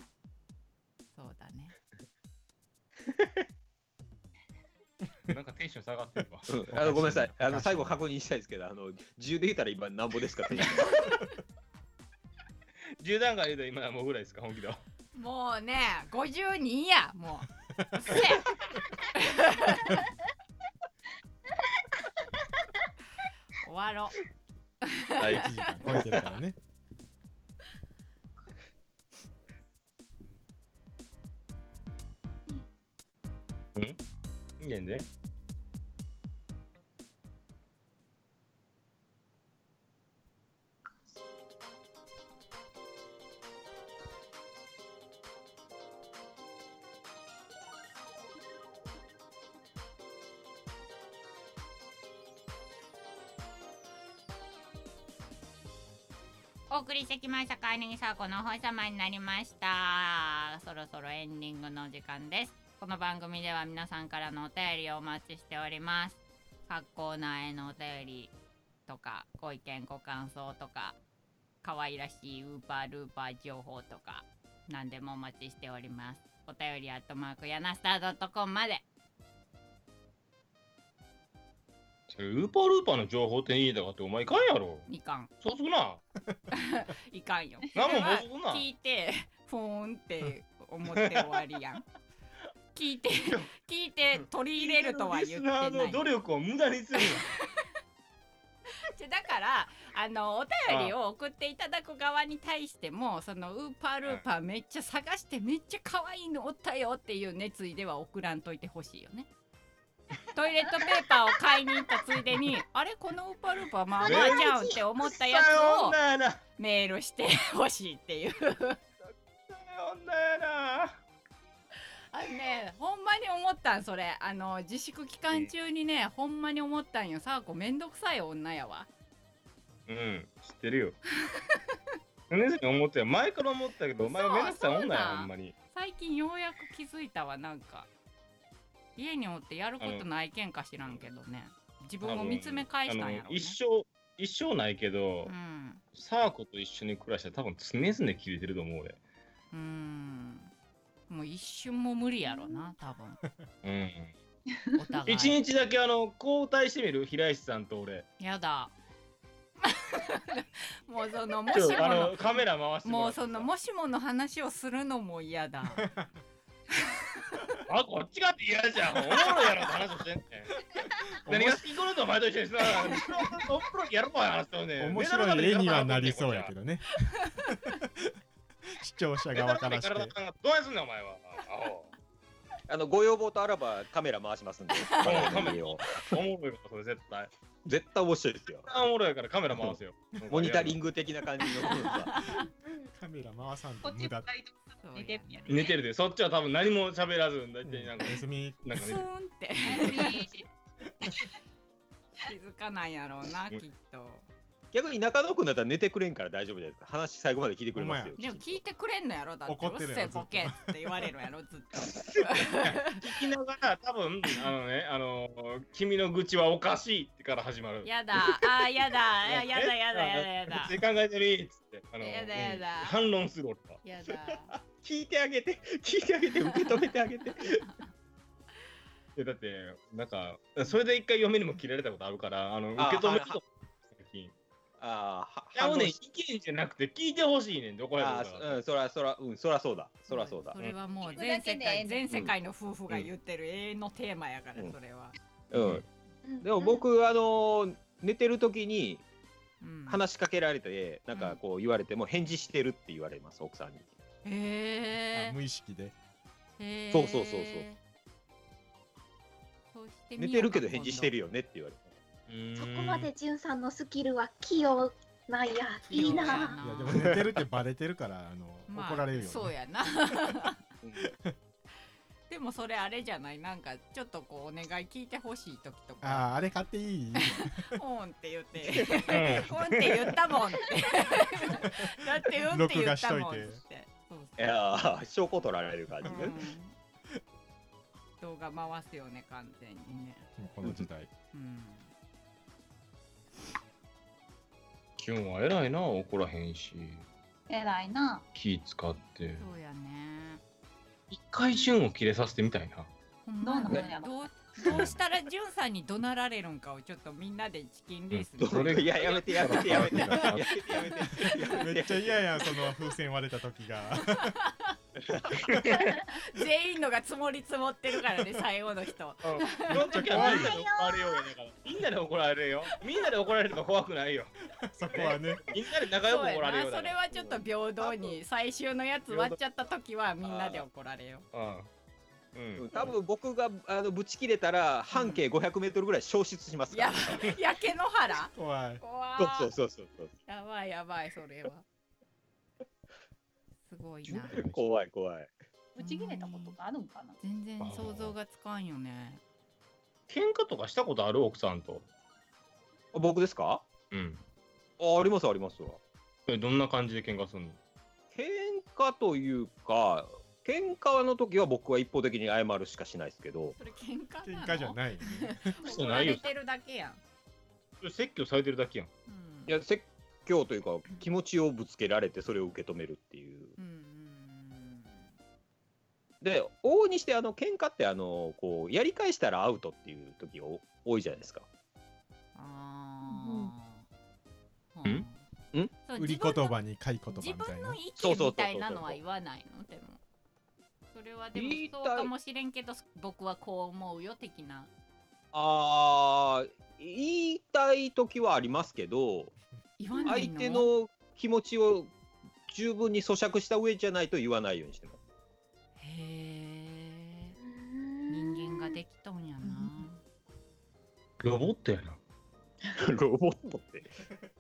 Speaker 1: そうだね
Speaker 3: なんかテンション下がってるわ。
Speaker 6: うんあの、ごめんなさい。あ
Speaker 5: おかしいな
Speaker 6: の、最後確認したいですけど、あの、10で言ったら今なんぼですかって。
Speaker 3: 10段階で今はもうぐらいですか、本気では。
Speaker 1: もうね52やもううっせえ終わろう
Speaker 3: はい。
Speaker 5: 1時間超えてるからね
Speaker 3: いいねんね。
Speaker 1: お送りしてきました「カーネギサーコのお星様になりました」そろそろエンディングの時間ですこの番組では皆さんからのお便りをお待ちしております各コーナーへのお便りとかご意見ご感想とか可愛らしいウーパールーパー情報とか何でもお待ちしておりますお便りアットマークやなスター .com まで
Speaker 3: それウーパールーパーの情報手に入れたかってお前いかんやろ。
Speaker 1: いかん
Speaker 3: そうするな。
Speaker 1: いかんよ
Speaker 3: 何ももうそんな。
Speaker 1: 聞いて <laughs> ふーんって思って終わりやん聞い
Speaker 3: <laughs>
Speaker 1: て聞いて取り入れるとは言ってない
Speaker 3: リスナーの努力を無駄にするな。
Speaker 1: じゃだからあのお便りを送っていただく側に対してもそのウーパールーパーめっちゃ探してめっちゃ可愛いのおったよっていう熱意では送らんといてほしいよねトイレットペーパーを買いに行ったついで
Speaker 3: <laughs>
Speaker 1: にあれこのウーパールーパーまあまあじゃんって思ったや
Speaker 3: さ
Speaker 1: つ
Speaker 3: よ
Speaker 1: を
Speaker 3: ならな。さ
Speaker 1: メールしてほしいっていう
Speaker 3: よなら。
Speaker 1: あのね、ほんまに思ったんそれあの自粛期間中にねほんまに思ったんよさあこめんどくさい女やわ
Speaker 3: うん、知ってる
Speaker 1: <laughs>
Speaker 3: よ。常々思ってたよ前から思ったけど、お前は目立つた女
Speaker 1: そう
Speaker 3: や
Speaker 1: な、ん
Speaker 3: ほんまに。
Speaker 1: 最近ようやく気づいたわなんか家におってやることないけんか知らんけどね自分を見つめ返したんや
Speaker 3: あ
Speaker 1: ろ、
Speaker 3: の
Speaker 1: ね、
Speaker 3: 一生、一生ないけど、
Speaker 1: うん
Speaker 3: サーコと一緒に暮らしたら多分常々切れてると思う俺。
Speaker 1: うんもう一瞬も無理やろな多分
Speaker 3: うん。
Speaker 1: お互
Speaker 3: 一
Speaker 1: い
Speaker 3: 日だけあの交代してみる平石さんと俺。
Speaker 1: やだ <laughs> もうそのも
Speaker 3: ち
Speaker 1: し
Speaker 3: ょ
Speaker 1: も
Speaker 3: あ
Speaker 1: の
Speaker 3: のカメラ回しても
Speaker 1: も
Speaker 3: ら
Speaker 1: う
Speaker 3: って
Speaker 1: そ
Speaker 3: いいです
Speaker 1: の
Speaker 3: か
Speaker 1: もしもの話をするのも嫌だ
Speaker 3: あこっちがって嫌じゃんおもろいやろって話をしてんねん何が好きこるのお前と一緒にさお風呂やろうや話してんねん
Speaker 5: 面白い絵にはなりそうやけど
Speaker 3: <laughs>
Speaker 5: ね視聴者側からして
Speaker 3: メダルの体がどうやすんねんお前はアホ
Speaker 6: あのご要望とあらばカメラ回しますんで、
Speaker 3: カメラ
Speaker 6: を
Speaker 3: おもろいことそれ絶対絶
Speaker 6: 絶対面白いですよ。
Speaker 3: 対おもろいからカメラ回すよ
Speaker 6: モニタリ
Speaker 3: ン
Speaker 6: ング的な感じの部分が。
Speaker 5: カメラ回さん
Speaker 4: ことっ
Speaker 5: 無
Speaker 4: ちも
Speaker 5: 駄
Speaker 4: 台所寝てるんやで。
Speaker 3: 寝てるでそっちは多分何も喋らず大
Speaker 5: うん
Speaker 3: 体なんか
Speaker 5: おやすみ
Speaker 3: なんか
Speaker 1: スー
Speaker 3: ね
Speaker 1: ンって
Speaker 4: <laughs>
Speaker 1: 気づかないやろうなきっと
Speaker 6: 逆に中野くんだったら寝てくれんから大丈夫じゃないですか。話最後まで聞いてくれますよ。
Speaker 1: でも聞いてくれんのやろだって
Speaker 5: 怒ってるやろ
Speaker 1: うっせえボケって言われるやろずっと
Speaker 3: 聞きながら多分あのねあの君の愚痴はおかしいってから始ま
Speaker 1: <laughs>
Speaker 3: る
Speaker 1: やだあーやだあーやだやだやだやだ
Speaker 3: 時間考えてるっつってあの
Speaker 1: やだやだ
Speaker 3: うん反論する俺は
Speaker 6: <laughs>
Speaker 1: やだ
Speaker 6: 聞いてあげて、聞いてあげて、受け止めてあげて。
Speaker 3: いやだってなんかそれで一回嫁にも切られたことあるからあの受
Speaker 6: あ
Speaker 3: け止める
Speaker 6: はいは
Speaker 3: と最近
Speaker 6: ああ、
Speaker 3: ちゃうねん
Speaker 6: 反応
Speaker 3: 意
Speaker 6: し
Speaker 3: 見じゃなくて聞いてほしいねんどこや
Speaker 6: あ
Speaker 3: るか
Speaker 6: ー、うん、そらそら、うん、そらそうだ、そらそうだ
Speaker 1: そ。れはもう全世界全世界の夫婦が言ってる永遠のテーマやから
Speaker 6: うん
Speaker 1: それは、
Speaker 6: うん。でも僕、あのー寝てる時に
Speaker 1: うん、
Speaker 6: 話しかけられて、なんかこう言われても返事してるって言われます、奥さんに。
Speaker 5: あ
Speaker 1: へ
Speaker 5: 無意識で
Speaker 1: え
Speaker 6: そうそうそうそう
Speaker 1: そうしてみようか
Speaker 6: 寝てるけど返事してるよねって言われて。
Speaker 3: そ
Speaker 8: そこまでじゅんさんのスキルは器用なんや
Speaker 1: 今度
Speaker 8: いい
Speaker 1: 器用や
Speaker 8: な。
Speaker 5: いやでも寝てるってバレてるからあの、
Speaker 1: まあ
Speaker 5: 怒られるよ、ね、
Speaker 1: そうやな <laughs>
Speaker 6: うん
Speaker 1: でもそれあれじゃないなんかちょっとこうお願い聞いてほしい時と
Speaker 5: あ
Speaker 1: か
Speaker 5: ああれ買ってい
Speaker 1: <laughs>
Speaker 5: い
Speaker 1: 「オン」って言って「オン」って言ったもんって <laughs> だって「うん」って言ったもんっ
Speaker 5: 録画しとい
Speaker 1: つってそう
Speaker 6: い
Speaker 1: そう
Speaker 6: やー証拠取られる感じね、
Speaker 1: うん動画回すよね完全にね
Speaker 5: もうこの時代
Speaker 1: うん
Speaker 3: キュンは偉いな怒らへんし
Speaker 4: 偉いな。
Speaker 3: 気使って
Speaker 1: そうやね
Speaker 3: 一回キュンを切れさせてみたいな
Speaker 1: ほんまや
Speaker 4: どうなんやろ
Speaker 1: どうどうしたらじゅんさんに怒鳴られるんかをちょっとみんなでチキンレー
Speaker 6: <laughs>
Speaker 1: スで
Speaker 3: それ
Speaker 6: いややめてやめてやめてやめてやめて
Speaker 5: めっちゃ嫌やんその風船割れた時が <laughs>
Speaker 1: 全員のが積もり積もってるからね最後の人
Speaker 3: その時はみんなで怒られようやだからみんなで怒られるよみんなで怒られるのが怖くないよ
Speaker 5: そこはね
Speaker 3: みんなで仲良
Speaker 1: そ
Speaker 3: く
Speaker 1: うや
Speaker 3: 怒られ
Speaker 1: な
Speaker 3: ようだ
Speaker 1: それはちょっと平等に最終のやつ割っちゃった時はみんなで怒られよ
Speaker 3: はうんう
Speaker 6: うん
Speaker 3: ん
Speaker 6: 多分僕があのぶち切れたら半径500メートルぐらい消失しますから、
Speaker 1: やばい焼け野原
Speaker 5: 怖い
Speaker 1: 怖
Speaker 6: そう
Speaker 1: い
Speaker 6: そうそうそうそう
Speaker 1: やばいやばいそれはすごいな
Speaker 6: 怖い怖い
Speaker 4: ぶち切れたことがあるんかな。
Speaker 1: 全然想像がつかんよね
Speaker 3: 喧嘩とかしたことある奥さんと
Speaker 6: あ僕ですか
Speaker 3: うん
Speaker 6: あありますありますわ
Speaker 3: えどんな感じで喧嘩するの
Speaker 6: 喧嘩というか喧嘩の時は僕は一方的に謝るしかしないですけど
Speaker 1: それ喧嘩な
Speaker 5: 喧
Speaker 1: の
Speaker 5: 嘩じゃないよね
Speaker 1: 怒られてるだけやん、
Speaker 3: それ説教されてるだけやん
Speaker 1: うん、
Speaker 6: いや説教というか気持ちをぶつけられてそれを受け止めるっていう
Speaker 1: うんうんうん
Speaker 6: で往々にしてあの喧嘩ってあのこうやり返したらアウトっていう時がお多いじゃないですか
Speaker 1: あー
Speaker 3: うん
Speaker 1: うん
Speaker 6: ん
Speaker 1: そう
Speaker 5: 売り
Speaker 1: 自
Speaker 5: 言
Speaker 1: 分の
Speaker 5: 葉に買い言葉
Speaker 1: 自
Speaker 5: みたい
Speaker 1: 分
Speaker 5: な
Speaker 1: の意見みたいなのは言わないのでもそれはでも
Speaker 6: 言いたい
Speaker 1: そうかもしれんけど僕はこう思うよ的な
Speaker 6: あー言いたい時はありますけど
Speaker 1: 言わな
Speaker 6: 相
Speaker 1: いの
Speaker 6: 手の気持ちを十分に咀嚼した上じゃないと言わないようにしてます
Speaker 1: へえ人間ができとんやな
Speaker 3: ロボットやな
Speaker 6: <laughs> ロボットって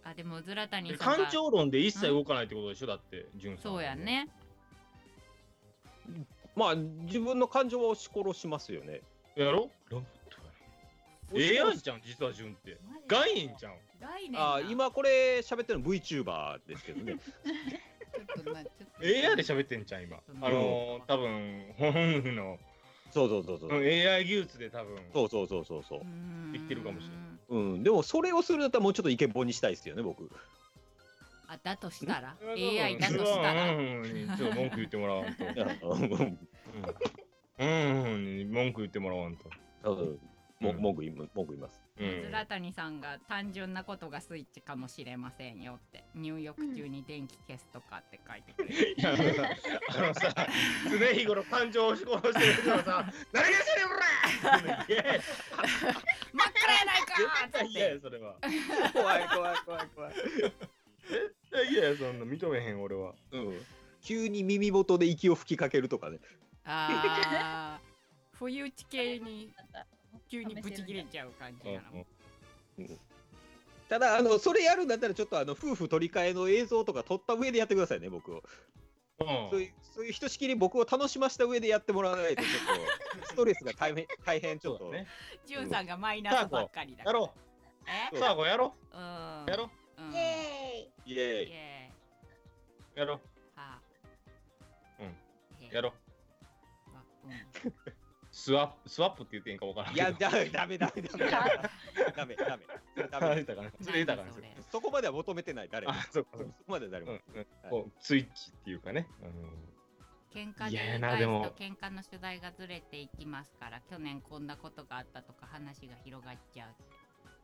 Speaker 1: あでもズラタニ
Speaker 3: え
Speaker 1: さんが
Speaker 3: 感情論で一切動かないってことでしょだって、純さん。
Speaker 1: そうや。ね
Speaker 6: まあ自分の感情は押し殺しますよね
Speaker 3: やろロボットやね。AI じゃん、実は純って。概念じゃん。
Speaker 1: 概念が
Speaker 6: あー今これ喋ってるの VTuber ですけ
Speaker 3: <laughs>
Speaker 6: どね
Speaker 1: ちょっとなちょっと
Speaker 3: AI で喋ってんじゃん、今。あのー、多分本部の
Speaker 6: そうそうそうそう
Speaker 3: うん AI 技術で多分
Speaker 6: そうそうそうそうそう
Speaker 1: うーん
Speaker 3: できてるかもしれな
Speaker 6: うん、でもそれをするんだったらもうちょっとイケボにしたいですよね僕
Speaker 1: あだとした
Speaker 3: <laughs>
Speaker 1: ら
Speaker 3: それは
Speaker 1: AI だとした
Speaker 3: う
Speaker 1: ら
Speaker 3: んうんうんちょっと文句言ってもらわんと。
Speaker 6: うん
Speaker 3: うんうんうん文句言ってもらわんと。
Speaker 6: うんも文句言い文句言います。
Speaker 3: うん
Speaker 1: ズラタニさんが単純なことがスイッチかもしれませんよって入浴中に電気消すとかって書いてくれる、
Speaker 3: いやあのさ、常日頃感情を押し殺してる人はさ、何がしてるブラ
Speaker 1: 真っ暗やない
Speaker 3: 絶
Speaker 1: かー
Speaker 3: 対
Speaker 1: っ
Speaker 3: 嫌
Speaker 1: て
Speaker 3: や、それは。
Speaker 6: 怖い怖い怖い怖い。
Speaker 3: 絶対嫌や、そんな認めへん、俺は。
Speaker 6: うん。急に耳元で息を吹きかけるとかね。
Speaker 1: あー不意打ち系に急にブチ切れちゃう感じなの、
Speaker 6: ただあのそれやるんだったらちょっとあの夫婦取り替えの映像とか撮った上でやってくださいね僕を、
Speaker 3: うん
Speaker 6: そういうそういうひとしきり僕を楽しました上でやってもらわないとちょっとストレスが大変大変ちょっと、
Speaker 3: そうだね
Speaker 1: ジュンさんがマイナスばっかりだ
Speaker 3: やろ
Speaker 1: え
Speaker 3: う、さあ、こうやろ
Speaker 1: うん
Speaker 3: う、やろ
Speaker 1: うん
Speaker 8: イエーイ
Speaker 6: イエー
Speaker 1: イ
Speaker 6: イ
Speaker 1: エー
Speaker 3: う、やろう、
Speaker 1: イは
Speaker 3: う
Speaker 1: うんん
Speaker 3: やろう。
Speaker 1: う
Speaker 3: スワップ、スワップって言っていいんか分からん
Speaker 6: い
Speaker 3: けど。
Speaker 6: やだダメダメダメダメダメダメダ
Speaker 3: あ
Speaker 6: メ
Speaker 3: 出たか <laughs> な。それ出たか
Speaker 1: 何
Speaker 3: な。そ
Speaker 1: そ
Speaker 3: れ
Speaker 1: れ
Speaker 6: そこまでは求めてない誰も
Speaker 3: あ、そうかそ
Speaker 6: そ
Speaker 3: う
Speaker 6: こ
Speaker 3: か。
Speaker 6: までは誰
Speaker 3: う
Speaker 6: も、
Speaker 3: んうんこうスイッチっていうかね。あの
Speaker 1: 喧嘩
Speaker 3: い
Speaker 1: で
Speaker 3: や
Speaker 1: 言い
Speaker 3: な
Speaker 1: 返す
Speaker 3: でも
Speaker 1: と喧嘩の取材がずれていきますから去年こんなことがあったとか話が広がっちゃう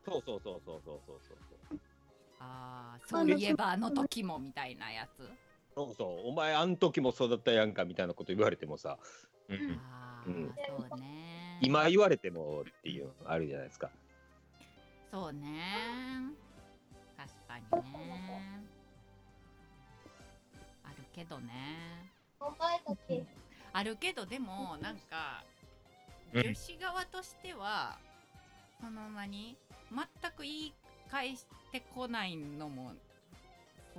Speaker 6: そうそうそうそうそうそうそう
Speaker 1: あーそういえばあの時もみたいなやつ
Speaker 6: そうそうお前あん時も育ったやんかみたいなこと言われてもさ
Speaker 3: うんうん
Speaker 1: ああ
Speaker 6: うん
Speaker 1: そうね
Speaker 6: 今言われてもっていうのあるじゃないですか
Speaker 1: そうね確かにねあるけどね
Speaker 9: お前たち。
Speaker 1: あるけどでもなんか
Speaker 3: うん
Speaker 1: 女子側としてはその何全く言い返してこないのも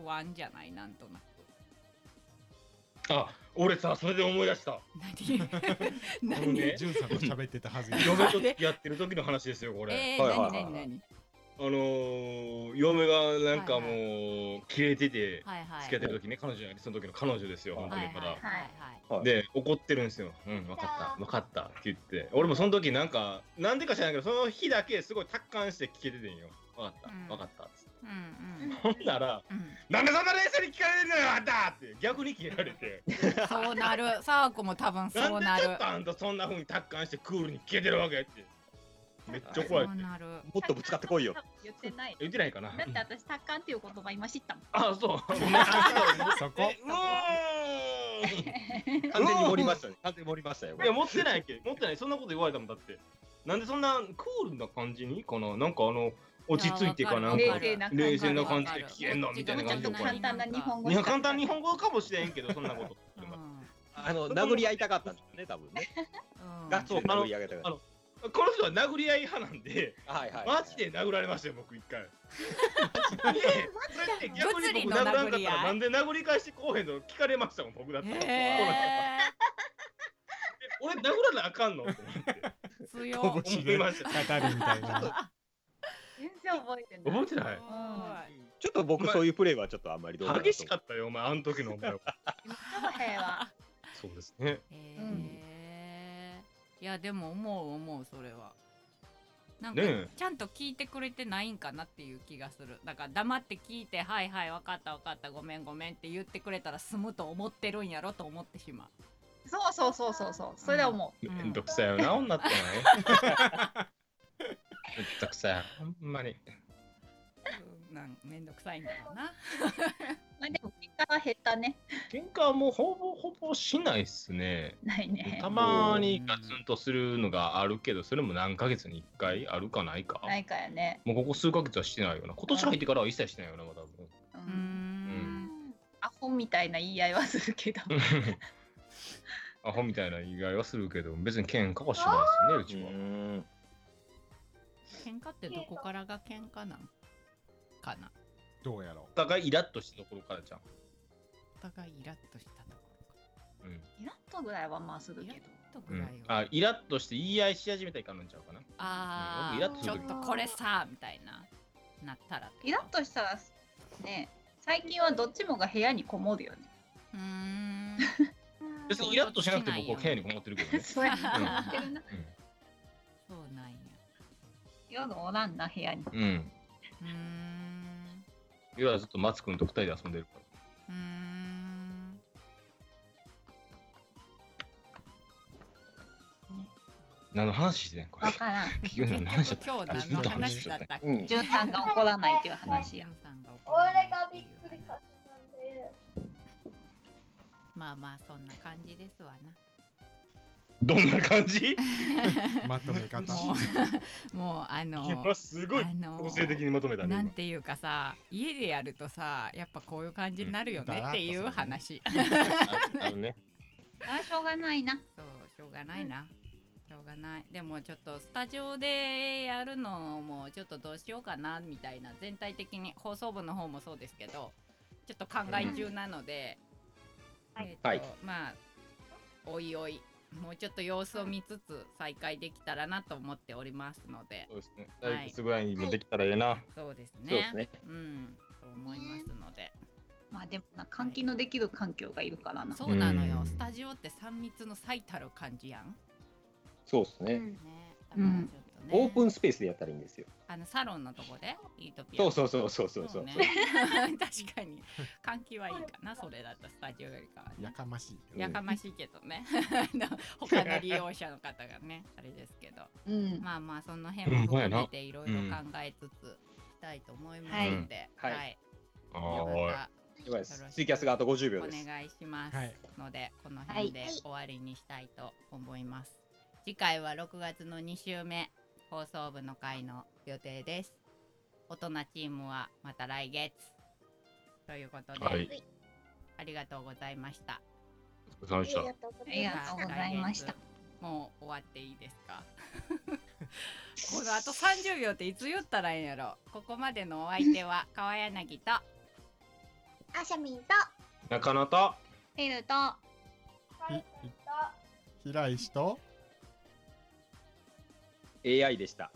Speaker 1: 不安じゃないなんとなく
Speaker 3: あ、俺さ、それで思い出した。 <laughs>
Speaker 1: 何
Speaker 3: あの
Speaker 1: 何
Speaker 3: ね
Speaker 5: ジュンさんと喋ってたはずや
Speaker 3: 嫁と付き合ってる時の話ですよ、これ。
Speaker 1: えー、
Speaker 6: はいはいはい
Speaker 1: 何何何
Speaker 3: あのー、嫁がなんかもう、切れてて、
Speaker 1: はいはい
Speaker 3: 付き合ってる時ね、彼女じゃない、その時の彼女ですよ、本当
Speaker 1: はい
Speaker 3: に
Speaker 1: はい
Speaker 3: ま
Speaker 1: はい
Speaker 3: だ。
Speaker 1: はい
Speaker 3: で、怒ってるんですよ。うん、分かった、分かったって言って。俺もその時なんか、なんでか知らないけど、その日だけすごい達観して聞けててんよ。分かった
Speaker 1: うん、
Speaker 3: 分かったっつって。
Speaker 1: うんうん
Speaker 3: ほんなら、
Speaker 1: う
Speaker 3: なんでそんな冷静に聞かれるのよ、あんたって逆に切られて。
Speaker 1: ん、そうなる。サーコも多分
Speaker 3: な
Speaker 1: そ
Speaker 3: ん
Speaker 1: う
Speaker 3: で
Speaker 1: な
Speaker 3: ち
Speaker 1: る
Speaker 3: ょっ。とあんたそんな風に達観してクールに消えてるわけって。めっちゃ
Speaker 1: そ
Speaker 3: 怖いっ
Speaker 1: う
Speaker 3: て。
Speaker 1: なる。
Speaker 6: もっとぶつかってこいよ
Speaker 4: 言ってない。
Speaker 3: 言ってないかな。
Speaker 4: だって私、達観っていう言葉今知ったもん。
Speaker 3: あ、そう。
Speaker 5: <laughs> そ
Speaker 3: <laughs>
Speaker 5: こ
Speaker 3: えうー
Speaker 6: 完全に盛りましたね完全に盛りましたよ
Speaker 3: ん。
Speaker 6: こ
Speaker 3: い
Speaker 6: れ
Speaker 3: や、持ってないっけ持ってない。そんなこと言われたもんだって。なんでそんなクールな感じにかななんかあの、落ち着いてかなんか。
Speaker 4: 冷静な感じ
Speaker 3: 冷静な感じで消えんのみたいな感じで怖
Speaker 4: 簡
Speaker 3: い。
Speaker 4: 単な日本語
Speaker 3: いや、簡単日本語かもしれんけど、そんなこと。
Speaker 6: あの殴り合いたかったんですね、多分ね。ガッツを殴り上げたかっ
Speaker 3: この人は殴り合い派なんで、
Speaker 6: た。はいはい。
Speaker 3: マジで殴られましたよ、僕一回。でそれって逆に僕殴らんか
Speaker 1: 物理の殴
Speaker 3: った
Speaker 1: り合
Speaker 3: ら
Speaker 1: い
Speaker 3: なんで殴り返してこうへんの聞かれましたもん僕だったら、
Speaker 1: え
Speaker 3: 俺殴らなあかんのって
Speaker 1: ー、強
Speaker 5: こ
Speaker 1: い
Speaker 5: ぼ。し
Speaker 3: 思
Speaker 5: で
Speaker 3: い
Speaker 5: 語
Speaker 3: ま
Speaker 5: る
Speaker 3: した
Speaker 5: みたいな。
Speaker 4: 全然覚えてない。
Speaker 3: 覚えてない
Speaker 6: ちょっと僕そういうプレーはちょっとあんまりどう
Speaker 3: 激しかったよお前あの時のお前は
Speaker 4: 平和。
Speaker 3: そうですね
Speaker 1: えー、いやでも思う思うそれは。なんか
Speaker 3: ねえ
Speaker 1: ちゃんと聞いてくれてないんかなっていう気がするだから黙って聞いて「はいはい分かった分かったごめんごめん」って言ってくれたら済むと思ってるんやろと思ってしま
Speaker 4: そうそうそうそうそう。それはも
Speaker 1: う。うん
Speaker 3: めんどくさいよな女ってね <laughs> めんどくさいほんまに
Speaker 1: うんなんめんどくさいんだろうな。
Speaker 4: う。まあでも結果は減ったね。
Speaker 3: 喧嘩はもうほぼほぼしないっすね
Speaker 4: ないね
Speaker 3: た。まにガツンとするのがあるけどそれも何ヶ月に1回あるかないか
Speaker 4: ないからね。
Speaker 3: もうここ数ヶ月はしてないよな。今年入ってからは一切してないよな、まだ。
Speaker 4: う
Speaker 1: うー
Speaker 4: ん。
Speaker 1: ん。
Speaker 4: アホみたいな言い合いはするけど。
Speaker 3: <laughs> アホみたいな意外はするけど、別に喧嘩はしないですね、うちは。
Speaker 6: ん。
Speaker 1: 喧嘩ってどこからが喧嘩なんかな。
Speaker 5: どうやろ
Speaker 3: お互いイラッとしたところからじゃん。
Speaker 1: お互いイラッとしたとこ
Speaker 3: うん
Speaker 4: イラッとぐらいはまあするけど。
Speaker 1: ろと
Speaker 3: う
Speaker 1: ぐらい
Speaker 3: ん、
Speaker 1: は。
Speaker 3: あイラッとして言い合いし始めたらいかんのちゃうかな。
Speaker 1: あ
Speaker 3: うんイラッと
Speaker 1: あ、
Speaker 3: す
Speaker 1: ち
Speaker 3: る
Speaker 1: ょ
Speaker 3: 時
Speaker 1: っとこれさ、みたいな。なったら。
Speaker 4: イラッとしたらね、最近はどっちもが部屋にこもるよね。
Speaker 1: うーん。
Speaker 3: 別にイラッとしなくても僕は部屋にこもってるけどね。
Speaker 4: そう
Speaker 8: <laughs>
Speaker 4: やな。
Speaker 1: うん
Speaker 4: 言ってるな
Speaker 1: そうなんや。
Speaker 4: 夜おらんな、部屋に。
Speaker 3: うん。うん
Speaker 1: うーん。
Speaker 3: 夜はずっと松君と二人で遊んでるから。
Speaker 1: うーん。
Speaker 3: 何の話してんこれ
Speaker 4: わ。からん。
Speaker 3: 結局何の話だっ
Speaker 1: 結
Speaker 3: た
Speaker 1: 局今日何の話だったっけ
Speaker 6: うん、
Speaker 4: 絨毯が起こらないっていう話
Speaker 1: ジ
Speaker 4: や
Speaker 1: ョ。ンさんが怒ら
Speaker 9: 俺
Speaker 1: ないってい
Speaker 9: がび
Speaker 1: う
Speaker 9: っくりさせたんだよ。
Speaker 1: まあまあそんな感じですわな
Speaker 3: どんな感じ
Speaker 5: まとめ方
Speaker 1: もうもうあの
Speaker 3: 今すごい
Speaker 1: あの
Speaker 3: 個性的にまとめたね。
Speaker 1: なん
Speaker 3: 今
Speaker 1: ていうかさ家でやるとさやっぱこういう感じになるよねっていう話
Speaker 3: あのね、
Speaker 4: あ、しょうがないな。
Speaker 1: そうしょうがないなしょうがないでもちょっとスタジオでやるのもちょっとどうしようかなみたいな全体的に放送部の方もそうですけどちょっと考え中なので、えっと
Speaker 6: はい
Speaker 1: まあおいおいもうちょっと様子を見つつ再開できたらなと思っておりますので
Speaker 3: そうですね。
Speaker 1: はい
Speaker 3: 大卒ぐらいにもできたらええな。
Speaker 1: そうですね
Speaker 6: そうですね。
Speaker 1: うんと思いますので
Speaker 4: まあでもな、換気のできる環境がいるからな。
Speaker 1: そうなのよ
Speaker 3: うん
Speaker 1: スタジオって3密の最たる感じやん
Speaker 6: そうですね、
Speaker 1: ね
Speaker 4: うん
Speaker 1: だからちょっとね
Speaker 6: オープンスペースでやったらいいんですよ。
Speaker 1: あのサロンのとこでイートピア
Speaker 6: そうそうそうそうそうそう。
Speaker 1: ね、 <laughs> 確かに換気はいいかなそれだったスタジオよりかは、
Speaker 5: や
Speaker 1: ね、
Speaker 5: かましい。
Speaker 1: やかましいけどね <laughs> あの他の利用者の方が
Speaker 6: <laughs>
Speaker 1: ねあれですけど
Speaker 4: うん。
Speaker 1: まあまあその辺も
Speaker 3: うんほんまや
Speaker 1: 含
Speaker 3: な
Speaker 1: めていろいろ考えつつしたいと思いますので、
Speaker 6: はい
Speaker 3: あ
Speaker 1: はい
Speaker 3: ーい。
Speaker 1: ま
Speaker 6: やばいです。ツイキャスがあと50秒
Speaker 1: たお
Speaker 6: です。
Speaker 1: 願いします、
Speaker 5: はい
Speaker 1: のでこの辺で終わりにしたいと思います、次回は6月の2週目放送部の会の予定です大人チームはまた来月ということで、
Speaker 3: はい。
Speaker 1: ありがとうございました。
Speaker 3: お疲れ様
Speaker 8: あ
Speaker 3: で
Speaker 8: り
Speaker 3: した。
Speaker 8: がとうござ
Speaker 4: あり
Speaker 8: い
Speaker 4: が
Speaker 8: まし
Speaker 4: と
Speaker 8: た
Speaker 4: う。ござい
Speaker 1: 来月。
Speaker 4: ました
Speaker 1: もう終わっていいですか。 <laughs> このあと30秒っていつ言ったらいいんやろ。ここまでのお相手は川柳と。
Speaker 9: あしゃみんと。
Speaker 3: なかなか。
Speaker 4: ペルと、
Speaker 9: はい
Speaker 5: ひ
Speaker 9: と
Speaker 5: 平石と
Speaker 6: AI でした。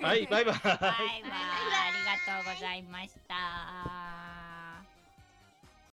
Speaker 3: はい、バイバイ
Speaker 1: バイバイ。ありがとうございました。